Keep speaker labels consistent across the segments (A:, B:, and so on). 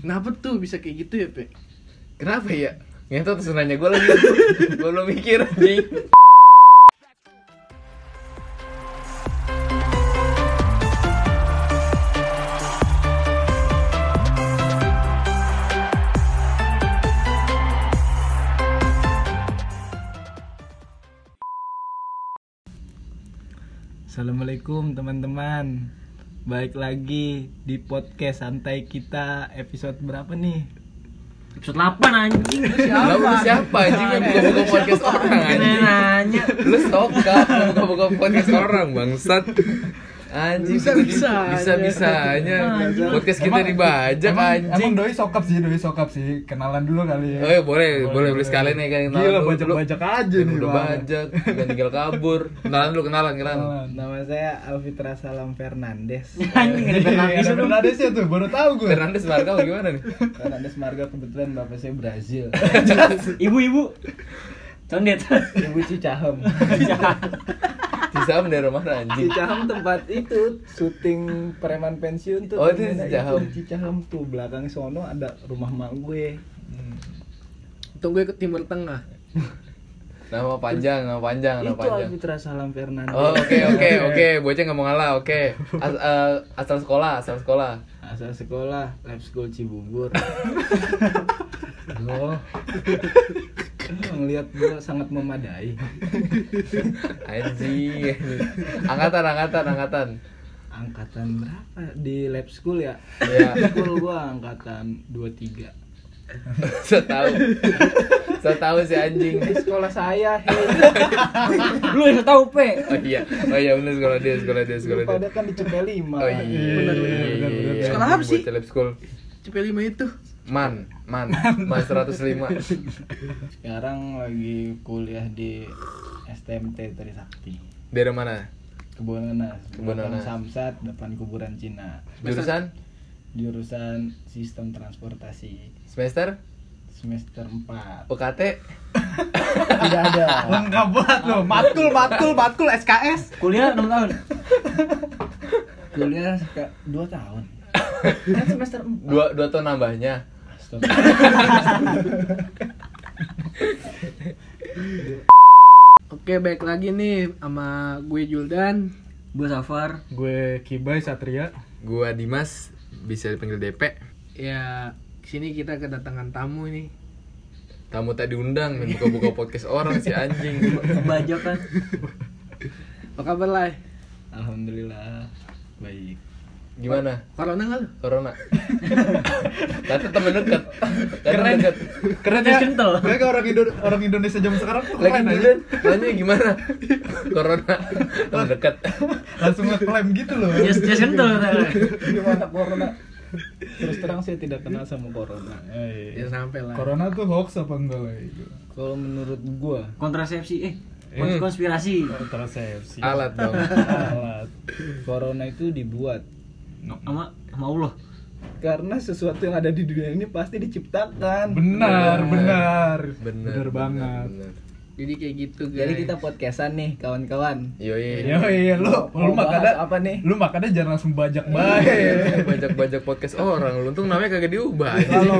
A: Kenapa tuh bisa kayak gitu ya, Pe?
B: Kenapa ya? Nggak tahu terus nanya gue lagi. gue belum mikir anjing.
C: Assalamualaikum teman-teman Balik lagi di podcast santai kita episode berapa nih?
D: Episode 8 anjing.
B: Lah lu siapa anjing yang buka-buka podcast orang anjing?
D: nanya.
B: Lu stokap lu buka-buka podcast orang bangsat. Anjing
A: Bisa- bisa
B: bisa
A: aja.
B: bisanya
A: Anjing.
B: podcast kita
E: Emang-
B: dibajak
E: emang,
B: anjing.
E: Emang doi sokap sih, doi sokap sih. Kenalan dulu kali ya.
B: Oh ya boleh, boleh beli sekalian nih kan kenalan
E: Gila
B: dulu, dulu.
E: bajak-bajak aja nih.
B: Udah
E: Bang.
B: bajak, bukan tinggal kabur. Kenalan dulu, kenalan, kenalan.
E: Kenalan.
C: Nama saya Alfitra Salam Fernandes
D: Anjing ada Fernandes
E: Ada
D: lu.
E: Fernandes ya tuh, baru tahu gue.
B: Fernandes Marga apa gimana nih?
C: Fernandes Marga kebetulan bapak saya Brazil
D: Ibu-ibu. Condet.
C: Ibu Cicahem
B: Cisam dari mana anjing?
C: Cicahem tempat itu syuting preman pensiun tuh
B: Oh, itu
C: ternyata
B: Cicahem.
C: itu di Cicahem tuh belakang sono ada rumah mak gue
A: Untung gue ke Timur Tengah.
B: Nama panjang, nama panjang, nama
C: Itu
B: panjang.
C: Alfitra Salam Fernandes
B: Oh, Oke oke oke, bocah nggak mau ngalah. Oke, As- eh, asal sekolah, asal sekolah.
C: Asal sekolah, lab school Cibubur
B: Oh.
E: Loh,
C: Ngeliat gue sangat memadai
B: Anjing, angkatan angkatan angkatan.
C: angkatan berapa di lab school ya
B: Ya,
C: school gua angkatan 23
B: setahu, setahu si anjing.
C: di sekolah saya
D: Lu yang tahu P.
B: Oh iya, oh iya benar sekolah dia, sekolah dia, sekolah
C: hey,
B: dia.
C: pada kan di CP 5
B: Oh iya,
A: Benar, benar,
E: benar, benar.
A: Sekolah apa sih?
B: Bocah lab school.
A: CP5 itu.
B: Man, man, man 105
C: sekarang lagi kuliah di STMT Trisakti
B: Dari mana?
C: Kebonanas
B: Kebonanas.
C: Kebonanas Samsat depan kuburan Cina
B: Jurusan?
C: jurusan sistem transportasi
B: Semester?
C: semester 4
B: UKT?
C: tidak ada
E: lengkap banget loh. Matul, matul, matul SKS.
D: Kuliah 6 tahun.
C: kuliah 2 tahun
D: Kan semester
B: Dua, dua tahun nambahnya
C: Astagfirullah.
A: Oke, baik lagi nih sama gue Juldan.
D: Gue Safar.
E: Gue Kibai Satria.
B: Gua Dimas, bisa dipanggil DP
A: Ya, sini kita kedatangan tamu nih.
B: Tamu tak diundang, main buka-buka podcast orang si anjing
D: Bajakan.
A: Apa kabar lah?
C: alhamdulillah baik
B: Gimana?
A: Corona nggak lu?
B: Corona? Kata temen deket Kata
D: Keren.
B: deket
E: Keren
D: Terus kental.
E: Mereka orang Indo- orang Indonesia zaman sekarang tuh
B: Lagi
E: keren aja.
B: duluan, nanya gimana? Corona, temen deket
E: Langsung ngeklaim gitu loh.
D: Jas jas kental.
C: gimana corona terus terang saya tidak kenal sama corona
E: Eh,
A: Ya sampai lah.
E: Corona tuh hoax apa enggak Gitu. lah itu?
C: kalau menurut gua
D: Kontrasepsi eh
B: Hmm.
D: konspirasi.
E: Kontrasepsi.
B: Alat dong
E: Alat.
C: corona itu dibuat
D: Sama sama Allah.
C: karena sesuatu yang ada di dunia ini pasti diciptakan
E: Benar, benar.
B: Bener,
E: Benar banget.
B: bener.
A: Jadi kayak gitu, guys.
C: jadi kita podcastan nih kawan-kawan
B: Yoi
E: Ya iya lu,
C: Mau
E: lu
C: bahas
E: makanya
C: apa nih
E: lu makanya jangan langsung bajak
B: Iya.
E: baik.
B: Bajak-bajak podcast orang, lu untung namanya kagak diubah
C: Iya, kalau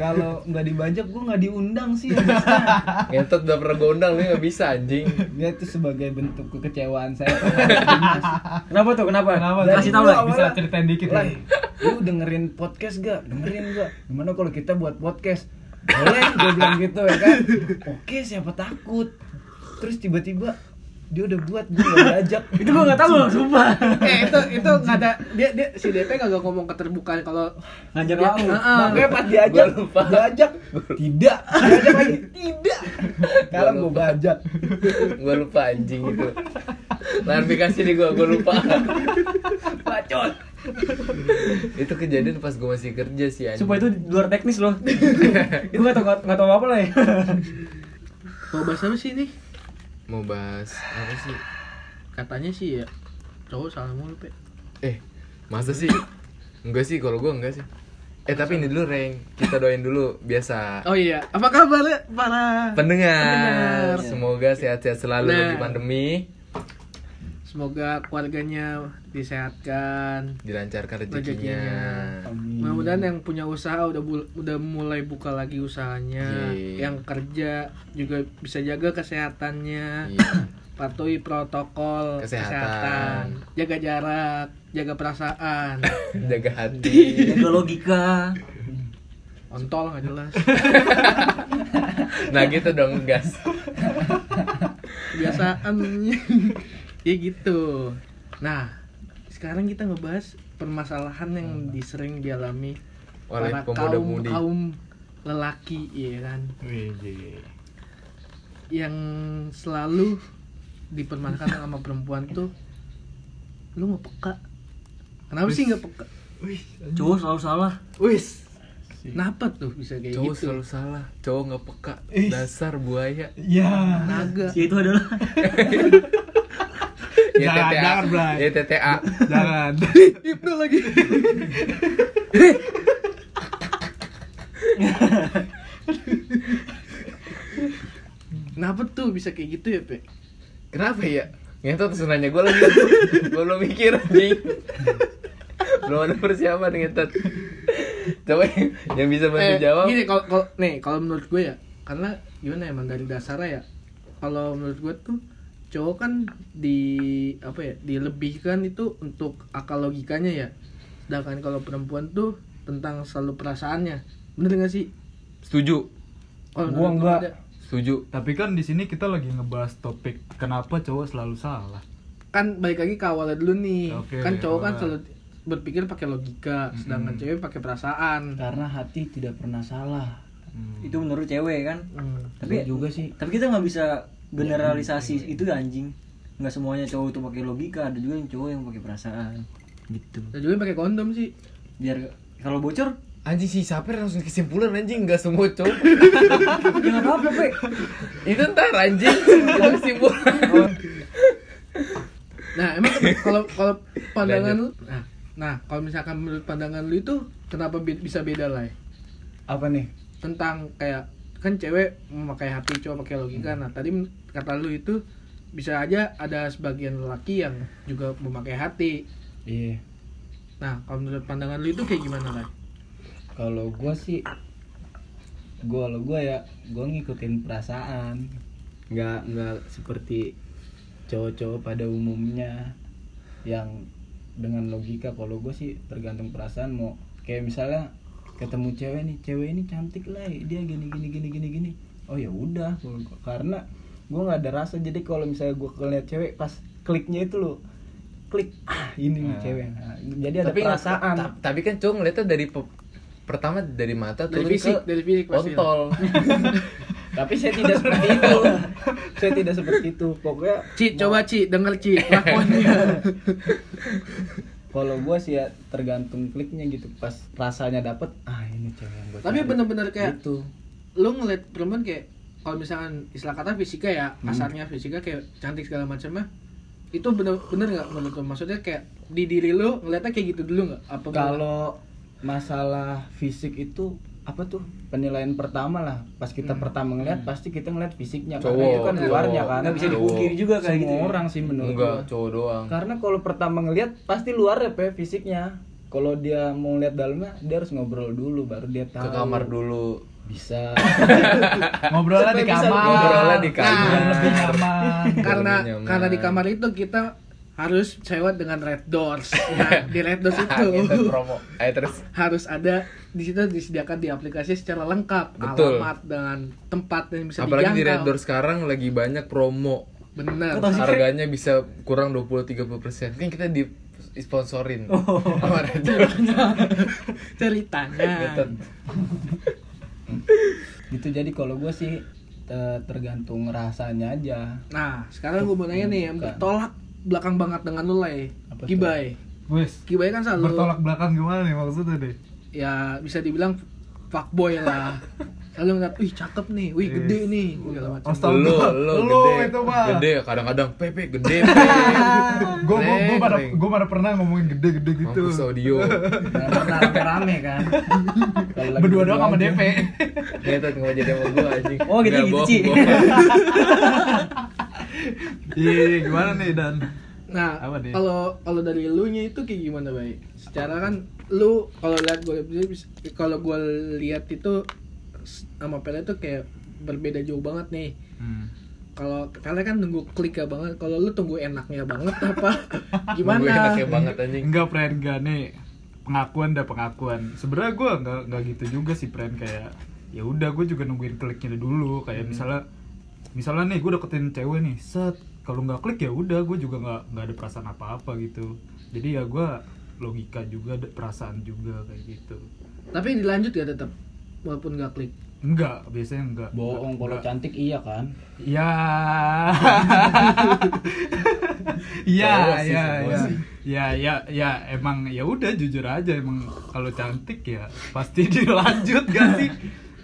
C: kalau nggak dibajak gua nggak diundang sih
B: Ngentot udah pernah gondang, lu gak bisa anjing
C: dia itu sebagai bentuk kekecewaan saya
D: Kenapa tuh? Ah. Kenapa?
E: Kenapa? tuh?
D: Kasih tahu lah.
E: Bisa ceritain dikit
C: lah
E: lah.
C: lu dengerin podcast gak dengerin gak gimana kalau kita buat podcast boleh gue bilang gitu ya kan oke siapa takut terus tiba-tiba dia udah buat gue gak ajak
D: Itu gua enggak tahu loh, sumpah.
A: Eh, itu itu nggak ada dia dia si DP kagak ngomong keterbukaan kalau
D: Ngajak
A: Ya,
D: aku.
A: heeh.
C: makanya pas diajak
B: Gua lupa.
C: diajak tidak diajak lagi tidak kalau gue
B: lupa.
C: bajak
B: gue lupa anjing itu klarifikasi nih gue gue lupa
C: bacot
B: itu kejadian pas gue masih kerja sih anjing
D: Sumpah itu di luar teknis loh. Gue gak tau gak tau apa lah ya.
A: mau bahas apa sih nih?
B: mau bahas apa sih
A: Katanya sih ya cowok salah mulu, Pe.
B: eh masa sih enggak sih kalau gue enggak sih eh tapi ini dulu reng kita doain dulu biasa
A: Oh iya, apa kabar Le? para Pendengar.
B: pendengar semoga sehat-sehat selalu
A: Nah.
B: lagi pandemi
A: Semoga keluarganya disehatkan.
B: dilancarkan
A: Rezekinya.
B: rezekinya
A: Mudah-mudahan yang punya usaha udah bul- udah mulai buka lagi usahanya,
B: Iya.
A: yang kerja juga bisa jaga kesehatannya,
B: Iya.
A: patuhi protokol
B: Kesehatan.
A: jaga jarak, jaga perasaan,
B: Jaga hati.
D: Jaga Iya, logika.
A: ontol nggak jelas,
B: Nah gitu dong gas.
A: kebiasaan, ya gitu. Nah, sekarang kita ngebahas permasalahan yang disering dialami
B: Oleh
A: para kaum
B: pemuda-pemudi.
A: kaum lelaki, ya kan? yang selalu dipermasalahkan sama perempuan tuh lu nggak peka kenapa sih nggak peka
D: Cowok selalu salah.
E: Wis.
A: kenapa tuh bisa kayak
B: Cowok
A: gitu
B: selalu salah, cowok nggak peka, dasar buaya.
E: Ya.
A: naga
B: Gitu.
D: Yaitu adalah
B: Ya
E: Jangan,
B: TTA,
E: jangan, Bray.
B: ya TTA.
E: Jangan.
A: hipno lagi kenapa tuh bisa kayak gitu ya pe
B: Kenapa ya? Ngetot terus nanya gue lagi Gue belum mikir anjing Belum ada persiapan ngetot Coba yang- yang bisa bantu
A: Eh,
B: jawab
A: Gini kalau kalau- nih kalau menurut gue ya, karena gimana emang dari dasarnya ya. Kalau menurut gue tuh cowok kan di apa ya dilebihkan itu untuk akal logikanya ya. Sedangkan kalau perempuan tuh tentang selalu perasaannya. Bener gak sih?
B: Setuju
A: Kalau menurut
C: Gua
A: lu
C: enggak.
A: ada.
B: Setuju
E: Tapi kan di sini kita lagi ngebahas topik kenapa cowok selalu salah.
A: Kan balik lagi ke awalnya dulu nih.
E: Oke,
A: kan cowok kan
E: awal.
A: selalu berpikir pakai logika, sedangkan cewek pakai perasaan.
E: Kan.
C: karena hati tidak pernah salah
E: Hmm.
D: itu menurut cewek kan.
A: Hmm.
C: Bener
D: Tapi
C: Iya juga sih
D: Tapi kita nggak bisa generalisasi itu ya, anjing. Nggak semuanya cowok itu pakai logika, ada juga yang cowok yang pakai perasaan. Gitu.
A: Dan juga Nah, pakai kondom sih.
D: Biar kalau bocor
B: Anjing si Saper langsung kesimpulan anjing Gak semua cowok
D: ya nggak apa-apa, Pe.
B: Itu ntar anjing Itu kesimpulan
A: Nah, emang ken- kalau kalau pandangan lu nah, nah kalau misalkan menurut pandangan lu itu kenapa be- bisa beda lah?
C: apa nih
A: Tentang kayak kan cewek memakai hati cowok pakai logika. Nah, tadi men- kata lu itu bisa aja ada sebagian lelaki yang juga memakai hati.
C: iya
A: Nah, kalau menurut pandangan lu itu kayak gimana lah?
C: kalau gua sih gua kalau gua ya gua ngikutin perasaan nggak nggak seperti cowok-cowok pada umumnya yang dengan logika kalau gua sih tergantung perasaan mau kayak misalnya ketemu cewek nih cewek ini cantik lah dia gini gini gini gini gini oh ya udah kalau gua- karena gua nggak ada rasa jadi kalau misalnya gua ngeliat cewek pas kliknya itu loh klik ah ini nih cewek Nah, jadi ada
B: Tapi
C: perasaan
B: ta- Tapi kan cowok ngeliatnya dari pe- Pertama dari mata
A: Dari
B: turun
A: fisik,
B: ke
A: dari fisik pasti. lah.
B: Kontol
C: Tapi saya tidak seperti itu. saya tidak seperti itu. Pokoknya
A: Ci, coba Ci, denger Ci, lakonnya.
C: kalau gua sih ya tergantung kliknya gitu. Pas rasanya dapet, ah ini cewek yang gua
A: Tapi
C: cari.
A: bener-bener kayak
C: gitu.
A: lu ngeliat perempuan kayak kalau misalkan istilah kata fisika ya
B: Hmm.
A: kasarnya fisika kayak cantik segala macamnya itu bener bener nggak menurut lu maksudnya kayak di diri lu ngeliatnya kayak gitu dulu nggak apa
C: Kalau masalah fisik itu apa tuh penilaian pertama lah pas kita pertama ngeliat pasti kita ngeliat fisiknya karena
B: Cowok,
C: itu kan
B: cowok.
C: luarnya kan
D: Nggak bisa
B: Cowok.
D: dipungkiri juga
C: semua
D: kayak gitu. ya.
C: orang sih menurut
B: Enggak
C: gua.
B: cowok doang
C: Karena kalau pertama ngelihat pasti luar ya Pe, fisiknya. Kalau dia mau lihat dalamnya, dia harus ngobrol dulu baru dia tahu.
B: Ke kamar dulu
C: Bisa.
E: Ngobrolnya di
C: Supaya bisa
B: Ngobrolnya
E: kamar. Nah,
B: di
E: Biar lebih
B: kamar
E: nyaman.
A: karena
B: Lebih nyaman.
A: karena di kamar itu kita harus cewek dengan red doors nah di red
B: Iya.
A: doors itu
B: Kita promo Ayo terus
A: harus ada di situ disediakan di aplikasi secara lengkap
B: Betul.
A: alamat dengan tempat yang bisa
B: Apalagi di Red
A: dijangkau
B: Door sekarang lagi banyak promo
A: bener
D: Kok tau sih, Cek?
B: Harganya bisa kurang 20-30% Kan kita di sponsorin
E: Oh.
B: sama Red Door
A: ceritanya
C: gitu jadi kalau gue sih te- tergantung rasanya aja.
A: nah sekarang gue mau nanya nih yang
C: Bukan.
A: bertolak belakang banget dengan lu lay
C: Apa tuh?
A: kibai
E: Wis.
A: Kibai kan selalu
E: Bertolak belakang gimana nih maksudnya deh?
A: ya bisa dibilang fuckboy lah. Selalu ngeliat, wih cakep nih, wih gede nih, segala macam. gitu.
E: Astaga.
B: Lu, lu, gede
E: itu mah.
B: Gede, kadang-kadang Pepe, gede Pepe
E: Gue gue gue
B: Reng,
E: pada
B: reng.
E: gue pada pernah ngomongin gede-gede gitu.
B: Mampus audio
C: Rame-rame kan. Kalau lagi
E: Berdua doang sama
C: aja.
E: DP.
B: Ngetot nggak jadi sama gua anjing
D: Oh,
B: Nggak,
D: gitu, gitu,
B: bohong,
D: Ci.
B: bohong.
E: Iya, gimana nih Dan?
A: Nah,
E: Apa, Dek?
A: kalau kalau dari lu nya itu kayak gimana, Bay? Secara kan lu kalau lihat gue kalau gue lihat itu s- sama Pele tuh kayak berbeda jauh banget nih
E: Hmm.
A: kalau Pele kan nunggu klik ya banget kalau lu tunggu enaknya banget apa gimana
B: Gue enaknya banget anjing.
E: Enggak friend enggak nih pengakuan dah pengakuan. Sebenarnya gue nggak nggak gitu juga sih friend kayak ya udah gue juga nungguin kliknya dulu kayak misalnya misalnya nih gue deketin cewek nih set kalau nggak klik ya udah gue juga nggak nggak ada perasaan apa-apa gitu. Jadi ya gue logika juga ada perasaan juga kayak gitu.
A: tapi dilanjut ya tetap walaupun gak klik
E: Enggak, biasanya enggak.
C: bohong kalau
E: Enggak.
C: cantik iya kan
E: Ya. Iya,
B: Cowok sih,
E: iya,
B: cowok
E: iya.
B: sih.
E: Ya, ya, ya, emang ya udah jujur aja emang kalau cantik ya pasti dilanjut gak sih?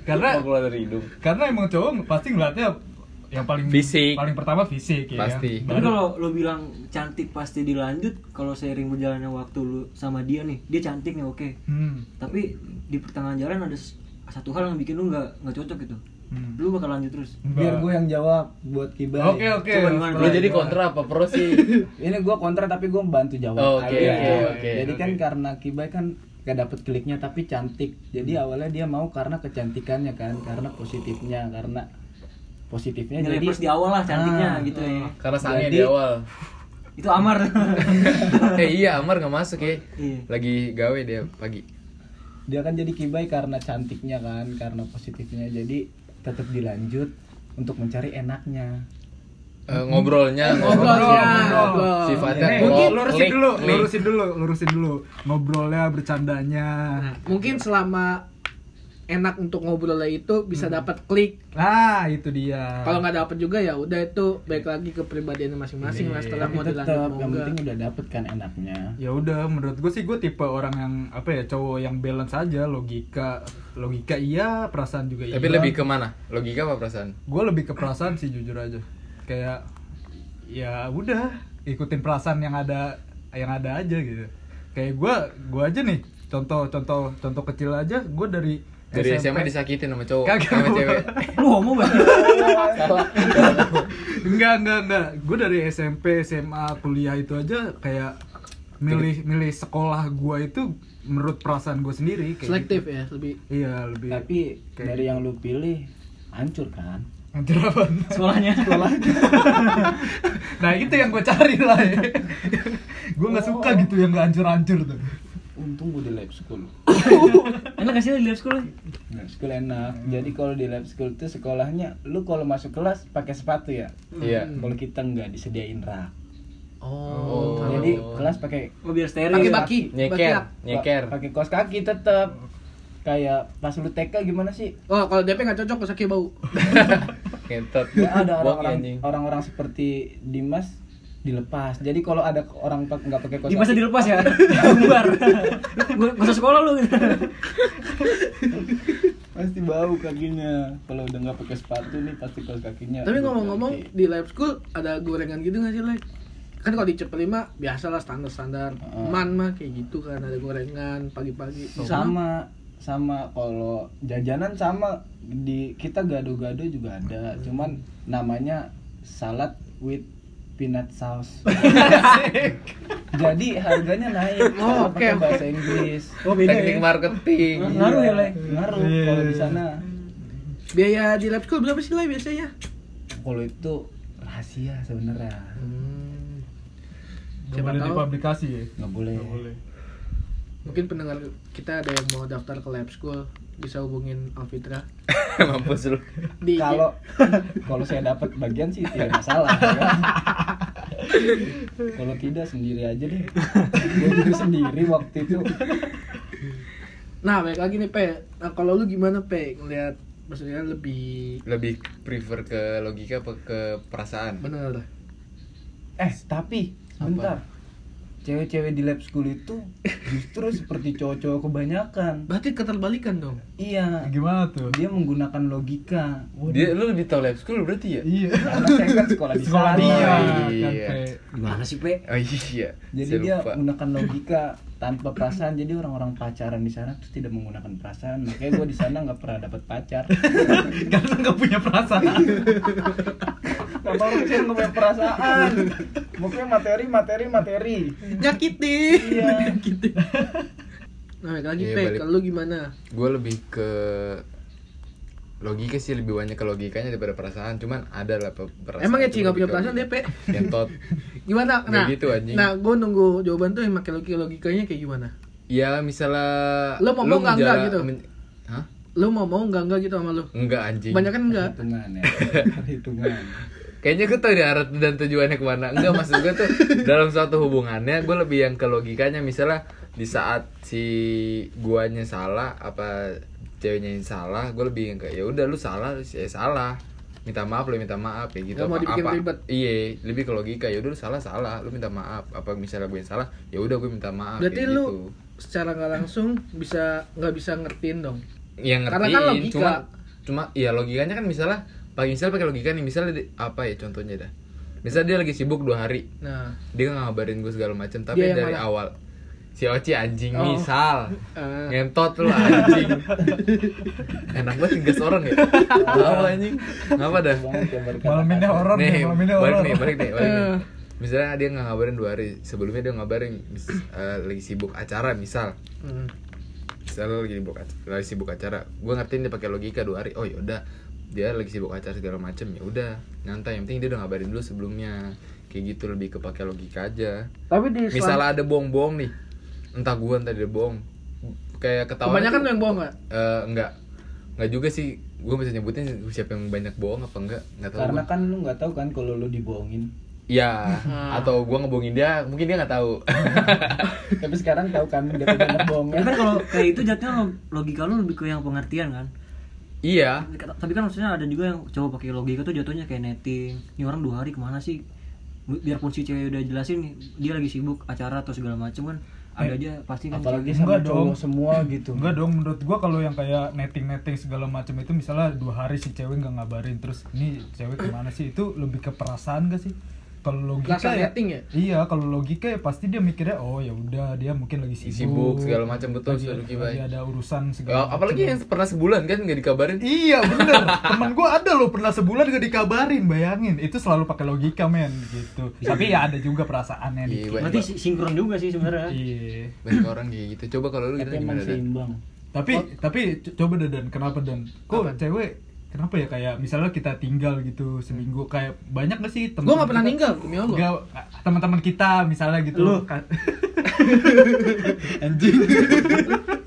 B: Karena
E: Karena
B: keluar dari hidung.
E: karena emang cowok pasti ngeliatnya yang paling
B: Fisik.
E: paling pertama fisik ya.
B: Pasti.
E: Baru-
D: Tapi kalau lo bilang cantik pasti dilanjut, kalau seiring berjalannya waktu lu sama dia nih, dia cantik nih oke.
E: hmm,
D: Tapi di pertengahan jalan ada s- satu hal yang bikin lu nggak nggak cocok gitu.
E: hmm.
D: Lu bakal lanjut terus.
C: biar gue yang jawab buat kibai
E: Oke, oke.
D: Coba gimana,
B: Lu jadi kontra apa pro sih?
C: ini gue kontra tapi gue bantu jawab
B: Oh, oke, oke,
C: Ayo, coba.
B: oke,
C: jadi kan
E: oke.
C: karena kibai kan gak dapet kliknya tapi cantik jadi
E: Hmm.
C: awalnya dia mau karena kecantikannya kan karena positifnya karena positifnya Ya,
D: Nilai
C: jadi
D: plus di awal lah cantiknya
C: Ah,
D: gitu ya.
B: Karena sange
C: Jadi-
B: di awal.
D: Itu amar.
B: eh iya, Amar nggak masuk ya.
D: Iya.
B: Lagi gawe dia pagi.
C: dia kan jadi kibai karena cantiknya kan karena positifnya jadi tetap dilanjut untuk mencari enaknya
B: Eh, ngobrolnya,
A: ngobrolnya
E: ngobrol.
A: ngobrol.
B: Sifatnya
E: Eh,
B: ngobrol,
E: lurusin
B: klik,
E: dulu,
B: klik.
E: lurusin dulu, lurusin dulu. Ngobrolnya, bercandanya.
A: Nah,
C: Iya.
A: mungkin selama enak untuk ngobrolnya itu bisa
C: Hmm.
A: dapat klik
E: Nah,
C: Ah.
E: itu dia.
A: kalau nggak dapat juga ya udah itu balik lagi ke pribadian masing-masing lah setelah
C: Iya. tapi
A: mau dilanjut mau
C: tetap yang
A: enggak
C: penting udah dapet kan enaknya
E: ya udah menurut gue sih gue tipe orang yang apa ya cowok yang balance aja logika logika iya perasaan juga iya
B: Tapi lebih ke mana? Logika apa perasaan?
E: gue lebih ke perasaan sih jujur aja kayak ya udah ikutin perasaan yang ada yang ada aja gitu kayak gue gue aja nih contoh contoh contoh kecil aja gue dari
B: Dari SMA disakitin sama cowok,
E: Kagak.
B: sama cewek.
D: lu homo banget.
E: enggak enggak enggak gue dari SMP SMA kuliah itu aja kayak milih milih sekolah gue itu menurut perasaan gue sendiri kayak
A: selektif
E: gitu.
A: ya lebih
E: iya lebih
C: tapi
E: Kayak
C: dari yang lu pilih hancur kan
E: Hancur apa?
D: Sekolahnya. Sekolah.
E: nah itu yang gue cari lah ya. gue nggak suka gitu yang nggak hancur-hancur tuh
C: untung gue di lab school
D: Enak gak sih lu di lab school?
C: Lab Nah, school enak. Jadi kalau di lab school tuh sekolahnya lu kalau masuk kelas pakai sepatu ya.
B: Iya.
C: Kalau kita nggak disediain rak.
A: oh,
B: Oh.
C: Jadi kelas pakai
D: Oh biar steril.
A: pakai baki
B: Nyeker,
A: bakiak.
B: nyeker.
C: pakai kaos kaki tetap. Kayak pas lu TK gimana sih?
A: oh kalau DP nggak cocok kosaki bau
B: Ngentot.
C: Ya
B: Bohong ya,
C: ada orang-orang
B: anjing.
C: orang-orang seperti Dimas dilepas. Jadi kalau ada orang pak- nggak pakai kaos
D: Di masa
C: kaki,
D: dilepas ya. Bubar. Gua masa sekolah lu.
C: pasti bau kakinya. Kalau udah nggak pakai sepatu nih pasti kaos kakinya.
A: tapi
C: bau
A: ngomong-ngomong
C: kaki.
A: di live school ada gorengan gitu nggak sih like kan kalau di Cepet 5 biasalah standar-standar
C: Heeh.
A: man mah kayak gitu kan ada gorengan pagi-pagi Di sana
C: sama sama kalau jajanan sama di kita gado-gado juga ada cuman namanya salad with peanut sauce jadi harganya naik
A: Oh,
C: Kalau pakai
A: oke, oke.
C: bahasa Inggris Iya.
D: Oh
B: Teknik marketing.
D: Ngaruh ya, Le?
C: ngaruh kalau di sana
A: biaya di live school berapa sih like biasanya
C: kalau itu rahasia sebenarnya Hmm.
E: Gak
A: Siapa
E: boleh
A: tahu.
E: dipublikasi ya
C: nggak boleh
E: Nggak boleh
A: mungkin pendengar kita ada yang mau daftar ke live school bisa hubungin Alfitra
B: Mampus lu.
A: di
C: kalau kalau saya dapat bagian sih tidak masalah kan? kalau tidak sendiri aja deh gue juga sendiri waktu itu
A: Nah, balik lagi nih, Pe. Nah, kalau lu gimana, Pe? Ngeliat maksudnya lebih
B: Lebih prefer ke logika apa ke perasaan?
A: bener.
C: eh tapi sebentar cewek-cewek di lab school itu justru seperti cowok-cowok kebanyakan
A: Berarti keterbalikan dong.
C: iya
E: Nah, gimana tuh
C: dia menggunakan logika
B: Dia lu di tau lab school berarti ya?
E: iya
C: karena saya kan sekolah di
E: sekolah
C: sana.
E: dia
B: Iya.
E: kan kayak
D: Gimana sih, Pe?
B: Oh iya.
C: jadi
B: Saya
C: dia
B: lupa.
C: menggunakan logika tanpa perasaan jadi orang-orang pacaran di sana tuh tidak menggunakan perasaan makanya gue di sana nggak pernah dapat pacar
E: karena kan nggak punya perasaan
C: Gak baru kecil nggak punya perasaan Pokoknya materi, materi, materi
A: Nyakitin.
C: Iya.
A: Nyakitin. Nah, balik lagi
B: Iya,
A: Pek,
B: balik.
A: kalau lu gimana?
B: gue lebih ke logika sih lebih banyak ke logikanya daripada perasaan cuman ada lah pe- perasaan
A: Emang ya
B: cuma
A: Ci nggak punya
B: lebih ke
A: perasaan deh
B: logika.
A: Pek?
B: Kentot.
A: Gimana?
B: Nggak
A: Nah,
B: gitu, anjing.
A: nah gue nunggu jawaban tuh yang pakai logika logikanya kayak gimana?
B: ya misalnya
A: Lo mau mau nggak, nggak
B: menjala-
A: gitu?
B: men- Hah?
A: Lu mau mau nggak nggak gitu sama lu?
B: enggak anjing
A: Banyak kan enggak?
C: Hitungan ya. Hitungan.
B: kayaknya gue tau deh arah dan tujuannya kemana enggak maksud gue tuh dalam suatu hubungannya gue lebih yang ke logikanya misalnya di saat si guanya salah apa ceweknya yang salah gue lebih yang ke ya udah lu salah ya salah minta maaf lu minta maaf ya gitu
A: Nggak mau
B: Apa-
A: dibikin
B: apa-
A: ribet.
B: iya lebih ke logika ya udah lu salah salah lu minta maaf apa misalnya gue yang salah ya udah gue minta maaf
A: Berarti
B: kayak
A: lu
B: gitu.
A: secara nggak langsung bisa nggak bisa ngertiin dong.
B: yang
A: Karena
B: ngertiin
A: kan logika.
B: Ya, cuma cuma ya logikanya kan misalnya pakai misalnya pakai logika nih misalnya di- apa ya contohnya dah misalnya dia lagi sibuk dua hari
A: Nah,
B: dia nggak ngabarin gue segala macam tapi
A: Dia yang
B: dari
A: mana?
B: awal si Oci anjing
A: Iya, Oh.
B: misal
A: Ah.
B: ngentot lu anjing enak banget tiga orang ya apa anjing apa dah
E: Malam ini horor nih,
B: nih
E: malam ini
B: balik
E: horor.
B: nih balik nih balik nih
A: Eh.
B: misalnya dia nggak ngabarin dua hari sebelumnya dia ngabarin mis- eh, lagi sibuk acara misal
A: hmm.
B: misalnya lagi sibuk acara, lagi sibuk acara gue ngertiin dia pakai logika dua hari oh yaudah dia lagi sibuk acara segala macem ya udah nyantai yang penting dia udah ngabarin dulu sebelumnya kayak gitu lebih ke pakai logika aja
A: Tapi di selama-
B: misalnya ada bohong-bohong nih entah gua entah dia bohong kayak ketahuan
A: kebanyakan lu
B: tuh,
A: yang bohong nggak?
B: eh, enggak enggak juga sih gue bisa nyebutin siapa yang banyak bohong apa enggak enggak tahu
C: Karena
B: gua.
C: kan lu nggak tahu kan kalau lu dibohongin.
B: ya atau gua ngebohongin dia mungkin dia nggak tahu
C: Tapi sekarang tahu kan dia banyak
D: Ya
C: bohongnya.
D: kan kalau kayak itu jatuhnya lo- logika lu lebih ke yang pengertian kan.
B: iya
D: Tapi kan maksudnya ada juga yang coba pakai logika tuh jatuhnya kayak netting. Ini orang dua hari kemana sih? Biarpun si cewek udah jelasin dia lagi sibuk acara atau segala macem kan ada aja pasti kan
C: Apalagi
D: cewek.
C: sama
E: Enggak dong.
C: cowok semua gitu.
E: Enggak dong, menurut gua kalau yang kayak netting-netting segala macam itu misalnya dua hari si cewek nggak ngabarin terus ini cewek kemana sih itu lebih ke perasaan gak sih? Kalau logika
A: Perasaan
E: ya,
A: netting ya?
E: Iya, kalau logika ya pasti dia mikirnya oh ya udah dia mungkin lagi sibuk,
B: Sibuk, segala macam, betul,
E: Lagi,
B: sudah Lucky,
E: lagi
B: Bay.
E: ada urusan segala.
B: Ya, apalagi yang
E: macam.
B: pernah sebulan kan nggak dikabarin
E: Iya bener, temen gue ada loh pernah sebulan gak dikabarin, bayangin Itu selalu pakai logika men gitu Tapi ya ada juga perasaannya
B: Iya,
E: dikit.
B: banyak,
D: Berarti si- sinkron juga sih sebenarnya.
E: Iya
B: banyak orang kayak gitu coba kalau lu
C: Tapi
B: kita
C: emang
B: gimana Dan?
C: seimbang.
E: Tapi tapi co- coba deh dan kenapa dan kok
A: Apaan?
E: cewek kenapa ya kayak misalnya kita tinggal gitu seminggu kayak banyak gak sih teman
A: Gue nggak pernah ninggal, demi Allah.
E: Enggak, teman-teman kita misalnya gitu.
D: Lu.
E: Ka-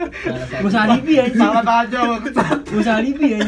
D: Gak usah alibi ya
E: Salah aja waktu.
D: Gak usah alibi ya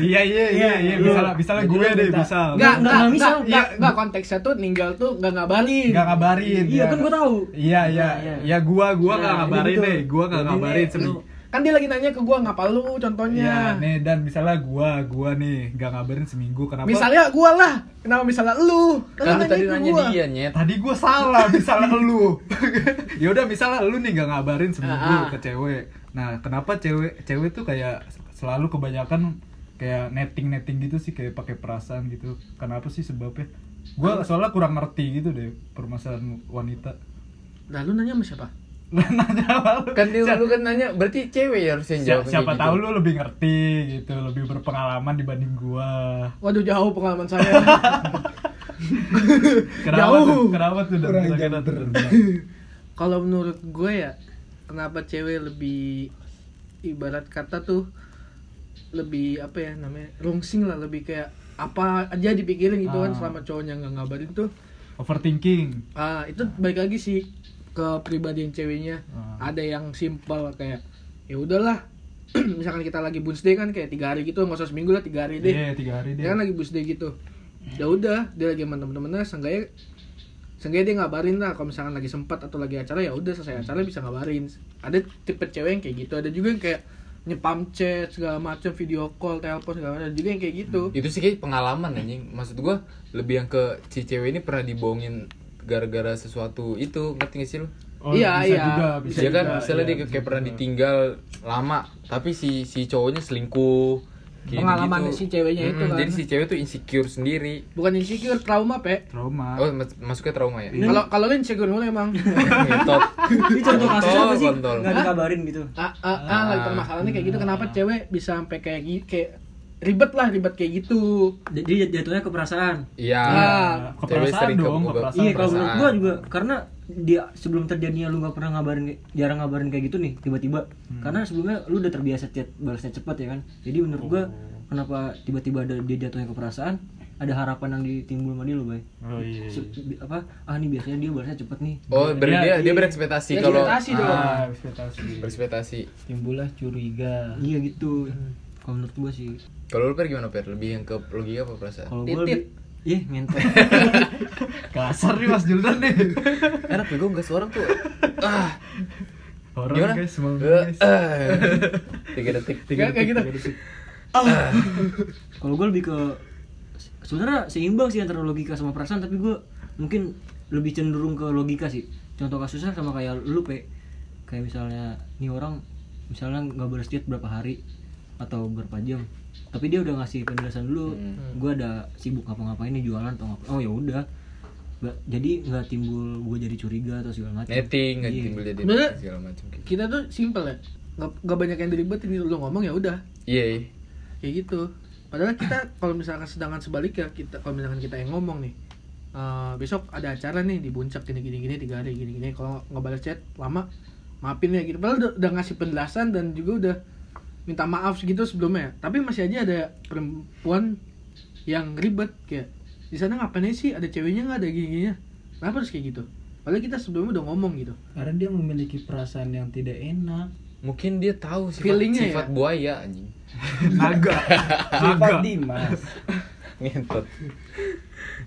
E: Iya iya iya iya
D: Lu.
E: misalnya misalnya gue deh misal.
A: Enggak, enggak,
D: Nggak,
A: enggak,
D: misal-
A: enggak,
E: Iya.
A: enggak, konteksnya tuh ninggal tuh enggak ngabarin.
E: Enggak ngabarin.
D: Iya
E: ya.
D: kan gua tahu
E: Iya iya.
D: Nah,
E: Ya gua gua enggak
D: Nah,
E: ngabarin
D: gitu.
E: deh, gua enggak
D: Jadi
E: ngabarin
D: nih,
E: seminggu.
D: lu-
A: Kan dia lagi nanya ke gua ngapa lu contohnya.
E: Iya, nih dan misalnya gua gua nih enggak ngabarin seminggu kenapa?
A: misalnya gua lah. Kenapa misalnya lu?
B: kan lu
A: Kenapa
B: tadi
A: ke
B: nanya
A: gua?
B: dia nyet
E: Ya, tadi gue salah misalnya lu ya udah misalnya lu nih gak ngabarin seminggu
A: Ah, ah.
E: ke cewek nah kenapa cewek cewek tuh kayak selalu kebanyakan kayak netting netting gitu sih kayak pakai perasaan gitu kenapa sih sebabnya gue soalnya kurang ngerti gitu deh permasalahan wanita
A: Nah, lu nanya sama siapa?
E: Lah, nanya apa lu?
B: kan dia
E: Siapa-
B: lu kan nanya berarti cewek ya harus yang jawab
E: siapa, tahu lu lebih ngerti gitu lebih berpengalaman dibanding gua
A: Waduh, jauh pengalaman saya.
E: kenapa
A: Jauh.
E: tuh kenapa tuh Dan?
C: Kurang
E: Misalkan
C: jenter.
E: ada-
A: Kalau menurut gue ya, kenapa cewek lebih ibarat kata tuh lebih apa ya namanya? rungsing lah, lebih kayak apa aja dipikirin gitu kan
E: Ah.
A: selama cowoknya nggak ngabarin tuh
E: overthinking
A: Ah, itu balik lagi sih ke pribadian ceweknya.
E: Ah.
A: Ada yang simpel kayak ya udahlah. Misalkan kita lagi bunsday kan kayak tiga hari gitu, nggak usah seminggu lah tiga hari deh.
E: iya tiga hari
A: Dia
E: deh
A: kan lagi bunsday gitu. Ya udah, dia lagi sama temen-temennya, seenggaknya seenggaknya dia ngabarin lah kalau misalkan lagi sempat atau lagi acara ya udah selesai acara bisa ngabarin. Ada tipe cewek yang kayak gitu, ada juga yang kayak nyepam chat segala macam video call telepon segala macam ada juga yang kayak gitu
B: itu sih kayak pengalaman anjing maksud gua lebih yang ke si cewek ini pernah dibohongin gara-gara sesuatu itu ngerti gak sih lu
E: Oh,
A: Iya,
E: bisa
A: iya.
E: juga, bisa
B: Iya kan
E: juga,
B: misalnya
E: iya,
B: dia
E: bisa
B: kayak pernah
E: juga.
B: ditinggal lama tapi si si cowoknya selingkuh kayak
A: Pengalaman
B: gitu-gitu.
A: si ceweknya itu kan.
B: jadi si cewek tuh insecure sendiri
A: bukan insecure trauma pe
E: trauma
B: oh mas- masuknya trauma
E: Iya.
B: ya
A: kalau kalau lu insecure mulu emang
B: Ngetot.
D: Ini contoh kasusnya apa sih?
B: Kontol.
D: Gak dikabarin gitu
A: ah, ah, ah, lagi permasalahannya kayak gitu kenapa cewek bisa sampai kayak gi- kayak ribet lah ribet kayak gitu
D: jadi jatuhnya ke perasaan
B: Iya.
A: Ah,
B: Cewek
E: keperasaan
B: sering
E: dong,
B: kebobak.
E: keperasaan.
D: iya kalau menurut
B: perasaan.
D: gua juga karena dia sebelum terjadinya lu nggak pernah ngabarin jarang ngabarin kayak gitu nih tiba-tiba karena sebelumnya lu udah terbiasa chat balasnya cepat ya kan jadi menurut gua kenapa tiba-tiba ada dia jatuhnya ke perasaan ada harapan yang ditimbul sama dia lu bay
E: Oh iya.
D: Se- bi- apa ah nih biasanya dia balasnya cepet nih
B: Oh, berarti dia,
E: Iya,
B: dia
E: iya.
B: berekspektasi
A: Dia
B: kalau
A: ekspektasi dong.
E: Ah, ekspektasi.
B: berekspektasi.
C: timbullah curiga
D: iya gitu kalau menurut gua sih
B: Kalau lu per gimana per? Lebih yang ke logika apa perasaan?
D: kalau gua
A: Titit.
D: lebih Ih, ngentot.
E: Kasar nih Mas Juldan nih.
B: Enak bego enggak seorang tuh. Ah,
E: Orang
B: gimana?
E: guys, semua
B: Eh,
E: guys.
B: eh. Tiga detik.
E: Tiga
A: Kayak- kayak
E: detik,
A: gitu.
E: tiga detik.
D: Kalau gue lebih ke sebenarnya seimbang sih antara logika sama perasaan tapi gue mungkin lebih cenderung ke logika sih. Contoh kasusnya sama kayak lu pe kayak misalnya nih orang misalnya nggak balas chat berapa hari atau berapa jam tapi dia udah ngasih penjelasan dulu gue ada sibuk ngapa-ngapain nih jualan atau ngapa oh ya udah Ba- jadi nggak timbul gue jadi curiga atau segala macam
B: Netting,
D: Iya.
B: netting beli dia
A: Bener.
B: segala macam gitu.
A: kita tuh simple ya nggak, nggak banyak yang diribetin gitu. lo ngomong ya udah
B: Iya. iya.
A: kayak gitu padahal kita kalau misalkan sedangkan sebaliknya kita kalau misalkan kita yang ngomong nih eh, besok ada acara nih di puncak gini gini gini tiga hari gini gini kalau nggak balas chat lama maafin ya gitu padahal udah, udah ngasih penjelasan dan juga udah minta maaf segitu sebelumnya tapi masih aja ada perempuan yang ribet kayak di sana ngapain aja sih ada ceweknya nggak ada gini gininya kenapa harus kayak gitu padahal kita sebelumnya udah ngomong gitu
C: karena dia memiliki perasaan yang tidak enak
B: Mungkin dia tahu sifat
A: Feelingnya
B: sifat
A: ya?
B: buaya anjing.
E: Naga. Naga.
C: sifat Dimas
B: Ngentot.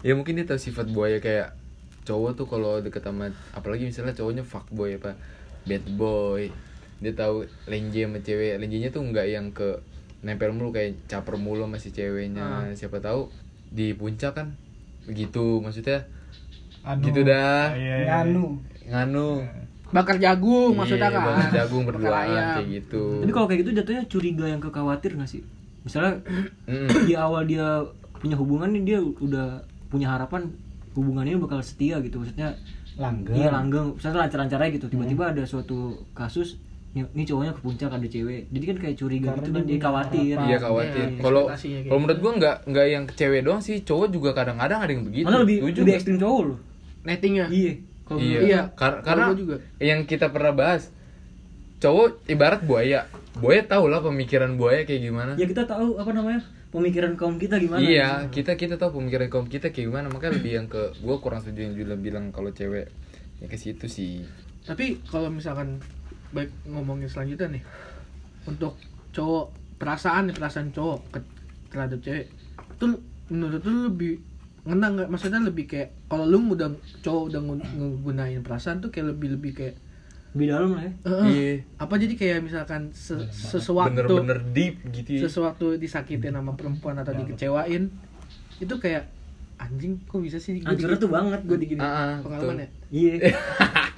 B: ya mungkin dia tahu sifat buaya kayak cowok tuh kalau deket sama apalagi misalnya cowoknya fuckboy apa bad boy. Dia tahu lenje sama cewek. Lenjenya tuh nggak yang ke nempel mulu kayak caper mulu sama si ceweknya. Siapa tahu di puncak kan begitu maksudnya
E: Anu.
B: Gitu dah.
E: Iya, iya.
C: nganu
B: nganu
A: bakar jagung
B: Iya,
A: maksudnya kan
B: bakar jagung
A: Bakar
B: berduaan
A: ayam.
B: kayak gitu
D: tapi kalau kayak gitu jatuhnya curiga yang ke khawatir nggak sih misalnya
B: Mm-mm.
D: di awal dia punya hubungan nih dia udah punya harapan hubungannya bakal setia gitu maksudnya
C: langgeng Mm-hmm.
D: dia langgeng misalnya lancar-lancar aja gitu tiba-tiba ada suatu kasus nih nih cowoknya ke puncak ada cewek jadi kan kayak curiga
C: Karena
D: gitu
C: dia
D: dan dia
C: punya
D: khawatir
B: Iya khawatir.
A: Iya,
B: Kalau
A: ekspektasinya kayak
B: kalau menurut gua nggak nggak yang cewek doang sih, cowok juga kadang-kadang ada yang begitu.
D: mana lebih
B: Setuju
D: lebih
B: nggak?
D: ekstrim cowok loh
A: nettingnya
D: iya kalau
B: Iya.
A: Iya,
B: Kar-
A: kalau gua
B: karena
A: juga.
B: yang kita pernah bahas, cowok ibarat buaya. Buaya tahu lah pemikiran buaya kayak gimana.
D: ya kita tahu apa namanya pemikiran kaum kita gimana
B: iya, kita kita tahu pemikiran kaum kita kayak gimana. Makanya lebih yang ke gua kurang setuju yang Julian bilang kalau cewek ya ke situ sih.
A: Tapi kalau misalkan baik ngomongin selanjutnya nih untuk cowok perasaan nih perasaan cowok ke- terhadap cewek itu menurut lu lebih ngena nggak maksudnya lebih kayak kalau lu udah cowok udah ngun- ngegunain perasaan tuh kayak lebih lebih kayak
D: lebih dalam lah ya
A: "Eh,
B: Iya.
A: apa jadi kayak misalkan se- sesuatu
B: Bener-bener deep gitu. ya.
A: sesuatu disakitin sama perempuan atau dikecewain itu kayak anjing kok bisa sih gua
D: hancurnya
A: dikit-
D: tuh banget gue digini
B: Ah, ah,
A: pengalaman
B: betul.
A: ya
D: iya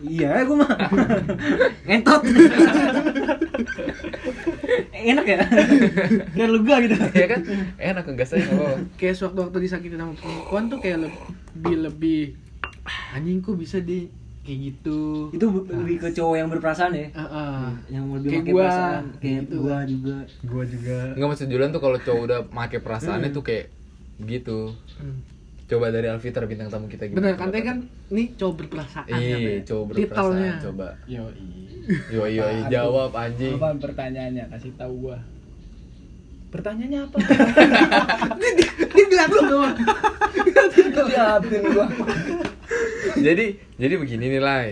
D: iya gue mah ngentot enak ya kayak lega gitu
B: Iya kan? Enak ngegas aja nggak apa-apa.
A: kayak sewaktu-waktu disakitin sama perempuan tuh kayak lebih lebih anjing kok bisa deh kayak gitu
D: itu lebih ke cowok yang berperasaan ya
A: Ah, ah.
D: yang lebih
A: Kayak
D: pakai
A: gua,
D: perasaan kayak
A: gitu.
D: gua juga
E: Gua juga
B: Enggak maksud Julian tuh kalau cowok udah make perasaannya tuh kayak gitu.
A: Hmm.
B: Coba dari Alfitar bintang tamu kita gitu.
A: bener
B: gimana?
A: kan tadi kan nih cowok berperasaan ya, Pak, ya?
B: Iya, cowok
A: Titelnya.
B: berperasaan coba.
C: yoi
B: Yo yo yo,
C: Apaan
B: Iya, jawab anjing.
C: Apaan pertanyaannya? Kasih tahu gua. Pertanyaannya apa?
A: dia ngeliatin doang
C: Liatin gua.
B: jadi jadi begini nih Lai.
C: Eh,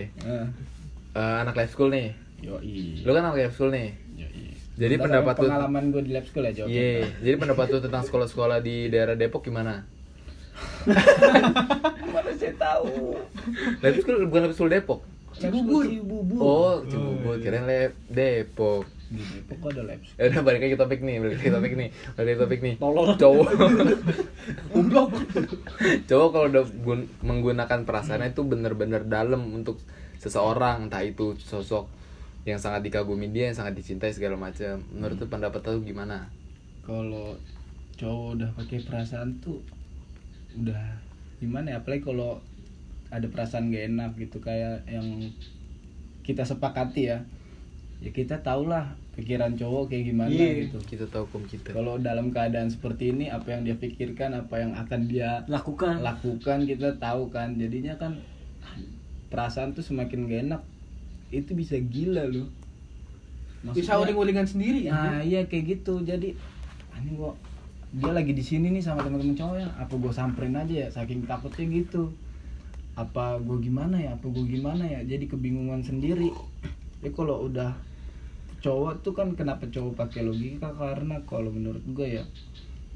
B: Eh, anak life school nih.
C: Yoi.
B: Lu kan anak life school nih.
C: Yoi.
B: Jadi
C: Kita
B: pendapat
C: sama
B: lu
C: pengalaman gua di lab school ya, Jok.
B: Iya, jadi pendapat lu tentang sekolah-sekolah di daerah Depok gimana?
C: Mana saya tahu.
B: Life school bukan life school Depok.
A: Cibubur.
C: Cibubur.
B: Oh, Cibubur, kirain lab Depok.
C: Di Depok ada lab school.
B: Ya udah balik lagi ke topik nih, balik lagi ke topik nih, balik lagi ke topik nih. Cowok. Umblok. Cowok kalau udah gun- menggunakan perasaannya itu bener-bener dalam untuk seseorang, entah itu sosok yang sangat dikagumi dia, yang sangat dicintai segala macam. Menurut lu pendapat lu gimana?
C: Kalau cowok udah pakai perasaan tuh udah gimana ya? Apalagi kalau ada perasaan gak enak gitu kayak yang kita sepakati ya. Ya kita tahulah pikiran cowok kayak gimana
D: Iya.
C: gitu
B: kita tahu hukum kita
C: kalau dalam keadaan seperti ini apa yang dia pikirkan apa yang akan dia
D: lakukan
C: lakukan kita tahu kan jadinya kan perasaan tuh semakin gak enak itu bisa gila loh
A: bisa uling-ulingan sendiri ya
C: nah iya kayak gitu jadi anjing gua dia lagi di sini nih sama teman-teman cowoknya apa gua samperin aja ya saking takutnya gitu apa gua gimana ya apa gua gimana ya jadi kebingungan sendiri ya kalau udah cowok tuh kan kenapa cowok pakai logika karena kalau menurut gua ya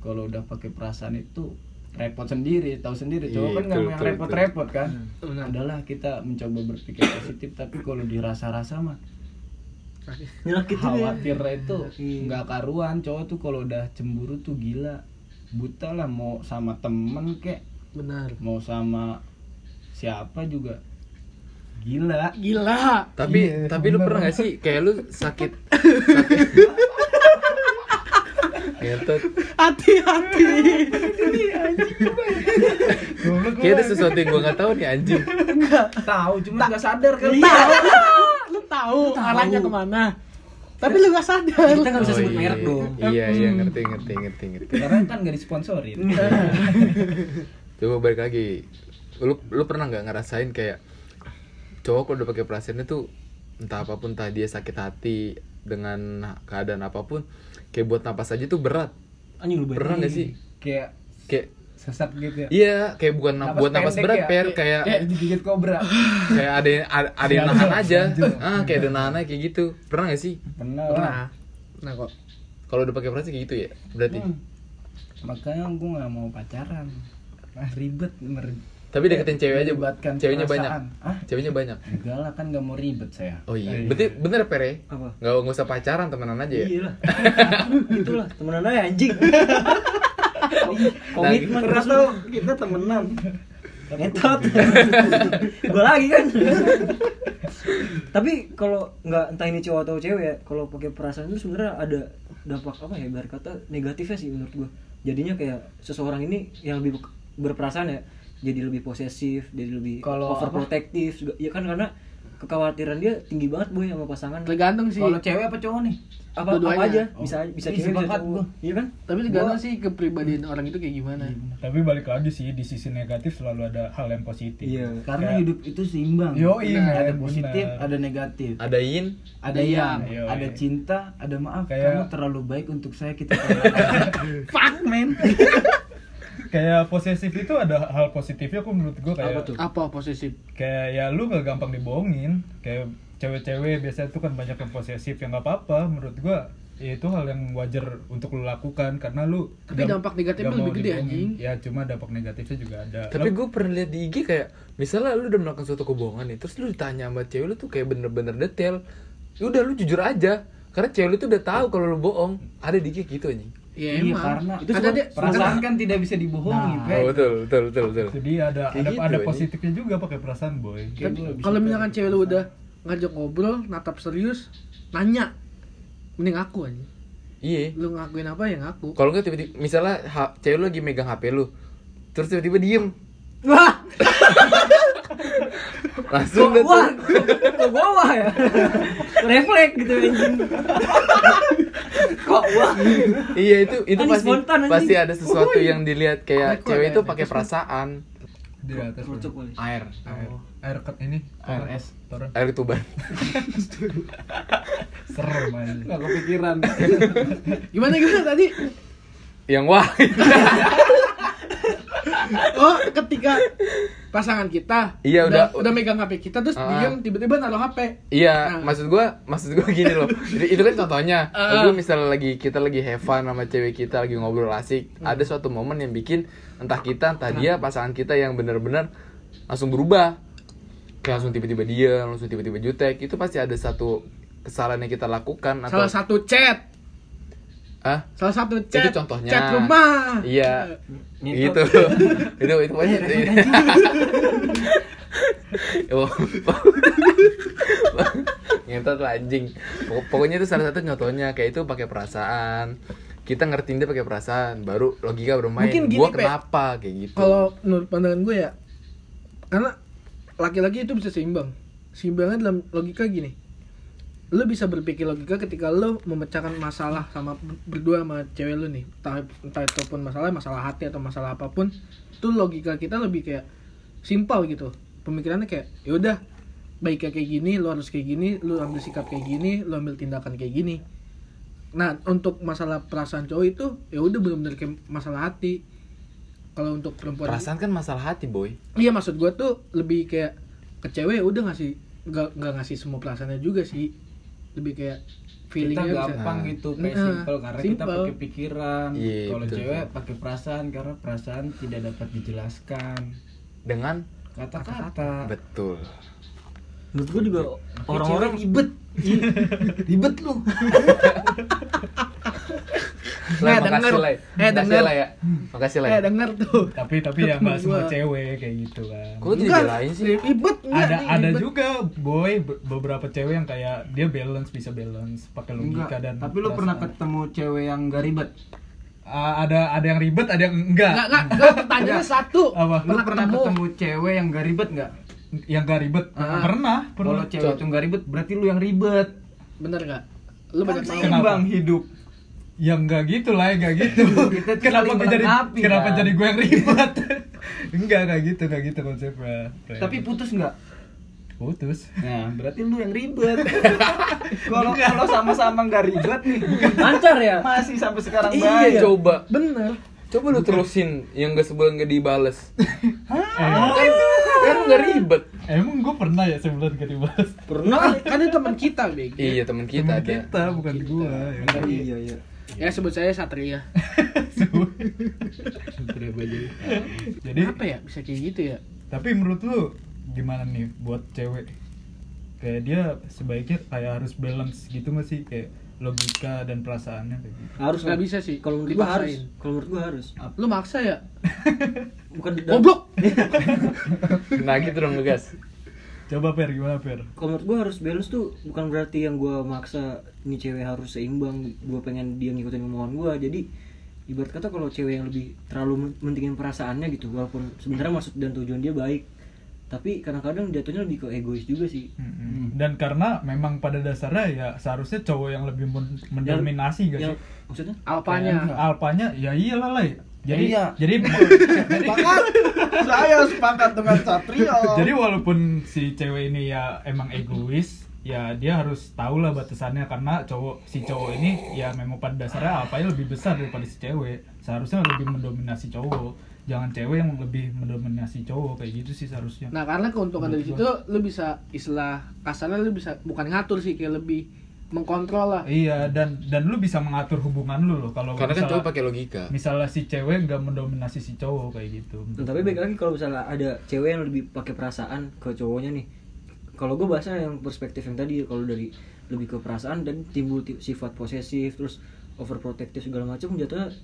C: kalau udah pakai perasaan itu repot sendiri tahu sendiri cowok
B: Iya,
C: kan nggak
B: betul,
C: mau yang
B: betul,
C: repot-repot kan
A: Benar.
C: adalah kita mencoba berpikir positif tapi kalau dirasa-rasa mah
D: nyelak gitu ya
C: khawatir itu nggak karuan cowok tuh kalau udah cemburu tuh gila buta lah mau sama temen kek
A: benar
C: mau sama siapa juga gila
A: gila
B: tapi
C: Iya,
B: tapi lu
C: bener.
B: pernah gak sih kayak lu sakit sakit Ngentot.
A: hati-hati
B: kayak ada sesuatu yang gua gak tahu nih anjing
C: tahu cuma nggak sadar kan
A: lu tahu arahnya kemana tapi lu gak sadar
D: kita nggak bisa
B: Oh,
D: sebut
B: iya,
D: merek
B: iya.
D: dong
B: iya iya ngerti ngerti ngerti ngerti
C: karena kan nggak disponsorin
B: coba balik lagi lu lu pernah nggak ngerasain kayak cowok kalau udah pakai perasaannya tuh entah apapun entah dia sakit hati dengan keadaan apapun kayak buat napas aja tuh berat
D: anjing lu
B: pernah nggak sih
C: kayak
B: kayak
C: sesat gitu ya
B: iya kayak bukan na- buat napas
C: pendek
B: berat
C: ya,
B: per kayak
C: kayak digigit kobra
B: kayak ada yang ada, ada yang
C: Iya,
B: nahan
C: iya,
B: aja
C: iya.
B: ah kayak ada nahan aja kayak gitu pernah nggak sih
C: pernah lah
A: nah nah kok
B: kalau udah pakai perasaan kayak gitu ya berarti
C: Hmm. makanya gue nggak mau pacaran ah, ribet mer-
B: tapi deketin cewek aja
C: melibatkan
B: ceweknya banyak
C: perasaan. Hah?
B: ceweknya banyak
C: enggak lah kan nggak mau ribet saya
B: oh iya berarti bener per ya
D: apa
B: nggak nggak usah pacaran temenan aja ya
D: iya lah itulah temenan aja anjing komitmen terus lu kita temenan ngetot gue lagi kan tapi kalau nggak entah ini cowok atau cewek ya kalau pakai perasaan itu sebenarnya ada dampak apa ya biar kata negatifnya sih menurut gue jadinya kayak seseorang ini yang lebih be- berperasaan ya jadi lebih posesif jadi lebih
C: Kalau apa?
D: overprotective juga. ya kan karena kekhawatiran dia tinggi banget boy sama pasangan
A: tergantung sih
C: Kalau cewek apa cowok nih?
D: apa, apa
A: Dua-duanya.
D: aja bisa bisa
C: Oh. Ih,
D: cewek bisa
C: sepakat gua.
D: cowok iya kan
A: tapi tergantung sih kepribadian orang itu kayak gimana
D: Hmm.
E: iya. Tapi balik lagi sih di sisi negatif selalu ada hal yang positif.
C: Iya,
D: Iya.
C: Karena
E: Iya, Kayak-
C: hidup itu seimbang.
E: Yoi, men,
C: ada positif,
E: bener.
C: ada negatif.
B: ada yin
C: Ada yang,
E: yang. Yoi.
C: ada cinta, ada maaf. Kamu
E: Kayak-
C: terlalu baik untuk saya kita. tolak.
A: fuck man
E: Kayak posesif itu ada hal positifnya kok menurut gua kayak
D: Apa tuh?
A: apa posesif
E: kayak ya lu gak gampang dibohongin. Kayak cewek-cewek biasanya tuh kan banyak yang posesif yang nggak apa-apa menurut gua ya itu hal yang wajar untuk lu lakukan karena lu
A: Tapi
E: gak-
A: dampak negatifnya
E: gak mau
A: lebih gede,
E: dibohongin.
A: anjing.
E: ya cuma dampak negatifnya juga ada
B: Tapi
E: Lu-
B: gue pernah lihat di IG kayak misalnya lu udah melakukan suatu kebohongan nih, terus lu ditanya sama cewek lu tuh kayak bener-bener detail. Ya udah lu jujur aja, karena cewek lu tuh udah tahu kalau lu bohong. Ada di IG gitu anjing.
A: ya
C: Iya,
A: emang
C: karena
A: itu
C: kan
A: ada dia
C: perasaan kan tidak bisa dibohongi,
E: Nah.
C: Pe.
B: Oh, betul, betul, betul, betul.
E: jadi ada
B: Kayak
E: ada,
B: gitu,
E: ada
B: anjing.
E: positifnya juga pakai perasaan boy
C: Kayak gua bisa
A: kan kalau
C: Pe.
A: misalkan cewek lu udah ngajak ngobrol natap serius nanya mending aku aja
B: Iya.
A: lu ngakuin apa ya ngaku
B: Kalau nggak tiba-tiba misalnya ha- cewek lu lagi megang HP lu, terus tiba-tiba diem,
D: wah
B: langsung deh
D: wah
B: tuh.
D: ke bawah ya refleks gitu anjing kok wah
B: Iya itu itu
D: Anjing
B: pasti
D: spontan, anjing. ya,
B: pasti ada sesuatu yang dilihat kayak
A: Aku
B: cewek
A: ada
B: itu
A: di
B: pakai
A: atas,
B: perasaan.
E: di atas Boy.
D: Kerucuk, Boy.
B: Air.
E: air air ket ini
C: ARS.
E: torrent
B: Air ketuban.
E: serem anjing
C: Nah, Nggak kepikiran.
A: gimana gimana tadi
B: Yang wah.
A: oh ketika pasangan kita
B: Iya,
A: udah,
B: udah-
A: udah megang hp kita terus
B: Ah.
A: diem tiba-tiba naruh hp
B: Iya,
A: Nah.
B: maksud gua, maksud gua gini loh. Jadi itu kan contohnya.
A: Ah.
B: Kalau misalnya lagi kita lagi have fun sama cewek kita lagi ngobrol asik, ada suatu momen yang bikin entah kita entah dia pasangan kita yang benar-benar langsung berubah. Kayak langsung tiba-tiba dia, langsung tiba-tiba jutek. Itu pasti ada satu kesalahan yang kita lakukan atau
A: salah satu chat
B: ah
A: salah satu
B: itu
A: chat
B: contohnya
A: chat rumah
B: iya
D: Nyentuh.
B: gitu itu itu pokoknya
A: Iya,
B: Oh, ngentot lah anjing Pok- pokoknya itu salah satu contohnya kayak itu pakai perasaan kita ngertiin dia pakai perasaan baru logika bermain
A: Mungkin gini,
B: gua
A: Pe.
B: kenapa kayak gitu
A: kalau menurut pandangan gue ya karena laki-laki itu bisa seimbang seimbangnya dalam logika gini lu bisa berpikir logika ketika lu memecahkan masalah sama berdua sama cewek lu nih entah, entah itu pun masalah masalah hati atau masalah apapun itu logika kita lebih kayak simpel gitu pemikirannya kayak yaudah baiknya kayak gini lu harus kayak gini lu ambil sikap kayak gini lu ambil tindakan kayak gini nah untuk masalah perasaan cowok itu ya udah benar-benar kayak masalah hati kalau untuk perempuan
B: Perasaan kan masalah hati, boy.
A: Iya maksud gue tuh lebih kayak ke cewek udah ngasih nggak nggak ngasih semua perasaannya juga sih lebih kayak
C: kita
A: feelingnya bisa
C: gampang gitu kayak
A: Nah,
C: simple karena kita
A: simple.
C: pakai pikiran
B: Iya,
C: kalau
B: betul.
C: cewek pakai perasaan karena perasaan tidak dapat dijelaskan
B: Dengan
C: kata-kata
B: betul.
D: menurut gua juga
C: Ini
D: orang-orang
C: cewek ribet Ih, ribet lu
B: Lai,
A: Eh,
B: makasih,
A: denger.
B: Lai.
A: Eh,
B: Makasih,
A: denger.
B: Lai, ya. Makasih, Lai.
A: eh denger tuh
E: tapi tapi ya nggak semua
A: Gua-
E: cewek kayak gitu kan
B: Kok lu
A: Enggak,
B: dibelain sih?
A: ribet enggak
E: ada
A: nih,
E: ada
A: ribet.
E: juga boy be- beberapa cewek yang kayak dia balance bisa balance pakai logika dan
C: tapi lu pernah
E: perasaan.
C: ketemu cewek yang gak ribet
E: Ah, ada ada yang ribet ada yang enggak
A: Enggak, enggak, enggak, pertanyaannya satu.
E: Apa?
C: lu pernah ketemu cewek yang gak ribet nggak
E: yang enggak ribet
A: Ah.
E: pernah
C: kalau
E: pernah
C: cewek itu gak ribet berarti lu yang ribet Kan
A: Bener enggak? Lu banyak tahu.
C: seimbang hidup
E: yang enggak gitu lah enggak gitu
C: Kita tuh
E: kenapa
C: saling
E: gue jadi
C: melengkapi,
E: kenapa
C: kan?
E: jadi gue yang ribet enggak enggak gitu enggak gitu konsepnya Pren.
C: tapi putus nggak
E: putus
C: Nah, berarti lu yang ribet. Kalau kalau sama-sama nggak ribet nih,
D: lancar ya
C: masih sampai sekarang
B: Iya,
C: baik.
B: coba.
A: Bener.
B: Coba lu terusin yang gak sebulan gak dibales. Hah? Kan, kan gak ribet.
E: emang gue pernah ya sebulan gak dibahas
A: Pernah kan itu teman kita, Beg.
B: Iya, teman
E: Temen
B: kita ada.
E: kita bukan gue ya.
C: Iya, iya.
A: Ya sebut saya Satria.
E: jadi
A: Kenapa ya bisa kayak gitu ya?
E: tapi menurut lu gimana nih buat cewek kayak dia sebaiknya kayak harus balance gitu nggak sih kayak logika dan perasaannya kayak gitu
D: harus
A: Nggak
D: lah.
A: bisa sih,
D: kalau menurut gua harus
A: dipaksain.
D: kalau menurut gua harus
A: Lu maksa ya?
D: bukan di dalam-
A: Goblok.
B: Nah gitu dong ngegas.
E: coba per gimana per
D: kalau menurut gue harus balance tuh bukan berarti yang gue maksa nih cewek harus seimbang gue pengen dia ngikutin kemauan gue jadi ibarat kata kalau cewek yang lebih terlalu men- mentingin perasaannya gitu walaupun sebenarnya maksud dan tujuan dia baik tapi kadang-kadang jatuhnya lebih ke egois juga sih
E: dan karena memang pada dasarnya ya seharusnya cowok yang lebih men- mendominasi gak
D: yang
E: sih
D: maksudnya
A: Alpanya.
E: alpanya ya iyalah lah jadi
C: Iya.
E: jadi
C: Sepakat. Saya sepakat dengan Satrio.
E: jadi walaupun si cewek ini ya emang egois ya dia harus tahu lah batasannya karena cowok si cowok ini ya memang pada dasarnya alfanya lebih besar daripada si cewek seharusnya lebih mendominasi cowok jangan cewek yang lebih mendominasi cowok kayak gitu sih seharusnya
A: Nah karena keuntungan dari situ lu bisa istilah kasarnya lu bisa bukan ngatur sih kayak lebih mengkontrol lah.
E: iya dan dan lu bisa mengatur hubungan lu loh kalau
B: Karena kan
E: misalnya-
B: cowok pakai logika.
E: misalnya si cewek nggak mendominasi si cowok kayak gitu
D: Nah, tapi baik lagi kalau misalnya ada cewek yang lebih pakai perasaan ke cowoknya nih. Kalau gue bahasnya yang perspektif yang tadi kalau dari lebih ke perasaan dan timbul ti- sifat posesif terus overprotective segala macam jatuhnya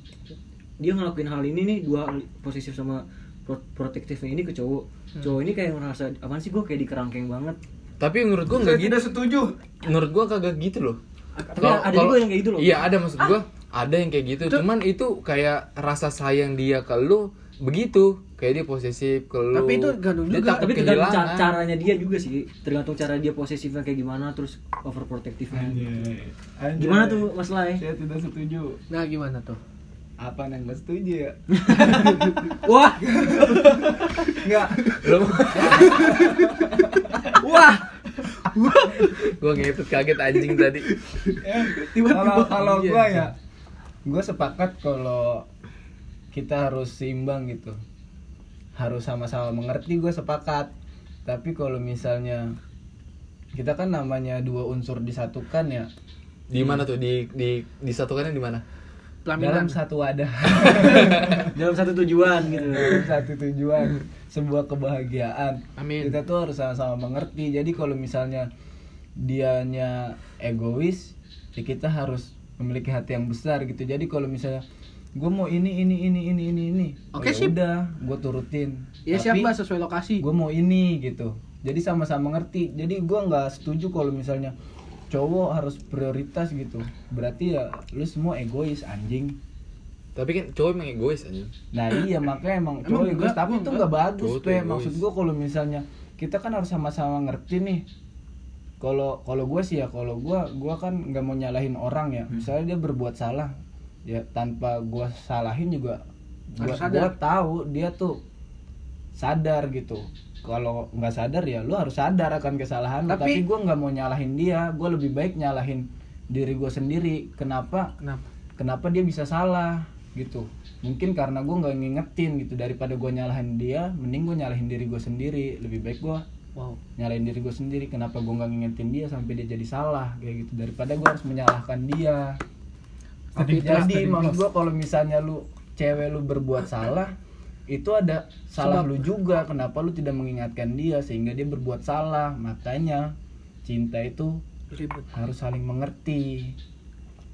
D: dia ngelakuin hal ini nih dua hal, posesif sama pro- protektifnya ini ke cowok. Cowok ini kayak ngerasa apaan sih gue kayak dikerangkeng banget.
B: Tapi menurut gua nggak gitu.
C: setuju.
B: Menurut gua kagak gitu loh.
D: Tapi
B: Kalau-
D: ada
B: kalau-
D: juga yang kayak gitu loh. Ah.
B: Iya ada maksud gua. Ada yang kayak gitu. Cuman itu kayak rasa sayang dia ke lu begitu. Kayak dia posesif ke lu.
A: Tapi itu gantung juga.
B: Dia takut
D: Tapi tergantung
B: kehilangan.
D: ca- caranya dia juga sih. Tergantung cara dia posesifnya kayak gimana terus overprotective-nya.
E: Iya.
D: Gimana tuh Mas Lai?
C: Saya tidak setuju.
A: Nah gimana tuh?
C: Apa yang nggak setuju ya?
D: Wah,
C: Nggak.
B: Lu
D: wah.
B: gua ngikut kaget anjing tadi.
C: Kalau kalau gua ya, gua sepakat kalau kita harus seimbang gitu. Harus sama-sama mengerti gua sepakat. Tapi kalau misalnya kita kan namanya dua unsur disatukan ya
B: Di mana tuh? Di di disatukannya di mana?
A: Pelaminan.
C: dalam satu wadah.
D: Dalam satu tujuan gitu.
C: satu tujuan sebuah kebahagiaan
A: Amin.
C: kita tuh harus sama-sama mengerti jadi kalau misalnya dianya egois ya kita harus memiliki hati yang besar gitu jadi kalau misalnya gue mau ini ini ini ini ini ini
A: Oke,
C: ya
A: sip.
C: udah gue turutin
A: Ya siap mbak sesuai lokasi.
C: gue mau ini gitu jadi sama-sama ngerti jadi gue nggak setuju kalau misalnya cowok harus prioritas gitu berarti ya lu semua egois anjing
B: Tapi kan cowok emang egois anjing.
C: Nah iya makanya emang
A: Emang
C: cowok
A: enggak?
C: egois tapi itu nggak bagus
B: Cowok
C: tuh ya
B: egois.
C: maksud gua kalau misalnya kita kan harus sama-sama ngerti nih kalau kalau gue sih ya kalau gue gue kan nggak mau nyalahin orang ya
A: Hmm.
C: misalnya dia berbuat salah ya tanpa gue salahin juga gue
A: Harus sadar.
C: gue tahu dia tuh sadar gitu kalau nggak sadar ya lu harus sadar akan kesalahan lu. tapi,
A: Tapi-
C: gue nggak mau nyalahin dia gue lebih baik nyalahin diri gue sendiri kenapa
A: Kenapa?
C: kenapa dia bisa salah gitu mungkin karena gue nggak ngingetin gitu daripada gue nyalahin dia mending gue nyalahin diri gue sendiri lebih baik gue
A: Wow.
C: nyalahin diri gue sendiri kenapa gue nggak ngingetin dia sampai dia jadi salah kayak gitu daripada gue harus menyalahkan dia
E: Tapi
C: jadi maksud gue kalau misalnya lu cewek lu berbuat salah itu ada salah
A: Sebab.
C: lu juga kenapa lu tidak mengingatkan dia sehingga dia berbuat salah makanya cinta itu
A: Ribet.
C: harus saling mengerti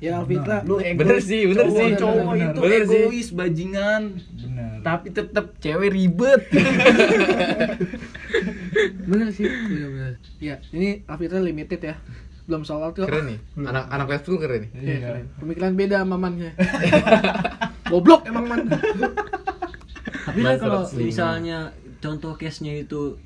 A: Ya Alfitra,
C: lu
B: Bener
C: egois
B: sih, Iya, bener sih.
C: cowok
E: Bener,
C: itu
B: bener sih.
C: egois bajingan
E: benar
C: tapi tetap cewek ribet
A: bener sih. Bener, bener. Ya, ini Alfitra limited ya. Belum soal tuh.
B: Keren nih.
C: Hmm.
B: Anak anak lab school keren nih.
A: Iya, keren. Pemikiran beda sama Mannya. Goblok emang Man.
D: tapi lah kalau
B: 405.
D: misalnya contoh case nya itu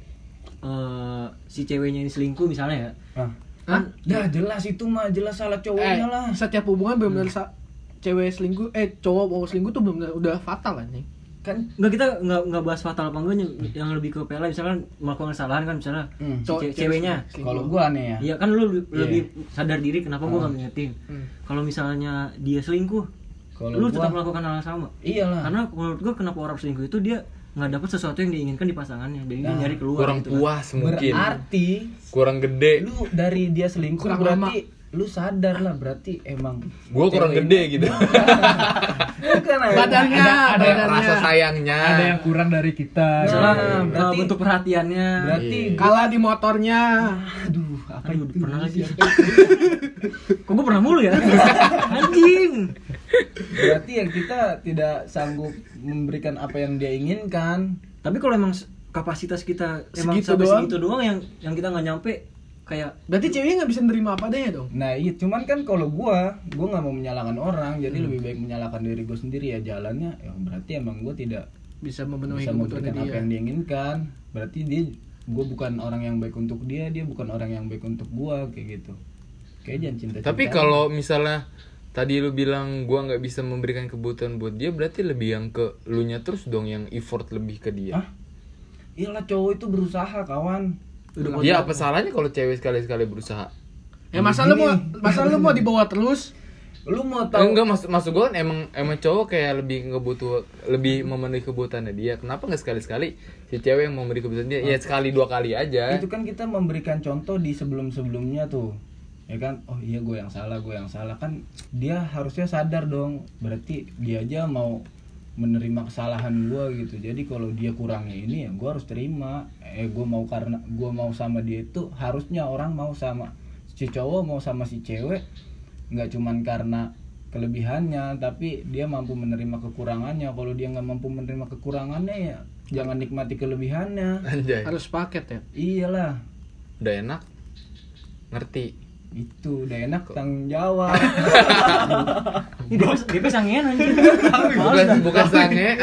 D: eh, si ceweknya yang selingkuh misalnya ya
A: Hah?
D: kan
C: Ah. dah jelas itu mah jelas salah
A: Eh,
C: cowoknya lah
A: setiap hubungan benar-benar sa- cewek selingkuh eh cowok mau selingkuh tuh benar-benar udah fatal anjing.
C: kan
D: nggak kita nggak nggak bahas fatal apa enggaknya yang lebih ke pela misalkan melakukan kesalahan kan misalnya
C: Hmm.
D: si ce- ceweknya
A: selingkuh.
C: kalau gua aneh ya
D: Iya kan lu lebih-
C: Iya.
D: lebih sadar diri kenapa gua nggak ngingetin.
A: Hmm.
D: Kalau misalnya dia selingkuh,
C: Kalau gua-
D: lu
C: Hmm.
D: tetap melakukan hal yang sama.
C: iyalah
D: Karena menurut gua kenapa orang selingkuh itu dia nggak dapat sesuatu yang diinginkan di pasangannya, jadi dia
C: Nah,
D: nyari keluar
B: Kurang
D: gitu kan.
B: puas mungkin.
C: berarti
B: Kurang gede.
C: lu dari dia selingkuh
A: Kurang
C: berarti lu sadar lah berarti emang
B: Gua kurang
C: cewek-
B: gede gitu.
C: Bukan, Ayo.
A: Badannya,
B: Ada
A: badannya.
B: rasa sayangnya.
E: ada yang kurang dari kita
D: Misalnya
C: Nah,
D: eh,
C: berarti-
D: bentuk perhatiannya.
C: berarti
B: Iya.
A: kalah di motornya.
C: aduh apa
D: Aduh,
C: itu
D: pernah lagi. Kok gua pernah mulu ya? Anjing.
C: berarti ya kita tidak sanggup memberikan apa yang dia inginkan
D: Tapi kalau emang s- kapasitas kita emang
A: Segitu
D: sampai
A: doang?
D: segitu doang yang yang kita nggak nyampe kayak
A: Berarti ceweknya nggak bisa nerima apa adanya dong.
C: Nah iya cuman kan kalau gua, gua nggak mau menyalahkan orang, jadi lebih baik menyalahkan diri gua sendiri ya jalannya. Ya berarti emang gua tidak
A: Bisa memenuhi
C: bisa
A: kebutuhan
C: memberikan apa
A: dia.
C: yang diinginkan. Berarti dia, gua bukan orang yang baik untuk dia, dia bukan orang yang baik untuk gua kayak gitu. Kayak jangan cinta.
B: Tapi kalau misalnya tadi lu bilang gua nggak bisa memberikan kebutuhan buat dia, berarti lebih yang ke lu nya terus dong yang effort lebih ke dia.
C: Hah? iyalah cowok itu berusaha kawan.
D: udah
B: Dia apa salahnya kalau cewek sekali-sekali berusaha?
A: Ya masa lu mau masa lu mau dibawa terus?
C: Lu mau
B: Eh,
C: tahu?
B: Enggak masuk masuk gue kan emang emang cowok kayak lebih ngebutuh lebih memenuhi kebutuhannya dia. Kenapa nggak sekali sekali si cewek yang memberi kebutuhan dia? Ya sekali dua kali aja.
C: Itu kan kita memberikan contoh di sebelum-sebelumnya tuh. Ya kan, oh iya gue yang salah, gue yang salah kan dia harusnya sadar dong. Berarti dia aja mau menerima kesalahan gue gitu. Jadi kalau dia kurangnya ini ya gue harus terima. Eh gue mau karena gue mau sama dia itu harusnya orang mau sama si cowok mau sama si cewek nggak cuman karena kelebihannya tapi dia mampu menerima kekurangannya kalau dia nggak mampu menerima kekurangannya ya jangan nikmati kelebihannya
B: Anjay.
A: Harus paket ya.
C: iyalah
B: Udah enak. Ngerti.
C: itu udah enak tanggung jawab
D: Ini dia pes- dia pesangian anjing.
B: Bukan bukan sangean.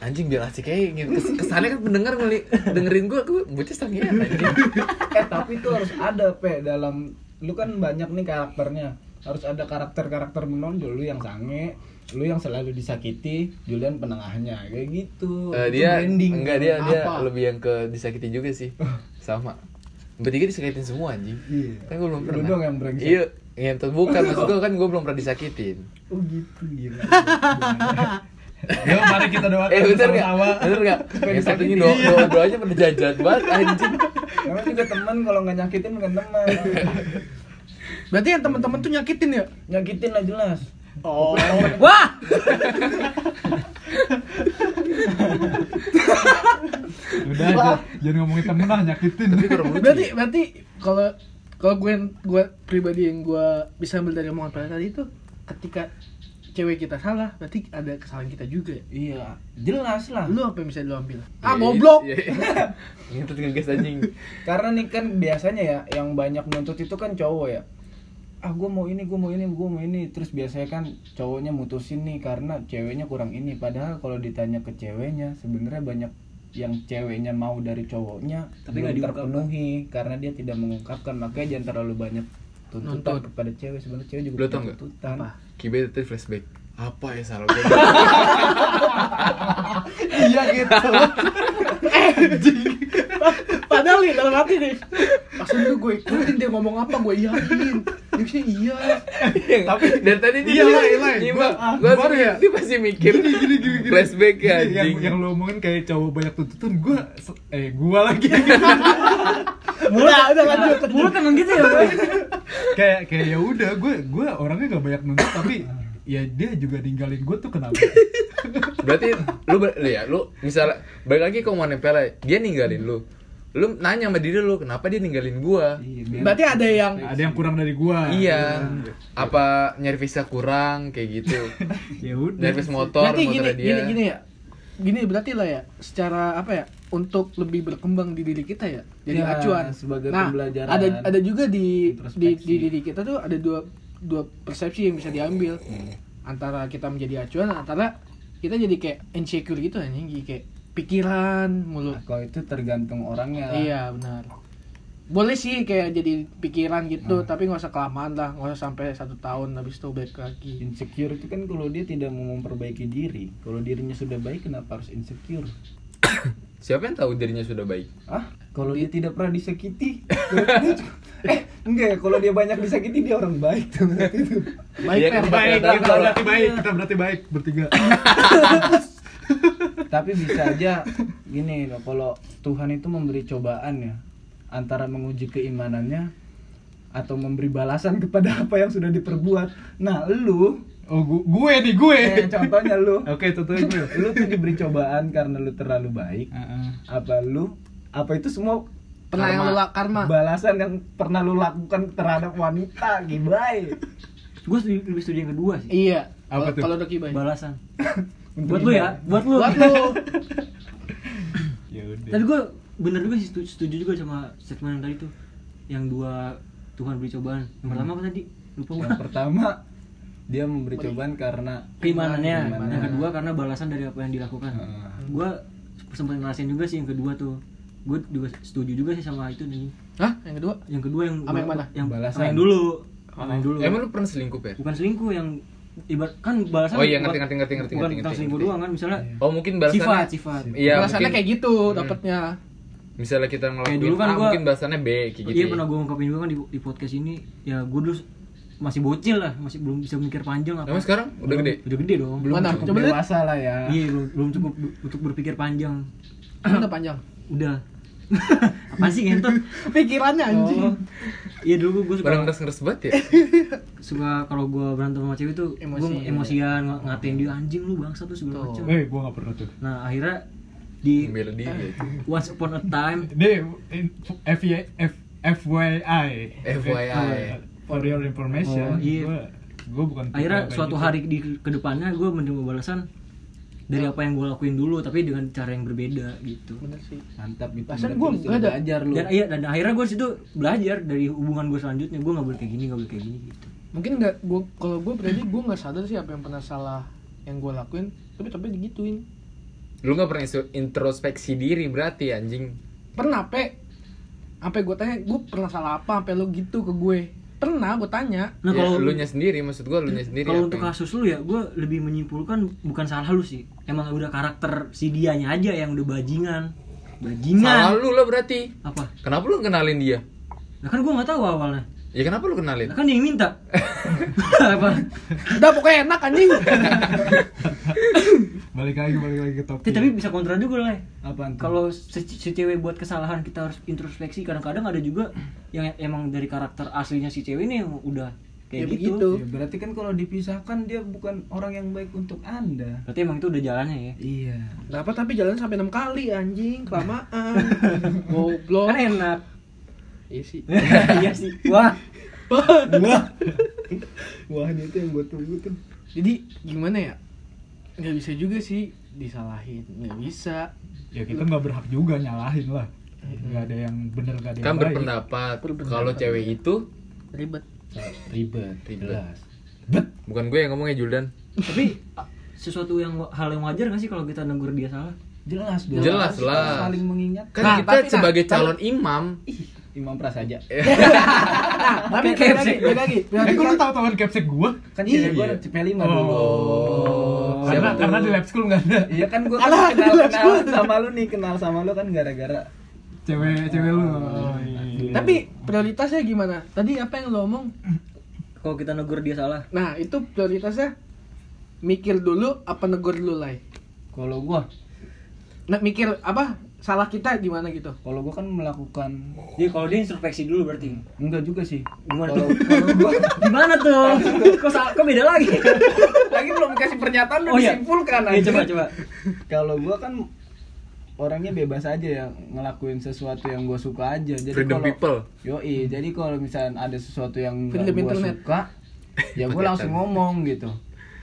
B: Anjing biar asik kayak gitu. Kes- Kesannya kan pendengar ngeli dengerin gue gue bocah sangean anjing.
C: eh tapi itu harus ada pe dalam lu kan banyak nih karakternya harus ada karakter-karakter menonjol lu yang sange lu yang selalu disakiti Julian penengahnya kayak gitu
B: Eh,
C: Itu
B: dia
C: branding. Ah,
B: enggak dia dia
A: Apa?
B: lebih yang ke disakiti juga sih. Sama. Bertiga disakitin semua anjing.
C: Iya.
B: Kan gue belum
C: Lu
B: pernah.
C: doang yang brengsek.
B: Iya, ngentot bukan maksud gue kan gue belum pernah disakitin.
C: oh gitu gila
E: Yuk mari kita doakan
B: Eh bener gak?
E: sama-sama.
B: Bener gak?
C: Pengen
B: Yang satunya
C: sakitin.
B: do do do aja pada jajan banget anjing
C: karena juga teman kalau nggak nyakitin bukan teman
A: Berarti yang teman-teman tuh nyakitin ya?
C: nyakitin lah jelas
A: Oh.
D: Wah,
E: Udah aja, jangan ngomongin temen lah nyakitin.
A: berarti berarti kalau kalau gue gue pribadi yang gue bisa ambil dari omongan Pella tadi itu ketika cewek kita salah berarti ada kesalahan kita juga ya.
C: iya jelas lah
A: Lu apa yang bisa lu ambil? Ah goblok.
B: Iya, Ngintet ngegas anjing
C: Karena nih kan biasanya ya yang banyak nuntut itu kan cowok ya. Ah gue mau ini, gue mau ini, gue mau ini. Terus biasanya kan cowoknya mutusin nih karena ceweknya kurang ini. Padahal kalau ditanya ke ceweknya sebenarnya banyak yang ceweknya mau dari cowoknya belum
D: Tapi nggak diungkapkan.
C: terpenuhi karena dia tidak mengungkapkan makanya jangan terlalu banyak tuntutan
A: Nuntut.
C: kepada cewek sebenarnya cewek juga
B: Lu
C: punya
B: tau nggak?
C: tuntutan
B: Kibe tadi flashback. Apa ya salah gue?
C: iya gitu
A: Padahal nih dalam hati nih. Pas itu gue ikutin dia ngomong apa gue iyain. Dia bilang iya.
B: Tapi dari tadi dia
E: Iya, lain, lain.
B: nyimak.
E: Gua- ah,
B: Gua
E: baru
B: sih-
E: ya.
B: dia pasti mikir flashback ya
E: Iya, yang,
B: anjing.
E: yang lo omongin kayak cowok banyak tuntutan gua se- eh gua lagi
A: Udah, udah lanjut.
D: Mulut emang gitu ya, Bang?
E: kayak kayak ya udah gue gue orangnya gak banyak nuntut tapi ya dia juga ninggalin gue tuh kenapa
B: Berarti lu ber- lu ya lu misalnya balik lagi ke omongan Pele, dia ninggalin lu. Lu nanya sama diri lu, kenapa dia ninggalin gua?
C: Iya.
A: Berarti ada yang
E: ada yang kurang dari gue
B: Iya. Apa nyari visa kurang kayak gitu.
E: ya udah
B: Nyari visa motor,
A: berarti gini,
B: motornya dia.
A: gini, gini ya. Gini berarti lah ya, secara apa ya, untuk lebih berkembang di diri kita ya, jadi
C: Ya,
A: acuan.
C: sebagai
A: nah,
C: pembelajaran.
A: ada ada juga di, di
C: Introspeksi.
A: di diri kita tuh ada dua dua persepsi yang bisa diambil
C: Hmm.
A: antara kita menjadi acuan, antara kita jadi kayak insecure gitu anjing, kayak pikiran mulu.
C: Nah, kalau itu tergantung orangnya lah.
A: Iya benar. Boleh sih kayak jadi pikiran
C: Hmm.
A: gitu, tapi nggak usah kelamaan lah, nggak usah sampai satu tahun habis itu balik lagi.
C: insecure itu kan kalau dia tidak mau memperbaiki diri kalau dirinya sudah baik kenapa harus insecure
B: Siapa yang tahu dirinya sudah baik?
C: ah kalau dia tidak pernah disakiti eh enggak ya, kalau dia banyak disakiti dia orang baik tuh berarti tuh.
A: Baik,
B: Iya,
A: Fer.
B: kan,
E: baik
B: Tapi
E: kita
B: kalau-
E: berarti baik kita berarti baik bertiga
C: tapi bisa aja gini loh kalau Tuhan itu memberi cobaan ya antara menguji keimanannya atau memberi balasan kepada apa yang sudah diperbuat nah lu
E: oh gu- gue nih gue
B: Iya,
C: eh, contohnya lu
E: oke tentunya gue
C: lu tuh diberi cobaan karena lu terlalu baik
E: Heeh.
C: apa lu apa itu semua
A: Pernah yang
B: Karma.
A: lu la- karma.
C: balasan yang pernah lu lakukan terhadap wanita gibai
D: Gue studi- lebih studi yang kedua sih.
A: Iya.
E: Apa
A: Kalau
E: tuh?
A: kalau Doki baik.
D: Balasan. Buat lu ya, buat lu.
A: Buat lu.
E: ya udah
D: Tapi gue bener juga sih setuju, setuju juga sama statement yang tadi tuh yang dua Tuhan beri cobaan. Yang
A: Hmm.
D: pertama apa tadi? Lupa gue.
C: yang pertama dia memberi cobaan karena
D: Keimanannya.
C: Keimanannya.
D: Yang kedua karena balasan dari apa yang dilakukan.
A: Hmm.
E: Ah.
C: Heeh.
D: Gue sempat ngerasain juga sih yang kedua tuh. Gue juga setuju juga sih sama itu nih.
A: Hah? Yang kedua?
D: Yang kedua yang
A: Sama yang mana?
D: Yang
C: Balasan.
D: sama yang dulu. Sama yang dulu.
B: Oh. Emang lu pernah selingkuh ya?
D: bukan selingkuh yang ibarat kan balasan
B: Oh iya, ngerti,
D: bukan-
B: ngerti, ngerti, ngerti,
D: bukan
B: ngerti,
D: tentang
B: ngerti,
D: selingkuh
B: ngerti.
D: doang kan misalnya
B: Oh mungkin balasannya
D: sifat sifat
B: Iya,
A: Balasannya
B: mungkin
A: kayak gitu
B: Hmm.
A: dapatnya.
B: misalnya kita ngelakuin
D: dulu kan
B: A,
D: gua-
B: mungkin balasannya B kayak gitu.
D: iya
B: ya.
D: pernah gue ungkapin juga kan di, di podcast ini ya gue dulu masih bocil lah masih belum bisa mikir panjang apa
B: Emang sekarang udah
D: Belum-
B: gede?
D: udah gede dong
A: Belum Mana?
C: cukup
A: Coba lihat.
C: dewasa lah ya
D: iya belum, belum cukup du- untuk berpikir panjang
A: Udah panjang.
D: udah apa sih ngentot
A: Pikirannya anjing.
D: oh iya dulu gue
B: Barang
D: suka
B: ngeres-ngeres banget ya?
D: suka kalau gue berantem sama cewek tuh gue
A: Emosi.
D: emosian ng- ngatain dia anjing lu bangsa tuh segala
A: Tuh.
D: macam
E: eh gue gak pernah tuh
D: nah akhirnya di
B: Membela diri ya.
D: once upon a time
E: deh F F FYI
B: FYI.
E: for your
D: Oh,
E: information
D: iya.
E: gue gue bukan
D: akhirnya
E: kayak
D: suatu
E: gitu.
D: hari di kedepannya gue menerima balasan dari apa yang gue lakuin dulu tapi dengan cara yang berbeda gitu
A: Bener sih.
C: mantap gitu
A: Perasaan
C: Berarti
A: gua
C: lu
A: nggak
C: sudah
A: ada.
C: belajar lu
D: dan iya dan akhirnya gue situ belajar dari hubungan gue selanjutnya gue nggak boleh kayak gini nggak boleh kayak gini gitu
A: Mungkin nggak gua kalau gua berarti gua nggak sadar sih apa yang pernah salah yang gua lakuin, tapi tapi digituin.
B: Lu gak pernah instro- introspeksi diri berarti anjing.
A: Pernah, Pe. Sampai gua tanya, gua pernah salah apa sampai lo gitu ke gue? Pernah gua tanya.
B: ya,
D: nah kalau
B: lu nya sendiri maksud gua lu nya sendiri. apa
D: kalau untuk
B: yang-
D: kasus lu ya gue lebih menyimpulkan bukan salah lu sih emang udah karakter si dianya aja yang udah bajingan
B: salah
D: bajingan
B: lu lah berarti.
D: apa
B: Kenapa lu kenalin dia?
D: nah kan gue nggak tahu awalnya
B: Ya kenapa lu
D: nah
B: kenalin?
D: kan dia yang minta apa
A: Udah pokoknya enak anjing.
E: balik lagi balik lagi ke topik
D: tapi bisa kontra juga lah ya.
C: apaan tuh?
D: kalau se- si cewek buat kesalahan kita harus introspeksi kadang-kadang ada juga yang e-, emang dari karakter aslinya si cewek ini yang udah
A: Ya
D: kayak gitu.
A: begitu.
C: Ya, berarti kan kalau dipisahkan dia bukan orang yang baik untuk anda
D: berarti emang itu udah jalannya ya
C: iya
A: Dapat tapi jalan sampai 6 kali anjing, kelamaan. Goblok.
D: kan enak
A: Iya sih.
D: iya sih wah
C: wah wah ini tuh yang buat tunggu tuh
A: Jadi gimana ya? Nggak bisa juga sih disalahin. Nggak bisa.
E: ya kita nggak berhak juga nyalahin lah nggak ada yang bener nggak ada yang
B: Kan
E: baik
B: berpendapat kalau cewek itu
A: Ribet.
C: ribet
B: Ribet.
C: jelas
B: bukan gue yang ngomongnya Juldan.
D: tapi a- sesuatu yang wa- hal yang wajar gak sih kalau kita negur dia salah
C: jelas dong
B: Jelas
C: Kita
B: lah.
C: saling mengingatkan
B: Kan
A: Nah,
B: kita
A: tapi, nah,
B: sebagai
A: tapi-
B: calon imam
C: imam pras aja
A: Nah, tapi balik lagi balik lagi
E: Eh, kok lu
A: perhatikan
E: tau tauan capsek gua?
C: kan cewek gue
B: Iya.
C: cipe lima dulu
B: Oh.
E: Karena,
B: Siapa
E: karena
B: tuh?
E: di lab school nggak ada
C: iya kan gue
A: Alah,
C: kenal
A: jelas
C: kenal
A: gua.
C: sama lu nih kenal sama lu kan gara-gara
E: cewek cewek lu. Oh, iya.
A: tapi prioritasnya gimana tadi apa yang lo omong
D: Kalau kita negur dia salah.
A: nah itu prioritasnya mikir dulu apa negor dulu lah
C: kalau gue
A: nah mikir apa salah kita gimana gitu
C: kalau gue kan melakukan
D: Jadi Iya, kalau dia introspeksi dulu berarti.
C: enggak juga sih
D: Gimana
C: Kalau-
D: tuh? Gimana tuh? Kok salah, kok beda lagi?
C: lagi belum kasih pernyataan udah
D: Oh iya.
C: disimpulkan
D: Iya,
C: anjir.
D: coba coba.
C: kalau gue kan orangnya bebas aja ya ngelakuin sesuatu yang gue suka aja jadi
B: freedom
C: kalau-
B: people.
C: Yoi, jadi kalau misalnya ada sesuatu yang
A: Film
C: nggak gue
A: internet.
C: suka, ya gue langsung ngomong gitu.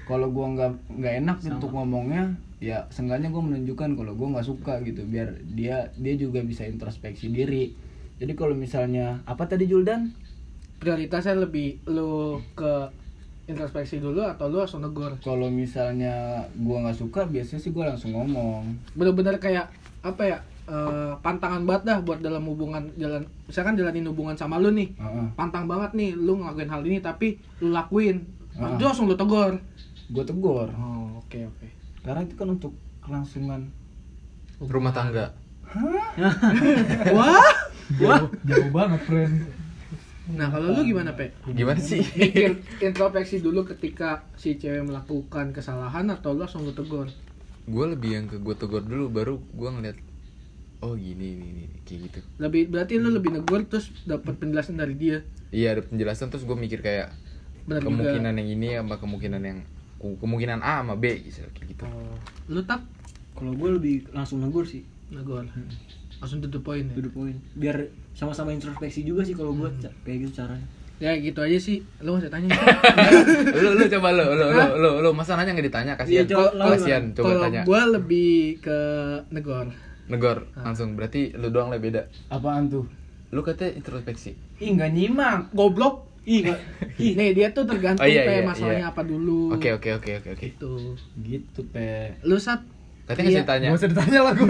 C: Kalau gue nggak nggak enak untuk ngomongnya, ya seenggaknya gue menunjukkan kalau gue nggak suka gitu, biar dia dia juga bisa introspeksi diri. Jadi kalau misalnya apa tadi Juldan?
A: prioritasnya lebih lu ke introspeksi dulu atau lu langsung negor
C: Kalau misalnya gue nggak suka, biasanya sih gue langsung ngomong.
A: bener-bener kayak apa ya eh, pantangan banget dah buat dalam hubungan jalan misalkan jalanin hubungan sama lu nih pantang banget nih lu ngelakuin hal ini tapi lu lakuin
C: Ah.
A: Lu langsung lu tegor
C: Gue tegur,
A: oh oke oke
C: karena itu kan untuk kelangsungan.
B: Rumah tangga.
A: wah
E: jauh, jauh banget friend.
A: nah kalau lu gimana pe
B: Gimana sih?
D: Iya.
A: mikir introspeksi dulu ketika si cewek melakukan kesalahan atau lu langsung lu tegor
B: gue lebih yang ke gue tegur dulu baru gue ngeliat oh gini ini ini kayak gitu
A: lebih berarti lu lebih negor terus dapat penjelasan dari dia
B: iya ada penjelasan terus gue mikir kayak
A: benar Nah, juga
B: kemungkinan yang ini sama kemungkinan yang kemungkinan A sama B gitu kayak gitu
A: oh. lu tak
D: Kalau gue lebih langsung negur sih,
A: negor langsung to the point ya
D: to the point. Biar sama-sama introspeksi juga sih kalau gue kayak gitu caranya.
A: ya gitu aja sih lu masih tanya
B: lu lu coba lu lu lu lu, lu masa nanya nggak ditanya kasihan
D: Iya, coba,
B: Ko- kasihan coba
A: kalau
B: tanya
A: gue lebih ke negor
B: negor langsung berarti lu doang lah beda
C: Apaan tuh?
B: lu katanya introspeksi
C: Ih nggak nyimak.
A: goblok
D: Ih, nggak- ih,
A: nih dia tuh tergantung
B: Oh, iya,
A: kayak
B: iya,
A: masalahnya
B: iya.
A: apa dulu
B: oke oke oke oke oke
A: gitu
C: Gitu pe.
A: lu sat
B: katanya nggak
A: Iya,
B: ditanya
E: Gak usah ditanya lah gue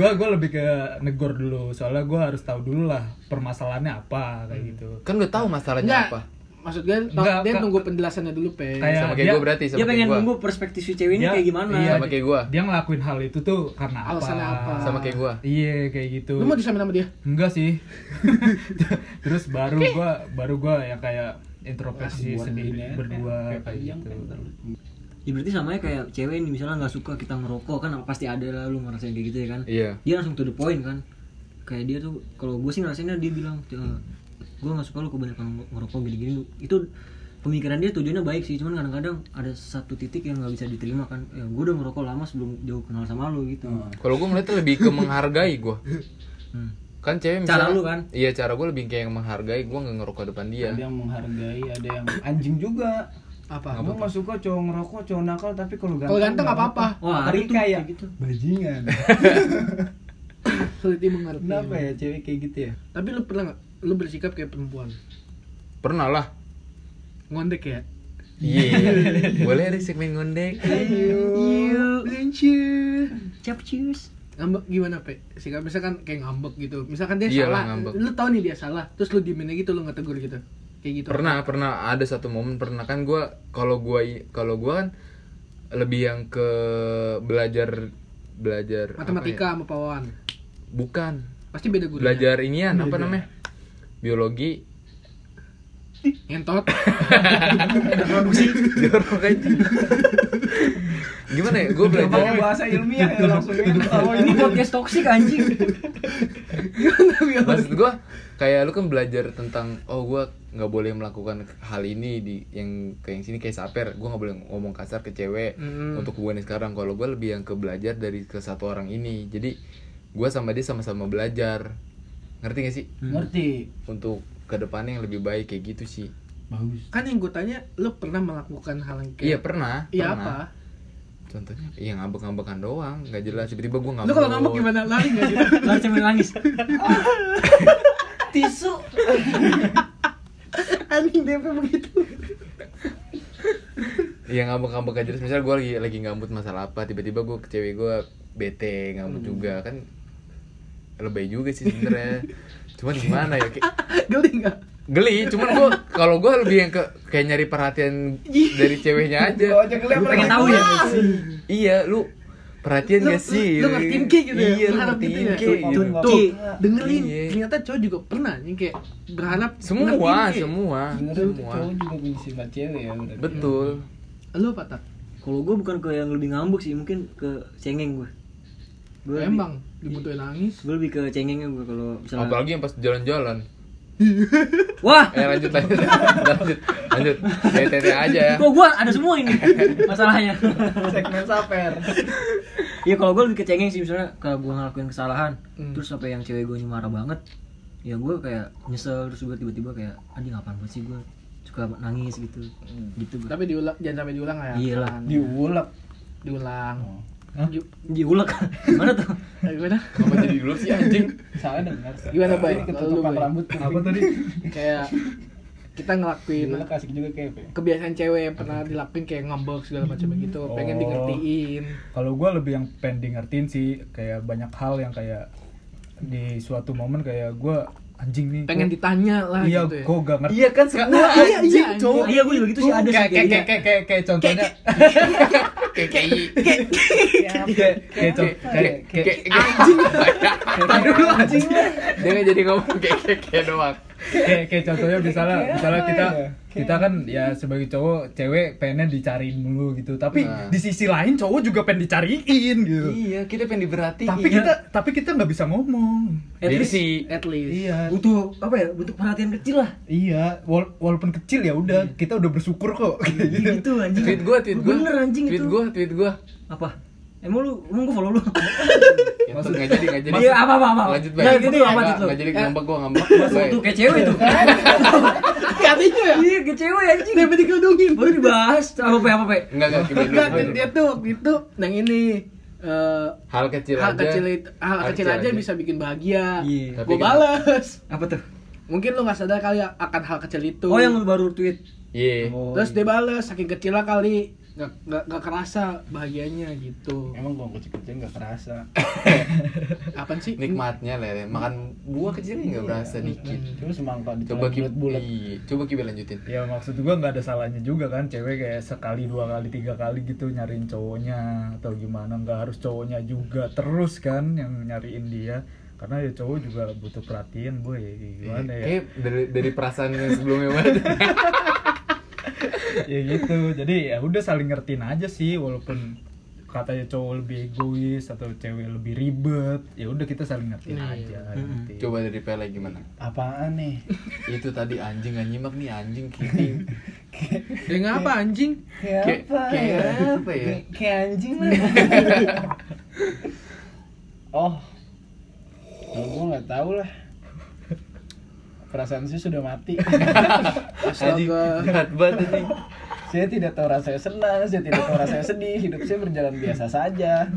E: Gue gue lebih ke negor dulu Soalnya gue harus tahu dulu lah permasalahannya apa kayak gitu
B: kan udah tahu masalahnya
A: enggak
B: apa
A: maksud gue no,
E: Enggak,
A: dia
E: Kak.
A: nunggu penjelasannya dulu pe
E: Kayak-
B: sama kayak
E: dia-
B: gue berarti Iya, sama
D: dia pengen
B: kayak gue
D: nunggu perspektif si cewek ini
E: Dia-
D: kayak gimana.
E: iya,
B: Sama kayak gua.
E: Dia ngelakuin hal itu tuh karena apa
A: Alasannya apa.
B: sama kayak gue
E: Iya kayak gitu
A: lu mau disamain sama dia
E: Enggak sih Terus baru gue baru gue yang kayak introspeksi sendiri berdua ya. kayak gitu
D: Ya berarti samanya kayak cewek ini misalnya nggak suka kita ngerokok kan pasti ada lah lu ngerasain kayak gitu ya kan.
B: iya
D: Dia langsung to the point kan. Kayak dia tuh kalau gue sih ngerasainnya dia bilang "Eh, gue nggak suka lu kebanyakan ngerokok gini-gini lu." Itu pemikiran dia tujuannya baik sih cuman kadang-kadang ada satu titik yang nggak bisa diterima kan ya gue udah ngerokok lama sebelum jauh kenal sama lu gitu
B: kalau gue ngeliatnya lebih ke menghargai gue
D: Hmm.
B: kan cewek
D: Cara
B: misalnya,
D: lu kan?
B: iya
D: Iya.
B: cara gue lebih kayak menghargai gue nggak ngerokok depan dia
C: Ada yang menghargai, ada yang anjing juga.
A: apa
C: Gue gak suka cowok ngerokok, cowok nakal, tapi kalau ganteng
A: kalau ganteng
C: nggak
A: apa apa
D: wah
C: Tapi
D: itu
C: kayak
D: kayak gitu
C: Bajingan.
A: sulit dimengerti
C: Kenapa ya cewek kayak gitu ya?
A: tapi lu pernah nggak lu bersikap kayak perempuan
B: pernah lah
A: ngondek ya
B: iya boleh ada segmen ngondek
C: Iya.
D: Yuk,
A: lucu
D: cap cheers
A: ngambek gimana pe sikap misalkan kayak ngambek gitu misalkan dia salah
B: Iyalah, ngambek.
A: lu tahu nih dia salah terus lu diemin gitu lu nggak tegur gitu kayak gitu
B: pernah pernah ada satu momen pernah kan gue kalau gue kalau gue kan lebih yang ke belajar belajar apa ya?
A: matematika sama pawawan
B: bukan
A: pasti beda gurunya
B: belajar inian apa namanya biologi
A: ngentot
D: Eh,
B: jorok aja gimana ya gue belajar
C: Pakai bahasa ilmiah ya langsung
D: oh ini podcast toksik anjing
B: maksud gue kayak lu kan belajar tentang oh gue nggak boleh melakukan hal ini di yang ke yang sini kayak saper gue nggak boleh ngomong kasar ke cewek
A: Mm.
B: untuk hubungan sekarang kalau gue lebih yang ke belajar dari ke satu orang ini jadi gue sama dia sama-sama belajar ngerti gak sih
C: Ngerti.
B: untuk kedepannya yang lebih baik kayak gitu sih
C: Bagus.
A: kan yang gue tanya lu pernah melakukan hal yang
B: iya
A: kayak
B: pernah
A: iya
B: pernah.
A: apa
B: contohnya iya ngambek-ngambekan doang nggak jelas tiba-tiba gue ngambek
A: lu kalau ngambek gimana lari nggak gitu
D: lalu cewek nangis
C: Tisu.
A: anjing DP begitu
B: yang Iya, ngambek-ngambek aja terus misal gue lagi lagi ngambut masalah apa tiba-tiba gue ke cewek gue bete ngambut
A: Hmm.
B: juga kan lebay juga sih sebenarnya cuman gimana ya kayak
A: Geli nggak?
B: geli cuman gue kalau gue lebih yang ke kayak nyari perhatian dari ceweknya
C: Gua
B: aja
C: aja kelem
D: Lu pengen
C: lagi.
D: tahu ya?
B: iya lu perhatian
A: Lu-
B: gak sih
A: lu ngertiin kayak gitu ya?
B: iya lu
A: Berharap gitu
B: ngertiin
A: ya?
B: kayak gitu.
C: Tuh,
A: Tuh,
C: Iya.
A: dengerin.
B: Iya.
A: Ternyata cowok juga pernah nih kayak berharap
B: semua
A: ngertiin, kayak.
B: semua
C: Sebenarnya
B: semua
C: cowok juga punya sifat cewek ya berarti.
B: betul
A: Lu apa tak?
D: Kalau gue bukan ke yang lebih ngambek sih, mungkin ke cengeng gue. Gue
A: Emang dibutuhin nangis.
D: Gue lebih ke cengengnya gue kalau misalnya.
B: apalagi yang pas jalan-jalan
D: Wah,
B: eh lanjut lanjut lanjut lanjut bete aja ya
D: kok gue ada semua ini masalahnya.
C: Segmen saper.
D: Iya kalau gue lebih ke cengeng sih misalnya kalau gue ngelakuin kesalahan,
A: Hmm.
D: terus sampai yang cewek gue ini marah banget, ya gue kayak nyesel terus gue tiba-tiba kayak, aduh ngapain banget sih gue suka nangis gitu, gitu gue.
A: Hmm. Tapi diulang jangan sampai diulang ya.
D: Iyalah.
A: Jangan.
C: Diulek.
A: diulang.
E: Hah?
A: Ju-
D: Diulek, gimana tuh?
A: eh, Gimana?
B: Kenapa jadi dulu sih anjing?
C: Salah dengar.
A: Gimana, Bay?
C: Ini
A: Lalu,
C: ketutupan
A: Bay.
C: rambut.
E: Apa tadi?
A: Kayak kita ngelakuin
C: Diulek asik juga kayak.
A: kebiasaan cewek yang pernah dilakuin kayak ngambek segala macam gitu pengen
E: Oh.
A: dikertiin
E: Kalau gue lebih yang pending ngertiin sih kayak banyak hal yang kayak di suatu momen kayak gue anjing nih.
A: pengen
E: gua-
A: ditanya lah
E: Iya,
A: gitu ya
E: gue gak ngerti.
B: Iya kan semua
A: Nah, iya,
B: anjing,
A: iya,
B: cowok.
D: Iya gue juga gitu sih ada sih
E: kayak kayak
D: kayak-
E: kayak kayak kayak contohnya
B: Kayak kayak gitu.
E: kayak kayak co- kayak
B: kayak kayak anjing. Tahan dulu anjing. Dia nggak jadi ngomong kayak kayak kayak doang.
E: kayak kayak contohnya misalnya
C: Kayak
E: misalnya
C: apa
E: kita
C: ya?
E: kita kan ya sebagai cowok cewek pengen dicariin dulu gitu tapi
B: Nah.
E: di sisi lain cowok juga pengen dicariin gitu
B: Iya, kita pengen diberhatiin.
E: tapi kita tapi kita nggak bisa ngomong
D: At least
B: sih eh,
A: at least
E: iya
D: butuh apa ya? Butuh perhatian kecil lah.
E: iya Wala- walaupun kecil ya udah kita udah bersyukur kok kayak gitu.
D: Gitu anjing.
B: tweet gua, tweet gua.
D: Bener anjing
B: tweet
D: itu.
B: gua, tweet gua.
D: Apa? Emang lu, emang gue follow lu.
B: Ya, tuh, nggak jadi, nggak jadi.
D: Iya, apa, apa, apa.
B: Lanjut
D: Nah,
B: baik.
D: gitu,
B: Nggak-
D: apa, gitu.
B: nggak jadi
D: Eh,
B: ngambek gua ngambek. Baik.
D: Tuh kayak cewek tuh.
A: katanya ya
D: Iya kayak cewek anjing.
A: tapi dikerudungin
D: Baru dibahas. Apa pe apa pe?
B: Nggak gitu. nggak gimana,
A: Enggak,
B: gimana.
A: dia tuh waktu itu yang ini eh,
B: Hal kecil
A: hal
B: aja.
A: kecil itu- hal kecil aja bisa bikin bahagia Gua
D: Iya.
B: Tapi
A: gue
B: kan-
A: balas
D: Apa tuh?
A: mungkin lu nggak sadar kali ya akan hal kecil itu
D: Oh yang lu baru tweet.
B: Iya.
C: Oh,
A: terus dia balas saking kecil lah kali nggak nggak nggak kerasa bahagianya gitu
C: iya. Emang gua kecil-kecil gak kerasa.
A: apa sih
B: Nikmatnya lah, ya. makan buah kecilnya nggak berasa dikit.
C: Cuma semangka
B: Coba kita
C: bulat-bulat.
B: coba kita lanjutin.
E: ya maksud gua nggak ada salahnya juga kan cewek kayak sekali dua kali tiga kali gitu nyariin cowoknya atau gimana nggak harus cowoknya juga terus kan yang nyariin dia karena ya cowok juga butuh perhatian boy gimana ya
B: Kayak dari dari perasaan yang sebelumnya banget.
E: ya gitu jadi ya udah saling ngertiin aja sih walaupun katanya cowok lebih egois atau cewek lebih ribet ya udah kita saling ngertiin
C: iya.
E: aja nanti.
B: Coba dari Pele gimana?
C: ya. Apaan nih?
B: Itu tadi anjing nggak nyimak nih anjing kiting.
A: ya ngapa anjing
B: Kayak-
C: Kayak apa
B: kayak
C: ya?
B: apa ya?
C: Kayak- Kayak anjing lah. oh, kalau gue nggak tahu lah. Perasaan saya sudah mati.
B: anjing
A: astaga
B: jahat banget anjing.
C: saya tidak tahu rasanya senang, saya tidak tahu rasanya sedih. Hidup saya berjalan biasa saja.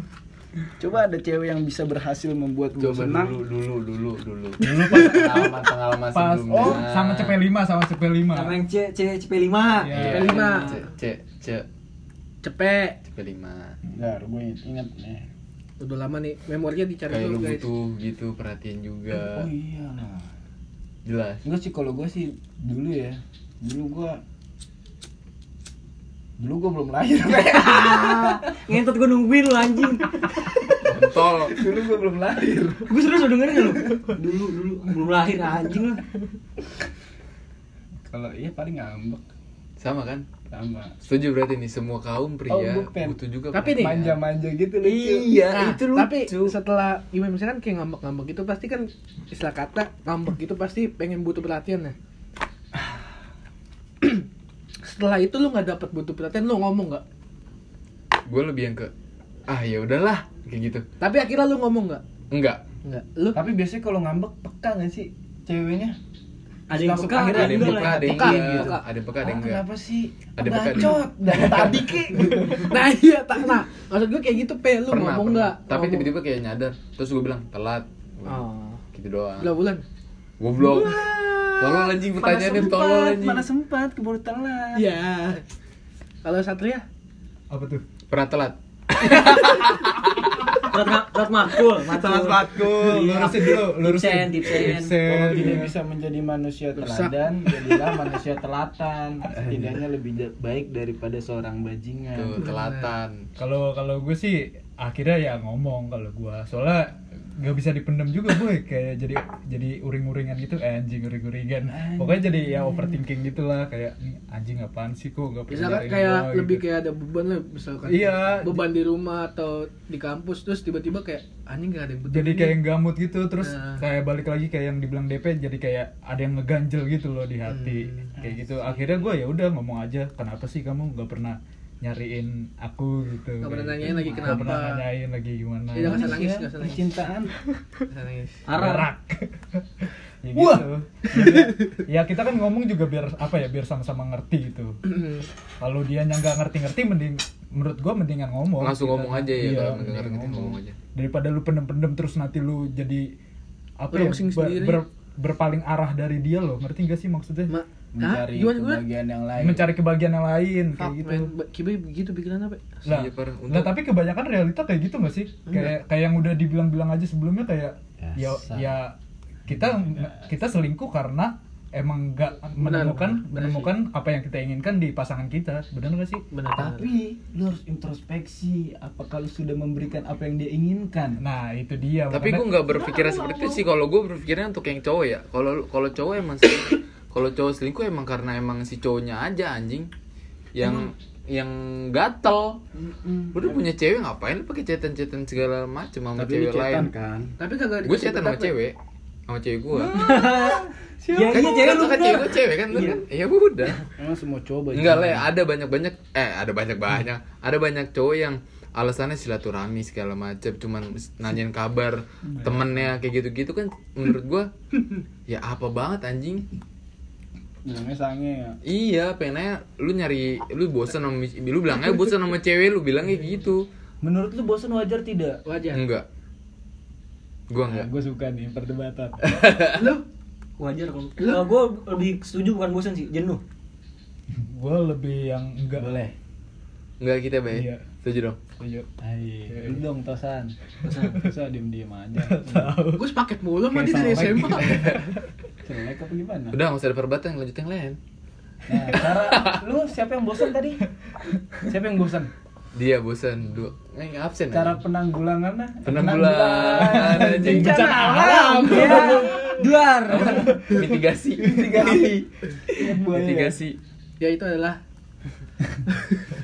C: Coba ada cewek yang bisa berhasil membuat gue
B: Coba dulu
C: senang.
B: dulu dulu dulu. Dulu pas pengalaman pengalaman
E: pas
B: sebelumnya.
E: oh sama cepet lima sama cepet lima
D: Sama yang C C CP5.
E: Iya.
A: Cepet lima.
B: C C C
A: cepet
B: cepet lima.
C: Bentar, gue ingat nih.
A: udah lama nih memorinya dicari
B: Kayak
A: dulu
B: lu
A: guys
B: butuh gitu perhatian juga.
C: Oh iya lah.
B: Jelas.
C: Enggak sih kalau gue sih dulu ya. Dulu gue dulu gue belum lahir.
D: Ah. Ngentot gue nungguin lu anjing.
B: Kontol.
C: dulu gue belum lahir.
D: Gue serius lu dengerin lu. Dulu dulu belum lahir anjing lu.
C: Kalau iya paling ngambek
B: Sama kan?
C: sama
B: Setuju berarti nih semua kaum pria
C: Oh, gue pen-
B: butuh juga
A: Tapi nih,
B: perhatian.
C: manja-manja gitu lucu.
B: Iya,
A: Nah,
B: itu lucu.
A: tapi setelah gimana misalkan kayak ngambek-ngambek itu pasti kan istilah kata ngambek itu pasti pengen butuh perhatian ya. setelah itu lu nggak dapat butuh perhatian lu ngomong nggak?
B: gue lebih yang ke ah ya udahlah kayak gitu.
A: Tapi akhirnya lu ngomong nggak?
B: Enggak.
A: Nggak. Lu
C: Tapi biasanya kalau ngambek peka gak sih ceweknya?
D: Ada yang
C: Langsung
D: peka, ada
B: Ada
C: akhirnya
D: yang
B: yang
D: enggak
B: peka,
D: lah.
B: ada yang
A: Peka,
B: enggak.
A: peka.
B: Ada yang peka, ada
C: "Ah,
B: yang enggak.
C: Kenapa sih?
B: Ada peka, ada
C: Bacot dari tadi ki gitu.
A: nah iya tak nah maksud gue kayak gitu pe lu
B: Pernah,
A: ngomong
B: pernah.
A: nggak?
B: Tapi
A: Ngomong.
B: tiba-tiba kayak nyadar. Terus gue bilang telat.
A: Oh.
B: Gitu doang.
A: Berapa bulan?
B: Goblok. Tolong anjing pertanyaannya tolong anjing.
C: sempat keburu telat.
A: Iya. Kalau Satria?
E: apa tuh
B: Pernah telat.
D: Ratma Ratma cool
B: Telat matkul,
A: Iya.
B: lurusin dulu, lurusin.
D: tipsen tipsen
C: Kalau
E: Tipsen,
C: tidak
E: iya.
C: bisa menjadi manusia
A: Rusak.
C: teladan, jadilah manusia telatan. Setidaknya lebih ja- baik daripada seorang
B: Tuh,
C: bajingan.
B: telatan.
E: Kalau kalau gue sih akhirnya ya ngomong kalau gue soalnya nggak bisa dipendam juga boy kayak jadi jadi uring-uringan gitu eh, anjing uring-uringan pokoknya jadi ya overthinking gitulah kayak "Nih, anjing apaan sih kok nggak pernah
A: Misalkan
E: nyariin
A: kan? kayak
E: gua,"
A: lebih
E: gitu.
A: kayak ada beban lah misalkan.
E: Iya.
A: Beban di rumah atau di kampus terus tiba-tiba kayak anjing gak ada yang betul.
E: jadi
A: ini."
E: kayak gamut gitu terus
A: Nah.
E: kayak balik lagi kayak yang dibilang DP jadi kayak ada yang ngeganjel gitu loh di hati
A: Hmm,
E: kayak gitu akhirnya gue ya udah ngomong aja kenapa sih kamu nggak pernah nyariin aku gitu
A: Nggak pernah
E: Kayak
A: nanyain
E: gitu.
A: lagi
E: Nggak
A: kenapa.
E: pernah nanyain lagi gimana
A: Iya, nggak usah nangis,
C: Manusia
A: nggak usah nangis.
C: Percintaan.
A: Bisa nangis.
D: arah
E: Berak. ya
C: Wah.
E: gitu. Jadi, ya kita kan ngomong juga biar apa ya biar sama-sama ngerti gitu. Kalau dia yang nggak ngerti-ngerti mending menurut gua mendingan ngomong.
B: Langsung
E: Kita-
B: ngomong aja ya,
E: iya,
B: kalau nggak
E: mendingan
B: ngerti, ngomong aja.
E: Daripada lu pendem-pendem terus nanti lu jadi apa ya
A: Browsing
E: ber-
A: sendiri.
E: ber- berpaling arah dari dia loh. Ngerti gak sih maksudnya?
A: Ma, ah,
C: Mencari
A: gimana gue?
E: gitu.
C: kebahagiaan yang lain.
E: Mencari kebahagiaan yang lain
A: Fuck,
E: kayak gitu.
A: man. Ba- Kibai begitu pikiran apa?
E: Lah,
B: Iya, parah. Untuk-
E: lah, tapi kebanyakan realita kayak gitu gak sih? Kayak kayak yang udah dibilang-bilang aja sebelumnya kayak ya
C: Dasar.
E: ya kita kita selingkuh karena emang nggak
A: Benar,
E: menemukan
A: benar
E: menemukan apa yang kita inginkan di pasangan kita. Benar gak sih?
A: Benar.
C: Tapi lu harus introspeksi apakah lu sudah memberikan apa yang dia inginkan.
E: Nah, itu dia.
B: Tapi gue
E: makanya-
B: nggak berpikiran seperti itu sih. Kalau gue berpikirnya untuk yang cowok ya. Kalau kalau cowok emang sel- kalau cowok selingkuh emang karena emang si cowoknya aja anjing yang yang gatel. Lu udah punya cewek ngapain lu pakai cetan-cetan segala macam sama
F: Tapi
B: cewek
F: lu cetan
B: lain?
F: kan?
A: Tapi kagak
B: Gue
A: dikasih
B: cetan sama
A: betapa.
B: cewek sama cewek gue.
D: ya iya cewek lu
B: kan
D: bener. Iya.
B: cewek gue cewek kan lu kan? Ya udah.
F: Emang semua coba
B: Enggak lah, ya, ada banyak-banyak eh ada banyak-banyak. Ada banyak cowok yang alasannya silaturahmi segala macam, cuman nanyain kabar
D: Iya.
B: temennya kayak gitu-gitu kan menurut gua ya apa banget anjing.
C: Bilangnya sange ya.
B: Iya, pengen nanya lu nyari lu bosan sama lu bilangnya bosan sama cewek lu bilangnya gitu.
C: Menurut lu bosan wajar tidak?
D: Iya.
A: Wajar.
B: Enggak. Gua enggak.
C: gue suka nih perdebatan.
A: Lu
D: wajar kalau kalau gue lebih setuju bukan bosan sih jenuh
E: gue lebih yang enggak
C: Boleh.
B: Enggak kita, Bay.
E: Iya.
B: Setuju dong.
E: Setuju.
C: Hai,
E: Oke.
C: lu dong tosan. Tosan, tosan diem-diem aja.
A: gue sepaket mulu sama
E: Kayak
A: dia dari
E: sama Mike.
A: SMA.
C: Jelek apa gimana?
B: Udah enggak usah ada perdebatan, lanjut yang lain.
C: Nah, cara lu siapa yang bosan tadi? Siapa yang bosan?
B: Dia bosan, dua eh, absen.
C: Cara
B: anjing.
C: penanggulangannya?
B: penanggulan anjing.
C: Bencana alam. Iya.
D: ya duar
B: mitigasi
C: Mitigasi.
A: Iya.
C: Buaya.
B: mitigasi
A: Ya itu adalah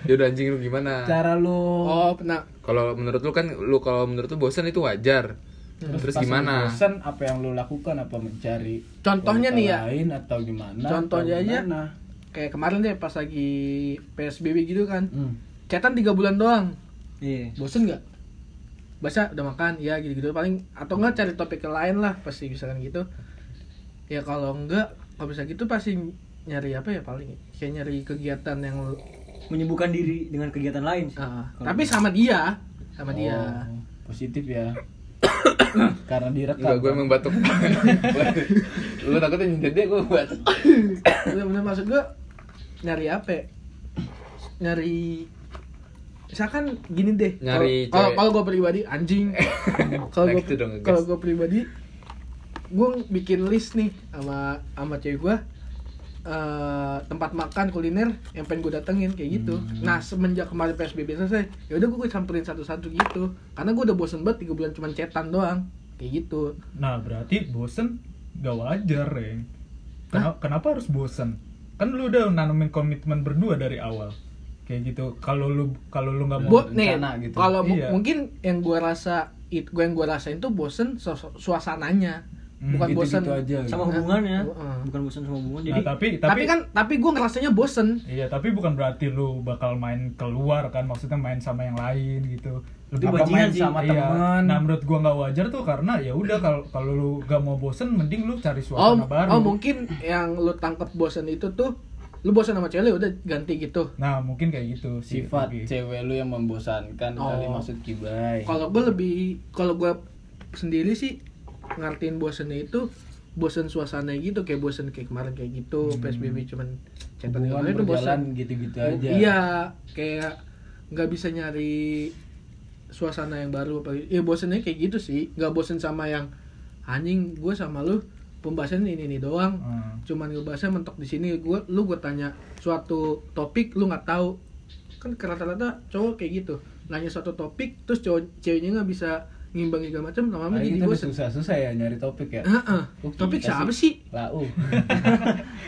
B: ya udah anjing lu gimana
C: Cara lu
A: oh pernah
B: kalau menurut lu kan lu kalau menurut lu bosan itu wajar terus
C: Hmm. pas lu
B: gimana
C: Bosan apa yang lu lakukan? Apa mencari?
A: Contohnya
C: wanita
A: nih ya.
C: Lain atau gimana?
A: Contohnya
C: atau
A: aja.
C: gimana?
A: kayak kemarin deh pas lagi PSBB gitu kan.
C: Hmm.
A: Cetan 3 bulan doang.
D: iya
A: bosen nggak Basah udah makan ya gitu-gitu paling atau enggak cari topik yang lain lah pasti misalkan gitu ya kalau enggak kalau bisa gitu pasti nyari apa ya paling kayak nyari kegiatan yang
D: menyibukkan diri dengan kegiatan lain sih.
A: Ah,
D: Kalau- gitu.
A: tapi sama dia sama dia
C: Oh, positif ya. Karena direkam.
B: Enggak, gue emang batuk Lu takutnya nyindir dia, gue batuk
A: Iya, bener maksud gue nyari apa ya? nyari misalkan gini deh kalau-
B: Nyari
A: kalau
B: cewek.
A: kalau gue pribadi anjing kalau
B: Nah,
A: gue
B: gitu dong, ngegas.
A: kalau gue pribadi gue bikin list nih sama sama cewek gue eh, tempat makan kuliner yang pengen gue datengin kayak gitu
B: Hmm.
A: nah semenjak kemarin psbb selesai ya udah gue samperin satu-satu gitu karena gue udah bosen banget tiga bulan cuman cetan doang kayak gitu
E: Nah, berarti bosen gak wajar, ya. Kenapa, kenapa harus bosen? Kan lu udah nanamin komitmen berdua dari awal. Kayak gitu. Kalau lu kalau lu nggak mau Nah,
A: Bo- nih,
C: rencana gitu.
A: kalau mu-
E: Iya.
A: mungkin yang gua rasa it, gua yang gua rasain tuh bosen so- suasananya
E: Hmm,
A: bukan
C: gitu,
A: bosen
C: gitu aja. gitu.
D: sama hubungannya
A: Heeh.
D: bukan bosan sama hubungan
E: Nah,
D: jadi
E: tapi
A: tapi, kan tapi gua ngerasanya bosen
E: Iya, tapi bukan berarti lu bakal main keluar kan, maksudnya main sama yang lain gitu.
D: Itu
E: Apa
D: bajingan
E: main
D: sih.
E: sama teman. Nah, menurut gua nggak wajar tuh karena ya udah kalau kalau lu gak mau bosen mending lu cari
A: oh,
E: suasana baru.
A: oh mungkin yang lu tangkep bosen itu tuh lu bosen sama cewek lu udah ganti gitu
E: Nah, mungkin kayak gitu sih.
C: sifat
E: Oke.
C: cewek lu yang membosankan kali
A: Oh.
C: maksud Kibai.
A: kalau gua lebih kalau gua sendiri sih ngertiin bosennya itu bosen suasana gitu kayak bosen kayak kemarin kayak gitu psbb cuman cetan
C: Hmm. Hubungan
A: itu bosen
C: berjalan gitu-gitu aja.
A: iya kayak nggak bisa nyari suasana yang baru apa ya bosennya kayak gitu sih nggak bosen sama yang anjing gue sama lu pembahasan ini ini doang
E: Hmm.
A: cuman ngebahasnya mentok di sini gue lu gue tanya suatu topik lu nggak tahu kan rata-rata cowok kayak gitu nanya suatu topik terus cowok ceweknya nggak bisa ngimbangin segala macam lama-lama
C: Apalagi
A: jadi
C: kita udah
A: bosen
C: susah-susah ya nyari topik ya.
A: Heeh.
C: Oke,
A: topik
C: kasih.
A: siapa sih
C: Lau.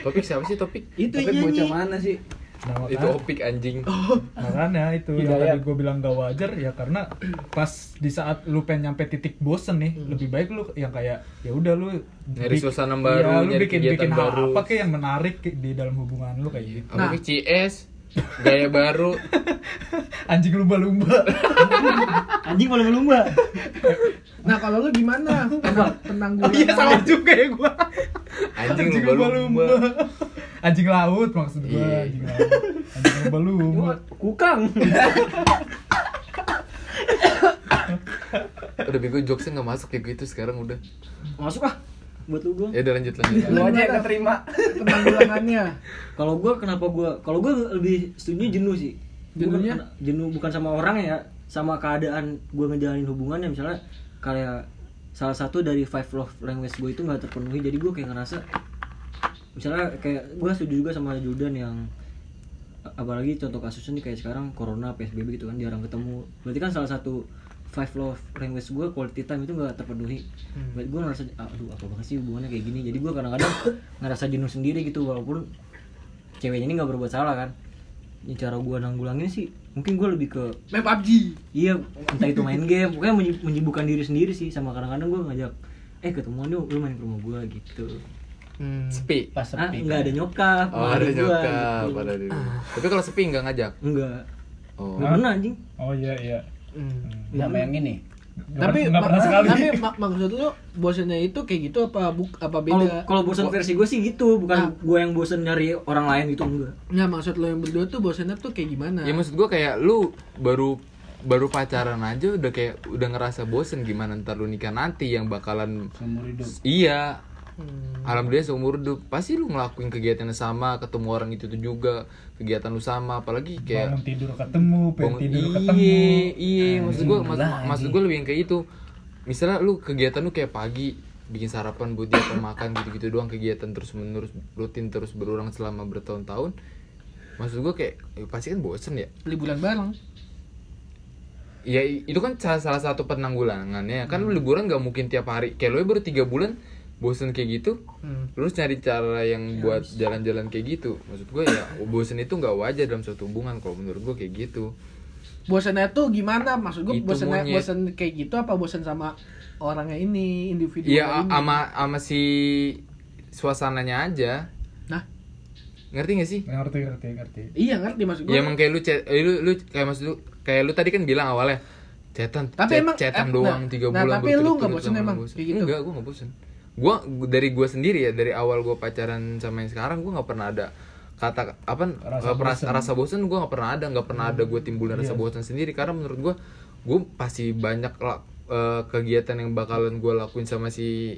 B: Topik siapa sih topik?
D: Itu
C: Topik
D: yang nyanyi.
C: bocah mana sih?
E: Nah, maka-
B: Itu opik anjing.
E: makanya itu
C: Iya,
E: yang
C: iya.
E: tadi gue bilang gak wajar ya karena pas di saat lu pengen nyampe titik bosen nih lebih baik lu yang kayak ya udah lu
B: Nyari
E: bik-
B: suasana
E: iya,
B: baru,
E: lu
B: nyari
E: bikin
B: kegiatan
E: bikin hal
B: baru.
E: apa kayak yang menarik kayak di dalam hubungan lu kayak gitu
A: Nah.
B: Apa sih CS? Gaya baru. Iya.
E: anjing lumba-lumba
D: Anjing malah melumba.
A: nah kalau lu gimana penanggulangan
E: iya salah juga ya gue
B: Anjing lumba-lumba.
E: anjing laut maksud gue
B: Iya.
E: anjing laut anjing lumba-lumba
D: Kukang.
B: Udah bego jokesnya nggak masuk ya gitu sekarang udah.
D: Masuk ah. Buat lu gua.
B: Ya udah lanjut lanjut.
C: Lu aja yang keterima.
A: penanggulangannya
D: Kalau gua kenapa gua kalau gua lebih setuju jenuh sih. Bukan-
A: Jenuhnya?
D: jenuh bukan sama orang ya, sama keadaan gua ngejalanin hubungannya misalnya kayak salah satu dari five love language gue itu nggak terpenuhi jadi gue kayak ngerasa misalnya kayak gue setuju juga sama Judan yang apalagi contoh kasusnya nih kayak sekarang corona psbb gitu kan jarang ketemu berarti kan salah satu five love language gue quality time itu nggak terpenuhi berarti gue ngerasa aduh apa banget sih hubungannya kayak gini jadi gue kadang-kadang ngerasa jenuh sendiri gitu walaupun ceweknya ini nggak berbuat salah kan ini cara gue nanggulangin sih mungkin gue lebih ke
A: main PUBG
D: iya entah itu main game pokoknya menyi- menyibukkan diri sendiri sih sama kadang-kadang gue ngajak eh ketemuan yuk lu main ke rumah gue gitu
B: Sepi.
C: Pas
D: ah
C: sepi.
D: nggak ada nyokap
B: Oh,
D: nggak
B: ada
D: gua,
B: nyokap,
D: gitu.
B: ada di- Tapi kalau sepi nggak ngajak.
D: Enggak.
B: Oh.
D: Enggak pernah anjing.
E: oh iya iya
A: Hmm.
C: Sama yang ini.
E: Nggak
A: tapi
E: pernah- nggak pernah
A: mak-
E: sekali
A: tapi mak- maksud lu bosennya itu kayak gitu apa buk apa
D: Kalau
A: beda
D: kalau bosan versi gue sih gitu,
A: Ah.
D: bukan gua yang bosan nyari orang lain gitu enggak.
A: Nah maksud lo yang berdua tuh bosannya tuh kayak gimana?
B: Ya maksud gua kayak lu baru baru pacaran aja udah kayak udah ngerasa bosen gimana ntar lu nikah nanti yang bakalan
C: Seumur hidup.
B: iya
A: Hmm.
B: alhamdulillah seumur hidup pasti lu ngelakuin kegiatan yang sama ketemu orang itu tuh juga kegiatan lu sama apalagi kayak
E: bangun tidur ketemu pengen
B: bangun-
E: tidur ketemu
B: iye iye maksud gua mas-
C: Nah, Lagi.
B: maksud gua lebih yang kayak itu misalnya lu kegiatan lu kayak pagi bikin sarapan buat dia apa, makan gitu-gitu doang kegiatan terus menerus rutin terus berulang selama bertahun-tahun maksud gua kayak ya pasti kan bosen ya
A: Liburan bareng.
B: Ya i- itu kan sa- salah satu penanggulangannya kan
A: Hmm.
B: lu liburan nggak mungkin tiap hari kayak lu baru tiga bulan bosen kayak gitu
A: Hmm. Ya,
B: terus nyari cara yang buat jalan-jalan kayak gitu maksud gue ya bosen itu nggak wajar dalam suatu hubungan kalau menurut gue kayak gitu
A: Bosannya tuh gimana? Maksud gue
B: Itu
A: bosannya
B: monyet.
A: bosan kayak gitu apa bosan sama orangnya ini individu
B: Iya
A: ini?
B: ama ama si suasananya aja
A: Nah,
B: ngerti gak sih
E: ngerti ngerti ngerti
A: iya ngerti maksud gue.
B: ya emang kayak lu chat eh, lu, lu kayak maksud lu kayak lu tadi kan bilang awalnya cetan
A: Tapi
B: cet-
A: emang-
B: cetan
A: eh,
B: doang
A: nah,
B: tiga
A: nah,
B: bulan
A: tapi lu
B: berturut-turut
A: nggak bosen
B: sama
A: emang?
B: bosen.
A: Kayak gitu?
B: enggak gue nggak bosen gua gu- dari gua sendiri ya dari awal gua pacaran sama yang sekarang gua nggak pernah ada kata apa rasa, rasa, rasa bosen gua nggak pernah ada nggak pernah ada gua timbulin
E: Iya.
B: rasa bosen sendiri karena menurut gua gua pasti banyak lah eh, kegiatan yang bakalan gua lakuin sama si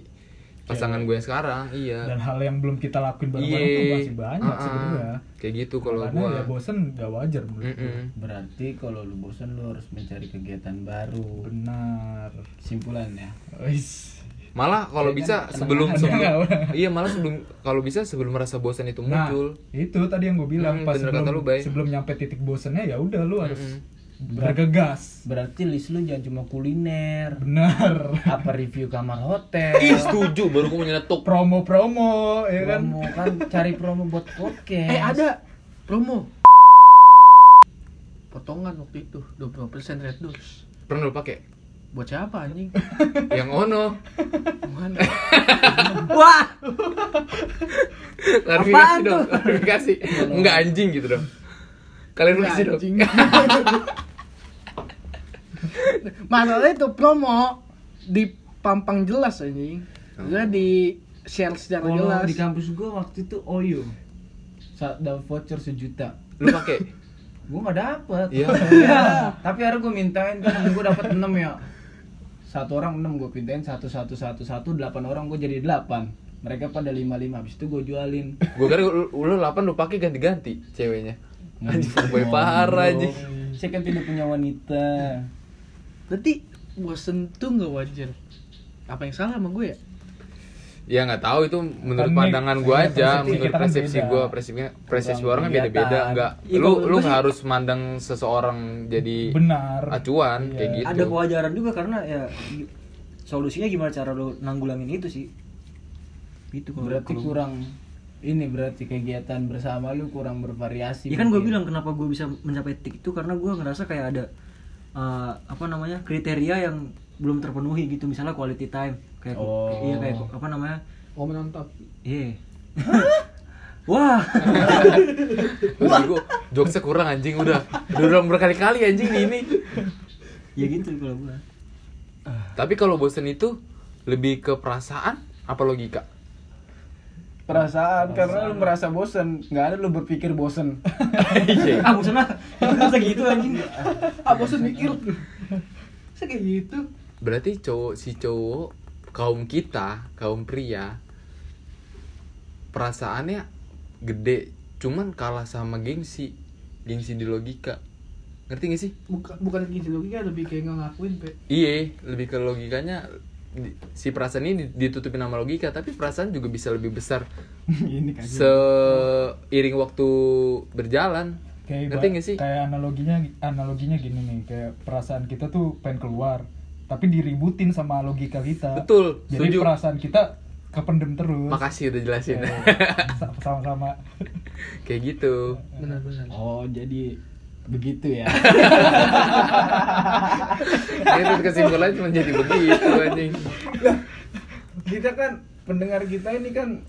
B: pasangan gue yang sekarang iya
E: dan hal yang belum kita lakuin bareng-bareng tuh
B: Iye.
E: masih banyak
B: Ah, ah.
E: sebenarnya
B: kayak gitu kalau
E: karena
B: gua
E: ya bosen gak wajar
C: Mm.
E: menurut gue.
B: Mm-mm.
C: Berarti kalau lu bosan lu harus mencari kegiatan baru. ya.
E: benar
C: Simpulannya.
E: Wis.
B: malah
E: Iya
B: kalau bisa sebelum
E: aja.
B: sebelum
E: kan? Nggak,
B: iya malah sebelum kalau bisa sebelum rasa bosan itu
E: Nah,
B: muncul
E: itu tadi yang gue
B: Hmm,
E: bilang pas
B: bener
E: sebelum,
B: kata lu, Mm. Bay.
E: sebelum nyampe titik bosennya ya udah lu harus bergegas.
C: Berarti list lu jangan cuma kuliner.
E: Benar.
C: Apa review kamar hotel.
B: ih setuju baru gue nyeletuk
E: Promo-promo ya kan.
C: Promo kan cari promo buat podcast.
A: eh ada promo. Potongan waktu itu 20% reduce.
B: pernah lu pakai
A: Buat siapa anjing?
B: yang ono
A: Mana?
D: Wah,
B: klarifikasi dong klarifikasi enggak anjing gitu dong kalian
A: Enggak,
B: masih dong
A: anjing. Masalahnya itu promo di pampang jelas anjing.
C: Oh.
A: Dia di share secara
C: Kalau
A: jelas.
C: di kampus gua waktu itu Oyo. Saat dapat voucher sejuta.
B: lu pakai
C: Gua nggak dapet.
B: Iya.
C: Tapi akhirnya gua mintain kan temen gua dapet 6 ya. Satu orang 6 gua pintain satu satu satu satu delapan orang gua jadi delapan. mereka pada lima lima habis itu gue jualin
B: Gue kira lu, lu 8 lu pakai ganti-ganti ceweknya. Anjing boy parah anjing.
C: saya kan tidak punya wanita
A: berarti bosen tuh nggak wajar apa yang salah sama gue ya
B: Ya nggak tahu itu menurut
E: Kan nih,
B: pandangan gua
E: iya,
B: aja,
E: persepsi
B: menurut
E: kita kan
B: persepsi
E: beda.
B: gua, persepsinya persepsi
C: Tentang
B: orang kan beda-beda,
C: kegiatan.
B: enggak. Lu
D: Iya, kalau
B: lu
D: gua
B: nggak
D: sih-
B: harus mandang seseorang jadi
E: benar
B: acuan
E: Iya.
B: kayak gitu.
D: ada kewajaran juga karena ya gi- solusinya gimana cara lo nanggulangin itu sih itu kalau
C: berarti
D: kalau-
C: kurang ini berarti kegiatan bersama lu kurang bervariasi
D: ya kan gue
C: mungkin.
D: bilang kenapa gue bisa mencapai titik itu karena gue ngerasa kayak ada eh, apa namanya kriteria yang belum terpenuhi gitu misalnya quality time kayak
C: Oh.
D: iya kayak apa namanya
A: mau Oh, menonton
D: iya wah
B: Udah gua jokesnya kurang anjing udah. Udah ulang berkali-kali anjing di ini.
D: ya gitu kalau gue
B: Tapi kalau bosen itu lebih ke perasaan apa logika?
C: perasaan karena lu merasa bosen nggak ada lu berpikir bosen
B: Iya.
D: ah bosan lah masa gitu anjing
A: ah bosen mikir kayak gitu
B: Berarti cowok si cowok kaum kita, kaum pria perasaannya gede, cuman kalah sama gengsi, gengsi di logika. Ngerti gak sih?
A: bukan bukan gengsi logika lebih kayak nggak ngakuin pe
B: Iya, lebih ke logikanya di- si perasaan ini ditutupin sama logika, tapi perasaan juga bisa lebih besar
E: ini kayak gitu.
B: seiring waktu berjalan.
E: kayak
B: ngerti
E: iba-
B: gak sih?
E: kayak analoginya analoginya gini nih kayak perasaan kita tuh pengen keluar tapi diributin sama logika kita
B: Betul,
E: jadi
B: setuju.
E: perasaan kita kependem terus
B: Makasih udah jelasin.
E: Kayak sa- sama-sama
B: Kayak gitu.
A: benar-benar
C: oh jadi begitu ya
B: Dia terus kesimpulannya cuma jadi begitu anjing.
C: kita kan pendengar kita ini kan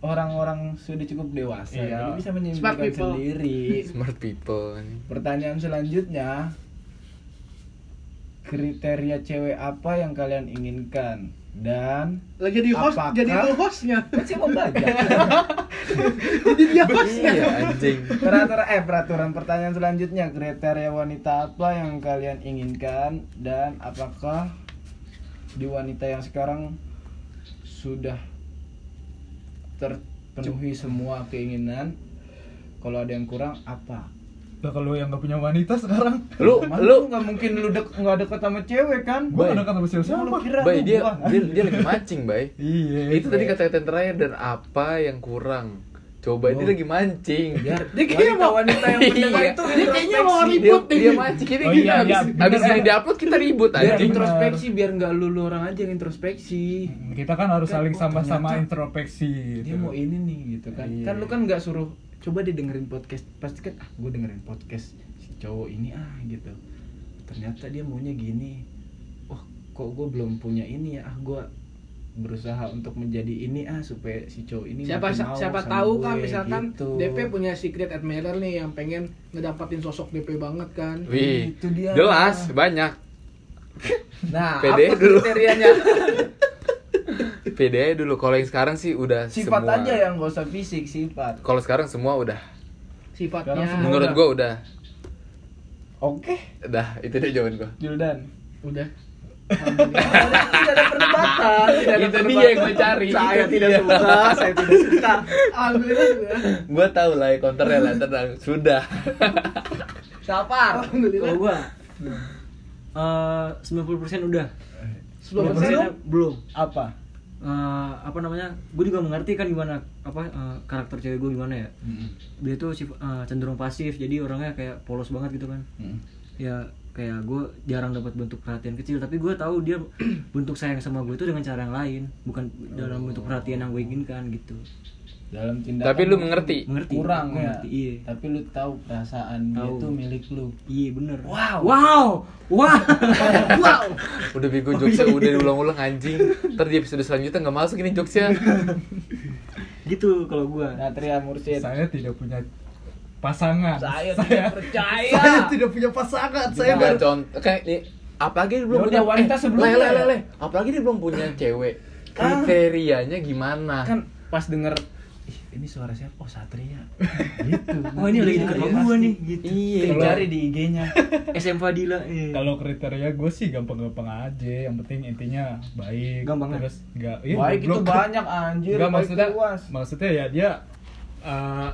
C: orang-orang sudah cukup dewasa
E: Iya.
C: jadi bisa
A: Smart
C: menyembunyikan
A: people.
C: sendiri
B: Smart people anjing.
C: pertanyaan selanjutnya kriteria cewek apa yang kalian inginkan dan
A: lah jadi host
C: Apakah-
A: jadi lu hostnya
C: kan saya mau baca
A: jadi dia hostnya
B: Iya anjing.
C: peraturan eh peraturan pertanyaan selanjutnya kriteria wanita apa yang kalian inginkan dan apakah di wanita yang sekarang sudah terpenuhi semua keinginan kalau ada yang kurang apa
E: lah kalau yang nggak punya wanita sekarang
B: Lu
C: Mana
B: lu
C: nggak mungkin lu dek nggak deket sama cewek kan
E: gue
B: Baik.
E: gak dekat sama
C: Yang lu
E: siapa
C: kira
B: Bay
C: lu
B: dia,
C: gua.
B: dia dia lagi mancing, Bay.
E: iya
B: Itu tadi kata-kata yang terakhir dan apa yang kurang? Coba dia lagi mancing.
C: biar
A: Dia kayaknya
C: wanita,
A: mau-
C: wanita yang pendengar
B: Iya.
C: itu
A: Dia kayaknya mau
B: Dia,
C: introspeksi.
A: ribut
B: dia
A: nih.
B: mancing ini
E: Oh,
B: kita
E: iya, iya,
B: habis
E: bener.
B: habis ini diupload kita ribut
C: biar
B: anjing.
E: bener.
C: introspeksi biar nggak lu lu orang aja yang introspeksi
E: kita kan harus
C: Kan,
E: saling
C: oh,
E: sama-sama
C: ternyata
E: introspeksi
C: dia
E: gitu
C: mau ini nih gitu kan
E: Iya.
C: kan lu kan nggak suruh coba dia dengerin podcast pasti kan ah gue dengerin podcast si cowok ini ah gitu ternyata dia maunya gini wah kok gue belum punya ini ya ah gue berusaha untuk menjadi ini ah supaya si cowok ini
A: siapa
C: makin mau
A: siapa
C: sama
A: tahu kan
C: gue,
A: misalkan
C: gitu.
A: DP punya secret admirer nih yang pengen ngedapatin sosok DP banget kan
B: Wih,
C: Itu dia.
B: jelas banyak.
C: nah
B: PD
C: apa
B: dulu.
C: kriterianya
B: PD aja dulu. Kalau yang sekarang sih udah
C: sifat
B: semua.
C: aja ya? yang gak usah fisik sifat
B: Kalau sekarang semua udah.
A: sifatnya
C: Sekarang
B: Menurut gua udah.
C: oke
B: Dah, itu dia jawaban gua.
C: Juldan
A: udah
C: tidak ada perdebatan tidak
B: Itu
C: ada
B: dia
C: perdebatan.
B: yang gua cari.
C: saya
B: Itu
C: tidak
B: dia.
C: suka saya tidak suka
A: alhamdulillah sudah
B: Gua tahu lah ya counternya lah tenang. Sudah.
C: Sapar.
D: kalau
A: alhamdulillah
D: gue sembilan puluh persen udah
A: sebelum
D: 10%
A: persen
D: belum
C: Apa?
D: Eh, apa namanya gue juga mengerti kan gimana apa eh, karakter cewek gue gimana ya dia tuh sif- eh, cenderung pasif jadi orangnya kayak polos banget gitu kan ya kayak gue jarang dapat bentuk perhatian kecil tapi gue tahu dia bentuk sayang sama gue itu dengan cara yang lain bukan dalam bentuk perhatian yang gue inginkan gitu
C: Dalam tindakan.
B: Tapi lu mengerti.
D: mengerti
C: kurang
D: Gua
C: ya.
D: mengerti, iya
C: Tapi lu tahu perasaan dia
D: Tahu.
C: tuh milik lu.
D: iya bener
C: Wow.
D: wow wow
A: wow
B: Udah
C: Oh,
B: bego
C: iya.
B: jokesnya udah diulang-ulang anjing. Ntar di episode selanjutnya nggak masuk ini jokesnya.
D: gitu kalau gue
C: Natria Mursid.
E: saya tidak punya pasangan
C: Saya tidak percaya.
E: saya tidak punya pasangan saya
B: Enggak
E: baru
B: contoh kayak nih apalagi dia belum
C: Ya
B: punya eh,
C: udah, wanita sebelumnya. Ah.
B: leh, leh, leh, leh. apalagi dia belum punya cewek kriterianya gimana
C: Kan pas Kan denger "Ih, ini suara siapa oh Satria gitu
D: Oh, ini lagi deket sama gua nih,
C: gitu
D: gitu.
C: iya
E: Kalau-
C: cari di IG-nya
D: SM Fadila iya.
E: Kalau kriteria gue sih gampang-gampang aja, yang penting intinya baik.
D: Gampang
E: terus enggak
C: ya? baik itu banyak anjir
E: Enggak
C: baik
E: iya, maksudnya
C: itu luas.
E: maksudnya ya dia eh,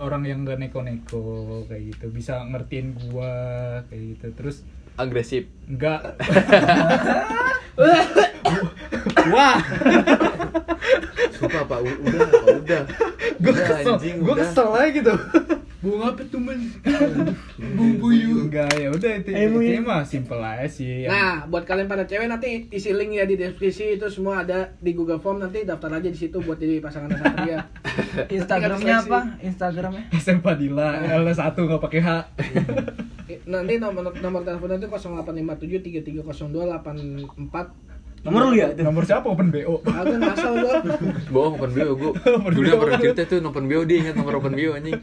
E: orang yang gak neko-neko kayak gitu, bisa ngertiin gua kayak gitu. Terus
B: agresif
E: enggak
B: wah sumpah pak u- udah pak udah
E: gue
B: Udah,
E: kesel
B: Ya, anjing,
E: gue
B: udah.
E: kesel aja gitu
A: bunga petumen
E: enggak ya udah itu intinya mah simple aja
C: Iya.
E: sih yang-
A: Nah, buat kalian para cewek nanti isi link ya di deskripsi itu semua ada di Google Form nanti daftar aja di situ buat jadi pasangan Satria.
C: Instagramnya
A: Tinggal
C: apa Instagramnya
B: Nah.
E: SM Padilla L1 nggak pakai H
A: Eh, Nanti nomor nomor teleponnya itu 0857330284.
D: Nomor lu ya? Itu.
E: nomor siapa open BO
A: Aku ngasal gua.
B: bohong open bio gue
E: Open
B: dulu
E: bio.
B: pernah cerita tuh open bio dia ingat nomor open bio anjing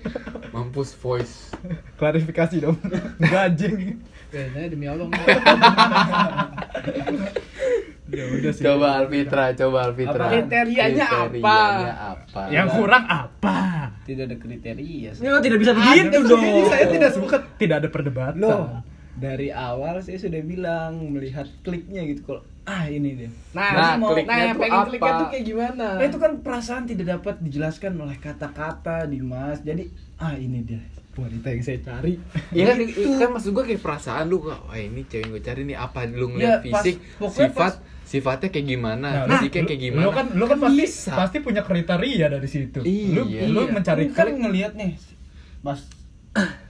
B: mampus voice
E: klarifikasi dong gajing
A: Kayaknya demi Allah.
E: ya udah sih
B: coba Alfitra coba Alfitra
A: Apa? Kriterianya apa?
B: Kriterianya apa
E: yang kurang apa
C: tidak ada kriteria
D: Ya tidak
A: Gitu
D: bisa begitu
E: Ada
D: dong.
E: begini, saya tidak suka tidak ada perdebatan
C: loh dari awal saya sudah bilang melihat kliknya gitu kalau ah ini dia
A: Nah,
B: Nah,
A: ini mau,
B: kliknya
A: nah yang
B: tuh
A: pengen
B: apa?
A: kliknya tuh Eh, kayak gimana?
C: Nah, itu kan perasaan tidak dapat dijelaskan oleh kata-kata Dimas jadi ah ini dia wanita yang saya cari
B: Iya kan, kan maksud gue kayak perasaan lu kok, wah ini cewek yang gue cari nih apa lu ngeliat
C: Iya, pas-
B: fisik,
C: pokoknya
B: sifat, sifatnya kayak gimana, fisiknya Nah, kayak gimana.
E: Nah, lu kan lu kan pasti
B: Bisa.
E: pasti punya kriteria dari situ lu
B: Iya.
E: lu
C: Iya.
E: mencari
C: kan
E: klik
C: ngelihat nih mas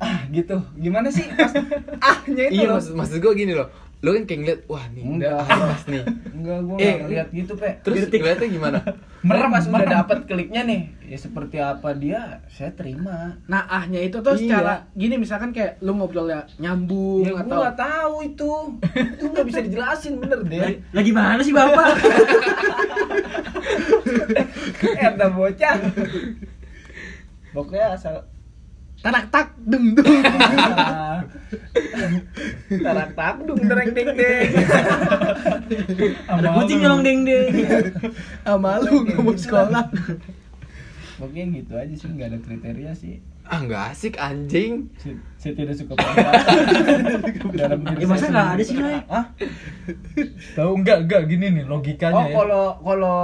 C: ah gitu gimana sih pas ahnya
B: iya
C: itu
E: gitu
C: loh.
B: maksud maksud gue gini loh, lu kan kayak ngeliat wah nih
C: Enggak.
B: ah, pas nih.
C: enggak gua
B: Eh,
C: nggak ngeliat gitu pe
B: Terus ngeliatnya gimana?
C: merem
E: Merem,
C: pas udah
E: merem.
C: dapat kliknya nih ya seperti apa dia saya terima
A: Nah, ahnya itu tuh
C: Iya.
A: secara gini misalkan kayak lu ngobrol ya nyambung
C: ya
A: atau
C: gua nggak tahu itu itu nggak bisa dijelasin bener deh
D: Lagi mana sih Bapak?
C: Eta bocah. Pokoknya asal
A: tarak tak deng deng.
C: tarak takdung dereng deng deng.
D: Ada kucing nyolong deng deng.
A: Sama lu gua mau sekolah.
C: Pokoknya gitu aja sih nggak ada kriteria sih.
B: Ah nggak asik anjing.
C: Saya, saya tidak suka perempuan. Dalam diri
D: Ya masa
C: saya
D: nggak ada
C: sendiri.
D: sih lah.
C: Hah?
E: tahu enggak enggak gini nih logikanya
C: Oh
E: ya.
C: kalau kalau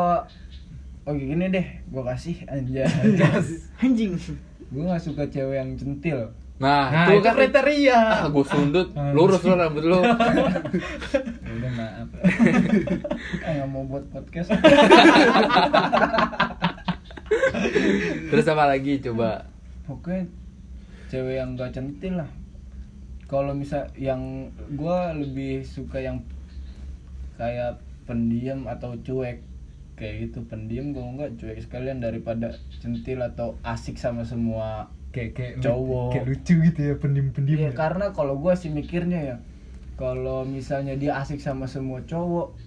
C: Oh gini deh, gua kasih anjay.
D: Anjing.
C: gua gak suka cewek yang centil.
B: Nah,
E: nah
B: itu
E: itu
B: kan ah
E: kriteria
B: gue sundut,
E: Ah.
B: lurus lu rambut lu.
C: Ya Udah maaf. Ah, nggak mau buat podcast.
B: Terus apa lagi coba?
C: pokoknya cewek yang gak centil lah kalau misal yang gua lebih suka yang kayak pendiam atau cuek kayak gitu pendiam gua enggak cuek sekalian daripada centil atau asik sama semua
E: kayak kayak lu-
C: Cowok.
E: kayak lucu gitu ya pendim pendim
C: Iya, karena kalau gua sih mikirnya ya kalau misalnya dia asik sama semua cowok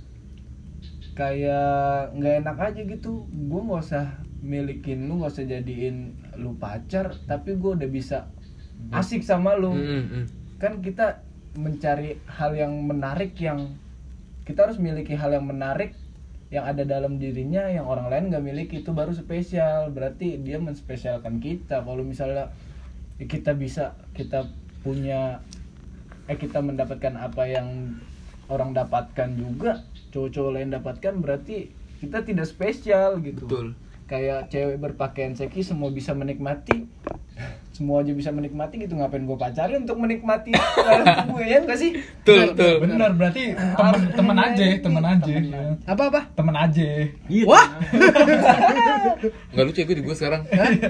C: kayak nggak enak aja gitu gua nggak usah milikin lu nggak usah jadiin lu pacar tapi gua udah bisa asik sama lu
B: Mm, mm.
C: kan kita mencari hal yang menarik yang kita harus miliki hal yang menarik yang ada dalam dirinya yang orang lain nggak miliki itu baru spesial berarti dia menspesialkan kita kalau misalnya ya kita bisa kita punya eh kita mendapatkan apa yang orang dapatkan juga cowok-cowok lain dapatkan berarti kita tidak spesial gitu
B: Betul.
C: kayak cewek berpakaian seksi semua bisa menikmati semua aja bisa menikmati gitu ngapain gue pacarin untuk menikmati gue ya enggak sih
B: Betul, betul.
E: benar berarti teman teman aja teman aja ya.
A: Apa apa?
E: teman aja
D: Iya.
A: Wah.
B: Nggak lucu ya gue di gue sekarang.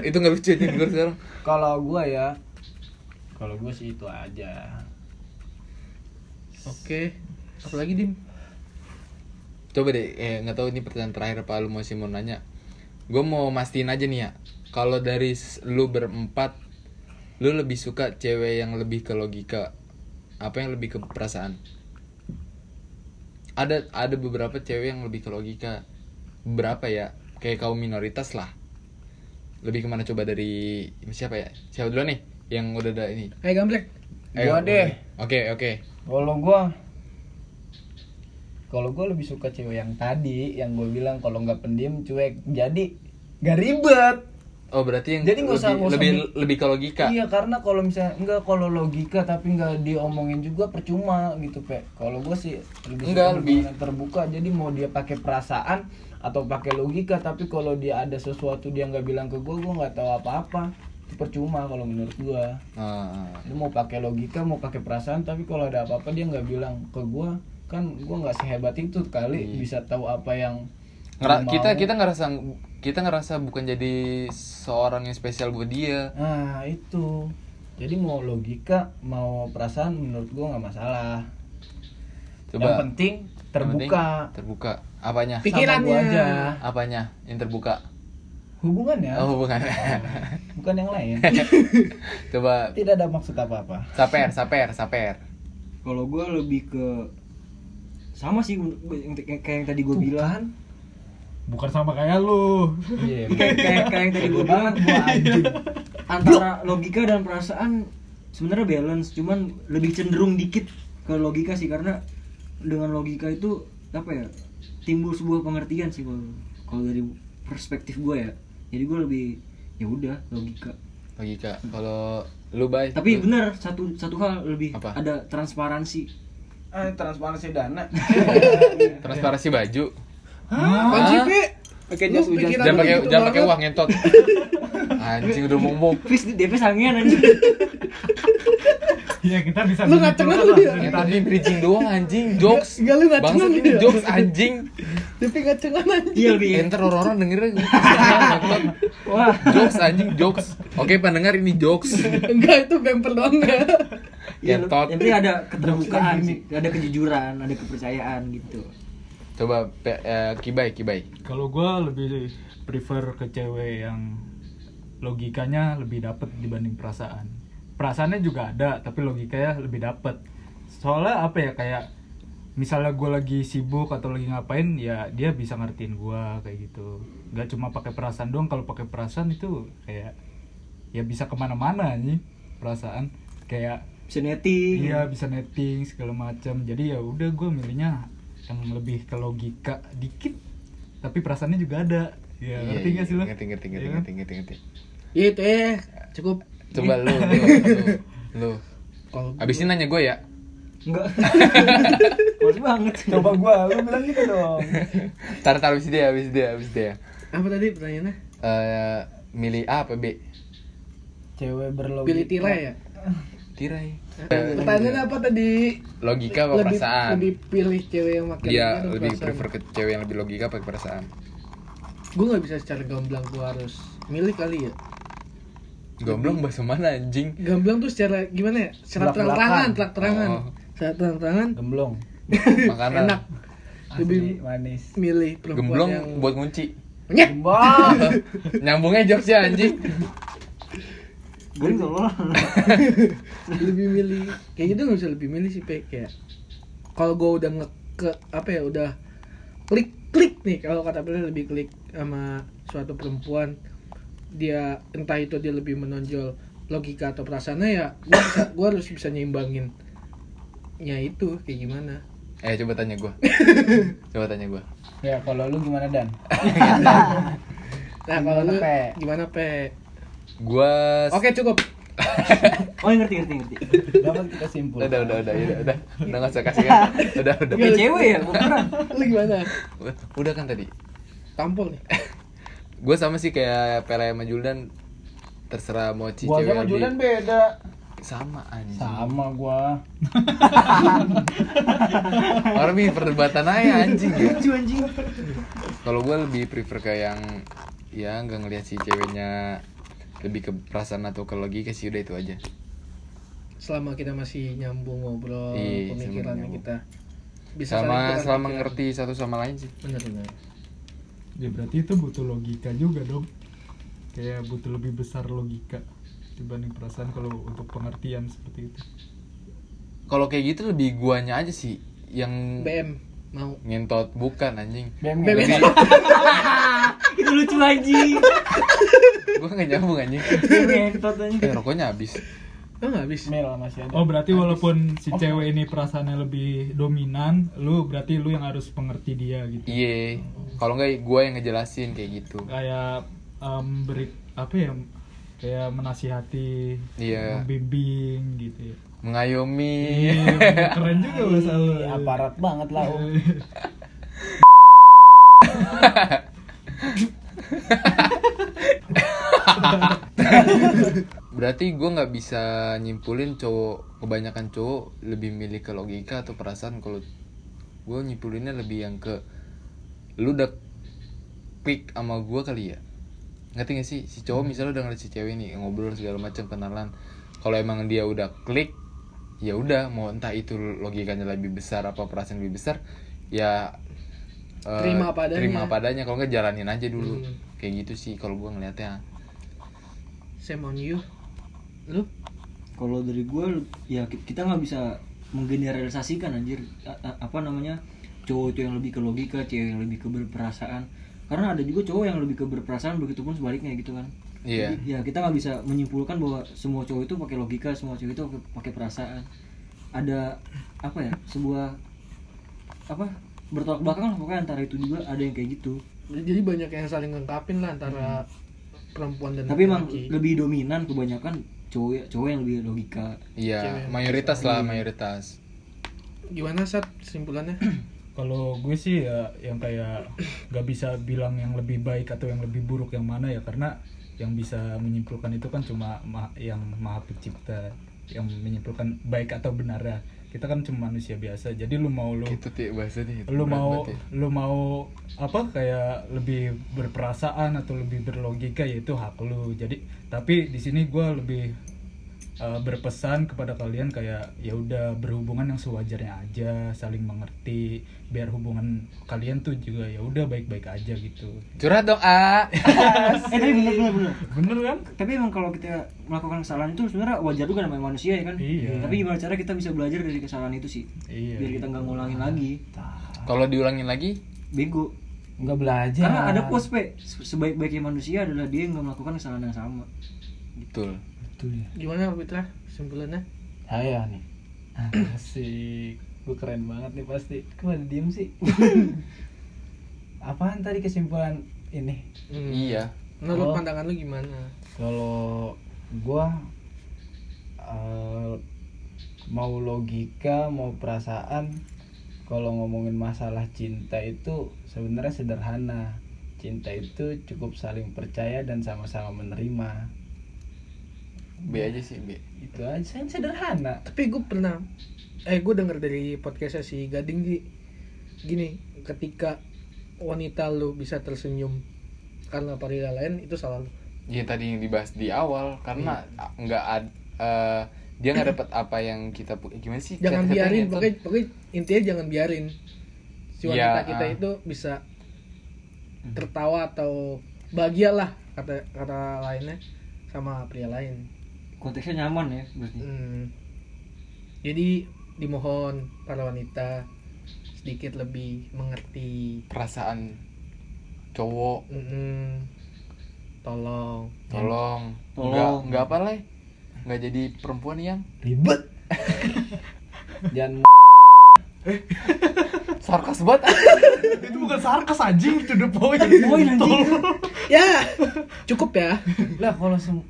B: Itu nggak lucu di gue sekarang.
C: kalau gue ya kalau gue sih itu aja
A: Oke. Apalagi Dim?
B: coba deh eh nggak tahu ini pertanyaan terakhir apa lu masih mau nanya gue mau mastiin aja nih ya kalau dari s- lu berempat lu lebih suka cewek yang lebih ke logika apa yang lebih ke perasaan ada ada beberapa cewek yang lebih ke logika berapa ya kayak kaum minoritas lah lebih kemana coba dari siapa ya siapa dulu nih yang udah ada ini
A: Hai Gamblek.
B: Eh,
C: Gua deh.
B: oke oke
C: kalau gue kalau gue lebih suka cewek yang tadi yang gue bilang kalau nggak pendiam cuek jadi gak ribet
B: Oh berarti yang
C: Jadi nggak
B: lebih
C: usah- nggak usah
B: lebih,
C: bi-
B: lebih ke logika.
C: Iya karena kalau misalnya enggak kalau logika tapi enggak diomongin juga percuma gitu pe. Kalau gue sih lebih suka
B: Enggak,
C: hubungan
B: lebih-
C: yang terbuka. Jadi mau dia pakai perasaan atau pakai logika tapi kalau dia ada sesuatu dia nggak bilang ke gue, gue nggak tahu apa-apa. Itu percuma kalau menurut gue.
B: Ah, ah.
C: Dia mau pakai logika, mau pakai perasaan tapi kalau ada apa-apa dia nggak bilang ke gue kan gue nggak sehebat itu kali
B: Iya.
C: bisa tahu apa yang
B: Ngera-
C: dia
B: kita
C: mau.
B: kita ngerasa kita ngerasa bukan jadi seorang yang spesial buat dia.
C: Nah itu jadi mau logika mau perasaan menurut gua nggak masalah. Yang
B: Coba
C: penting
B: yang penting
C: terbuka
B: terbuka. Apanya?
A: Pik-
C: sama gua
A: Pikirannya.
C: aja
B: Apanya? Yang terbuka.
C: hubungannya
B: Oh bukan.
C: bukan yang lain.
B: Coba
C: Tidak ada maksud apa apa.
B: saper, saper, saper.
D: Kalau gue lebih ke sama sih untuk- yang- kayak kayak yang tadi gue
C: kan?
D: bilang.
E: Bukan sama kayak lu.
C: Iya.
D: kayak kayak kayak yang tadi gue bilang
C: banget gua anjing.
D: antara logika dan perasaan sebenarnya balance cuman lebih cenderung dikit ke logika sih karena dengan logika itu apa ya timbul sebuah pengertian sih kalau kalau dari perspektif gue ya jadi gue lebih ya udah logika
B: Logika. Kalau lu baik.
D: tapi benar satu satu hal lebih
B: Apa?
D: ada transparansi
C: Ah transparansi dana.
B: transparansi baju.
A: Hah? gitu
B: Wajib,
A: Pakai
D: jas hujan.
A: hujan.
B: Jangan pakai jangan pakai uang ngentot. Anjing udah momok.
D: Fis di DP sangean aja
E: Iya kita bisa
A: Lu ngacengan lu dia.
E: gitu.
B: Yang tadi bridging doang anjing jokes.
A: Enggak, lu ngacengan
B: Bangsat ini
A: dia.
B: jokes anjing.
A: Tapi nggak cengang aja.
D: iya lebih
B: Enter orang-orang dengerin Nonton.
D: wah
B: jokes anjing jokes. Oke pendengar ini jokes.
A: Enggak itu bemper doang ya. enggak.
D: iya,
B: Kentot.
D: yang penting ada keterbukaan sih ada kejujuran ada kepercayaan gitu
B: Coba pe- eh, kibai kibai.
E: Kalau gua lebih prefer ke cewek yang logikanya lebih dapet dibanding perasaan. Perasaannya juga ada, tapi logikanya lebih dapet. Soalnya apa ya kayak misalnya gua lagi sibuk atau lagi ngapain, ya dia bisa ngertiin gua kayak gitu. Gak cuma pakai perasaan doang. Kalau pakai perasaan itu kayak ya bisa kemana-mana nih perasaan. Kayak
D: bisa netting
E: Iya bisa netting segala macam. Jadi ya udah gue milihnya yang lebih ke logika dikit, tapi perasaannya juga ada. Ya
B: Iya,
E: ngerti
B: iya,
E: gak sih lo?
B: Ngerti ngerti ngerti
E: Iya kan?
B: ngerti ngerti ngerti.
A: Itu eh cukup.
B: Coba lu lu lu. lu.
A: Kalau
B: Abis ini nanya gue ya.
D: Enggak. Males banget.
C: Coba gua lu bilang gitu dong.
B: Tar tar abis dia abis dia abis dia.
A: apa tadi pertanyaannya?
B: Eh milih A apa B?
C: Cewek berlogika.
A: Pilih tirai ya.
B: Oh, gitu. Tirai. Eh,
A: Pertanyaannya apa tadi?
B: Logika apa
A: lebih,
B: perasaan?
A: lebih pilih cewek yang makin
B: Dia lebih prefer ke cewek yang lebih logika pakai perasaan.
A: gue nggak bisa secara gamblang gue harus milih kali ya
B: Goblok bahasa mana anjing?
A: gamblang tuh secara gimana ya secara
C: Belak-belakan.
A: terang terangan terang terangan
B: Oh.
A: secara terang terangan
C: Gemblong.
B: Makanan.
A: enak
C: Lebih
A: Lebih-
C: manis.
A: milih perempuan
B: Gemblong
A: yang
B: buat ngunci.
A: Nyet!
C: Gembong.
B: Nyambungnya jokes ya anjing.
D: Gue enggak lolos.
A: lebih milih kayak gitu nggak bisa lebih milih sih Pe. kayak kalau gue udah nge ke apa ya udah klik klik nih kalau kata pilih lebih klik sama suatu perempuan dia entah itu dia lebih menonjol logika atau perasaannya ya gue bisa gue harus bisa nyimbangin ya itu kayak gimana
B: Eh coba tanya gua. coba tanya gua.
C: Ya kalau lu gimana Dan?
A: nah kalau lu
C: Gimana, Pe?
A: gimana pe
B: Gua
A: oke cukup
D: Oh, ngerti ngerti ngerti.
C: Dapat kita simpul.
B: udah udah udah udah udah udah nggak usah kasih kan udah udah
D: Kayak cewek ya, beneran.
A: lu gimana
B: udah kan tadi
A: tampol nih
B: gue sama sih kayak Pele sama Juldan terserah mau ci
C: Gua
B: cewek
C: sama
B: lebih-
C: Julian beda.
B: sama anjing
C: Sama gua.
B: orang bikin perdebatan aja anjing ya
D: Lucu anjing.
B: kalau gue lebih prefer ke yang ya nggak ngeliat si ceweknya lebih ke perasaan atau ke logika sih udah itu aja
A: selama kita masih nyambung ngobrol
B: Iya,
A: pemikirannya
B: nyambung.
A: kita bisa
B: sama
A: saling tukar
B: selama
A: pikiran.
B: ngerti satu sama lain sih
A: bener bener
E: Ya berarti itu butuh logika juga dong. Kayak butuh lebih besar logika dibanding perasaan kalau untuk pengertian seperti itu.
B: kalau kayak gitu lebih guanya aja sih yang
A: BM mau
B: ngentot bukan anjing
C: BM
A: BM
B: lebih
D: Itu lucu anjing.
B: gue nggak nyambung anjing
D: Ngentot anjing.
B: eh, rokoknya habis
A: oh nggak habis
C: Mil masih ada.
E: Oh berarti walaupun si
C: Oh.
E: cewek ini perasaannya lebih dominan, lu berarti lu yang harus pengerti dia gitu.
B: Iya. Kalau nggak gue yang ngejelasin kayak gitu.
E: Kayak em, beri- apa ya kayak menasihati
B: Iya.
E: membimbing gitu ya
B: mengayomi
E: iya keren juga bahasa lu Iya.
C: Ih, aparat banget lah om
B: berarti gue nggak bisa nyimpulin cowok kebanyakan cowok lebih milih ke logika atau perasaan kalau gue nyimpulinnya lebih yang ke lu udah klik sama gue kali ya ngerti gak sih si
A: Hmm.
B: cowok misalnya udah ngeliat si cewek nih ngobrol segala macam kenalan kalau emang dia udah klik ya udah mau entah itu logikanya lebih besar apa perasaan lebih besar ya eh,
A: Terima apa adanya.
B: terima apa adanya kalau nggak jalanin aja dulu
A: Hmm.
B: kayak gitu sih kalau gue ngeliatnya
A: Same on you. Lu?
D: kalau dari gue ya ki- kita nggak bisa menggeneralisasikan anjir A- a- apa namanya cowok itu yang lebih ke logika cewek yang lebih ke berperasaan karena ada juga cowok yang lebih ke berperasaan begitupun sebaliknya gitu kan
B: iya
D: Jadi, ya kita nggak bisa menyimpulkan bahwa semua cowok itu pakai logika semua cowok itu pakai perasaan ada apa ya sebuah apa bertolak belakang lah pokoknya antara itu juga ada yang kayak gitu
A: Jadi banyak yang saling lengkapin lah antara perempuan dan
D: tapi emang
A: laki-laki.
D: lebih dominan kebanyakan cowok cowok yang lebih logika
B: Iya,
A: Cewek.
B: mayoritas lah, mayoritas.
A: Gimana saat simpulannya?
E: kalau gue sih ya yang kayak gak bisa bilang yang lebih baik atau yang lebih buruk yang mana ya karena yang bisa menyimpulkan itu kan cuma ma- yang maha pencipta yang menyimpulkan baik atau benar kita kan cuma manusia biasa jadi lu mau lu
B: Itu tiap bahasa nih.
E: lu mau
B: ya.
E: lu mau apa kayak lebih berperasaan atau lebih berlogika yaitu hak lu jadi tapi di sini gue lebih uh, berpesan kepada kalian kayak ya udah berhubungan yang sewajarnya aja saling mengerti biar hubungan kalian tuh juga ya udah baik-baik aja gitu
B: Curhat dong, A.
D: eh tapi bener bener bener
E: bener kan
D: tapi emang kalau kita melakukan kesalahan itu sebenarnya wajar juga namanya manusia ya kan
E: Iya.
D: tapi gimana cara kita bisa belajar dari kesalahan itu sih
E: Iya.
D: biar kita nggak ngulangin lagi
B: Kalau diulangin lagi,
D: bego
C: nggak
E: Iya.
C: belajar
D: karena ada quotes pe sebaik baiknya manusia adalah dia yang nggak melakukan kesalahan yang sama
B: betul.
C: Betul ya.
A: Gimana Fitra simpulannya?
C: saya nih Ah, asik gue keren banget nih pasti kok ada diem sih apaan tadi kesimpulan ini
A: Hmm.
B: Iya.
A: Menurut
D: Oh.
C: Kalau-
A: pandangan lu gimana?
C: kalau gua eh, mau logika mau perasaan kalau ngomongin masalah cinta itu sebenarnya sederhana cinta itu cukup saling percaya dan sama-sama menerima
B: B aja sih, B.
C: itu aja yang sederhana
A: tapi gue pernah eh gue denger dari podcastnya si Gading Ji gini ketika wanita lu bisa tersenyum karena pria lain itu salah lu
B: Iya tadi yang dibahas di awal karena a- nggak ad, eh, dia nggak dapat apa yang kita pu- gimana sih? gitu?
A: jangan
B: kata-katanya
A: biarin
B: itu?
A: pokoknya, pokoknya intinya jangan biarin si
B: Ya,
A: wanita kita
B: ah. Hmm.
A: itu bisa tertawa atau bahagialah kata kata lainnya sama pria lain
D: konteksnya nyaman ya berarti
A: Hmm. jadi dimohon para wanita sedikit lebih mengerti
B: perasaan cowok
A: Mm-mm. Hmm. tolong
B: tolong
D: Tolong.
B: nggak nggak apa lah nggak jadi perempuan yang
C: ribet jangan
B: sarkas banget
E: itu bukan sarkas anjing to the point
D: Poin, anjing.
A: ya cukup ya
C: lah kalau sem-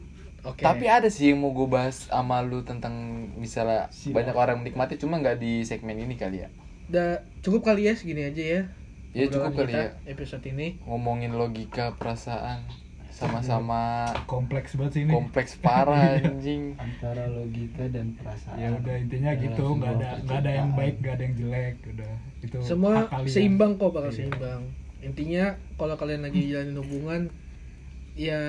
A: oke
B: Tapi ada sih yang mau gue bahas sama lu tentang misalnya
C: Silakan.
B: banyak orang menikmati cuma nggak di segmen ini kali ya.
A: udah cukup kali ya segini aja ya
B: Ya
A: Obrolan
B: cukup kali
A: kita
B: ya.
A: episode ini
B: Ngomongin logika perasaan sama-sama
E: kompleks banget sih ini Iya.
B: kompleks parah anjing.
C: antara logika dan perasaan
E: ya udah intinya
C: Dalam
E: gitu nggak ada
C: sebuah
E: nggak ada yang
C: percintaan.
E: baik nggak ada yang jelek udah itu
A: semua
E: hak kalian.
A: seimbang kok bakal
E: Iya.
A: seimbang intinya kalau kalian lagi jalanin hubungan ya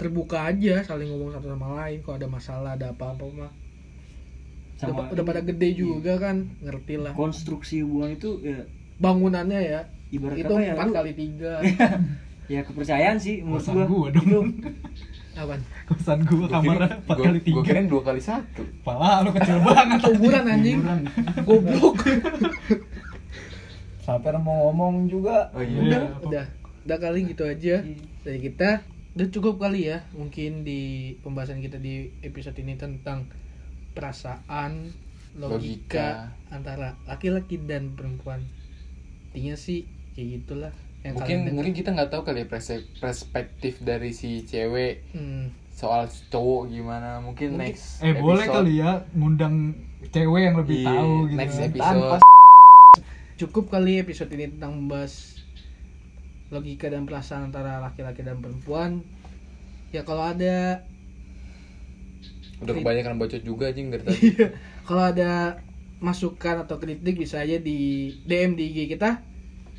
A: terbuka aja saling ngomong satu sama lain kalau ada masalah ada apa-apa mah udah,
D: sama Iya.
A: udah pada gede juga kan ngerti lah
D: konstruksi hubungan itu ya
A: bangunannya ya
D: ibarat
A: itu
D: kata ya
A: empat
D: lu-
A: kali tiga
D: ya kepercayaan sih menurut
E: kosan
D: gua
E: gua dong
A: apaan
E: kosan gua kamarnya empat kali
B: Gue
E: tiga
B: kirain dua kali satu.
E: pala lu kecil banget
A: kuburan anjing goblok
C: Saper mau ngomong juga
B: Oh
E: Iya.
B: iya.
E: apa-
A: udah udah kali gitu aja dari kita udah cukup kali ya mungkin di pembahasan kita di episode ini tentang perasaan logika,
B: Logika.
A: antara laki-laki dan perempuan intinya sih kayak gitulah Yang
B: mungkin
A: kalian dengar.
B: mungkin kita nggak tahu kali ya perse- perspektif dari si cewek
A: Hmm.
B: soal cowok gimana mungkin, next
E: Eh boleh kali ya ngundang cewek yang lebih
B: Iya,
E: tahu gitu.
B: next
E: kan.
B: episode.
E: Tanpa
A: Cukup kali episode ini tentang membahas logika dan perasaan antara laki-laki dan perempuan. Ya kalau ada
B: udah kebanyakan bocot juga anjing dari tadi
A: Iya. kalau ada masukan atau kritik bisa aja di DM di IG kita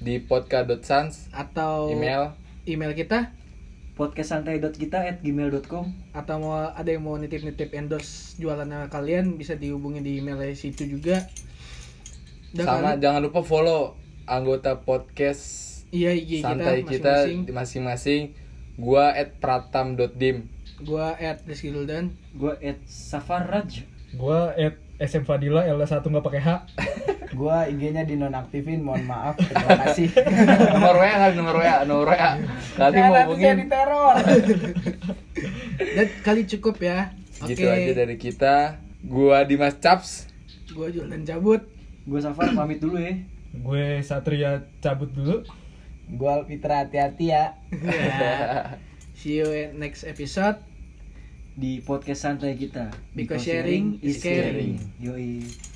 B: di podcast.sans
E: Oh.
A: atau
B: email
A: email kita
D: podcast santai kita at gmail.com
A: atau mau ada yang mau nitip-nitip endorse jualannya kalian bisa dihubungi di email situ juga. Udah kan?
B: sama
A: kali.
B: jangan lupa follow anggota podcast
A: iya IG
B: santai
A: kita
B: kita
A: masing-masing.
B: di masing-masing gua at pratam.dim
A: Gua at Rizky Gildan.
D: gue at safaraj
E: Gua at SM Fadila L1 nggak pakai H.
C: Gua IG-nya dinonaktifin, mohon maaf. Terima kasih.
B: nomor WA kali nomor WA nomor WA nanti
A: Iya,
B: mau hubungin
C: diteror.
A: Dan kali cukup ya. Oke.
B: gitu aja dari kita gua Dimas Caps
A: Gua Jordan cabut.
D: gue safar pamit dulu ya
E: Gue Satria cabut dulu.
C: Gua Alfitra hati-hati ya.
A: Ya. See you in next episode
D: di podcast santai kita
A: because sharing is caring.
D: yoi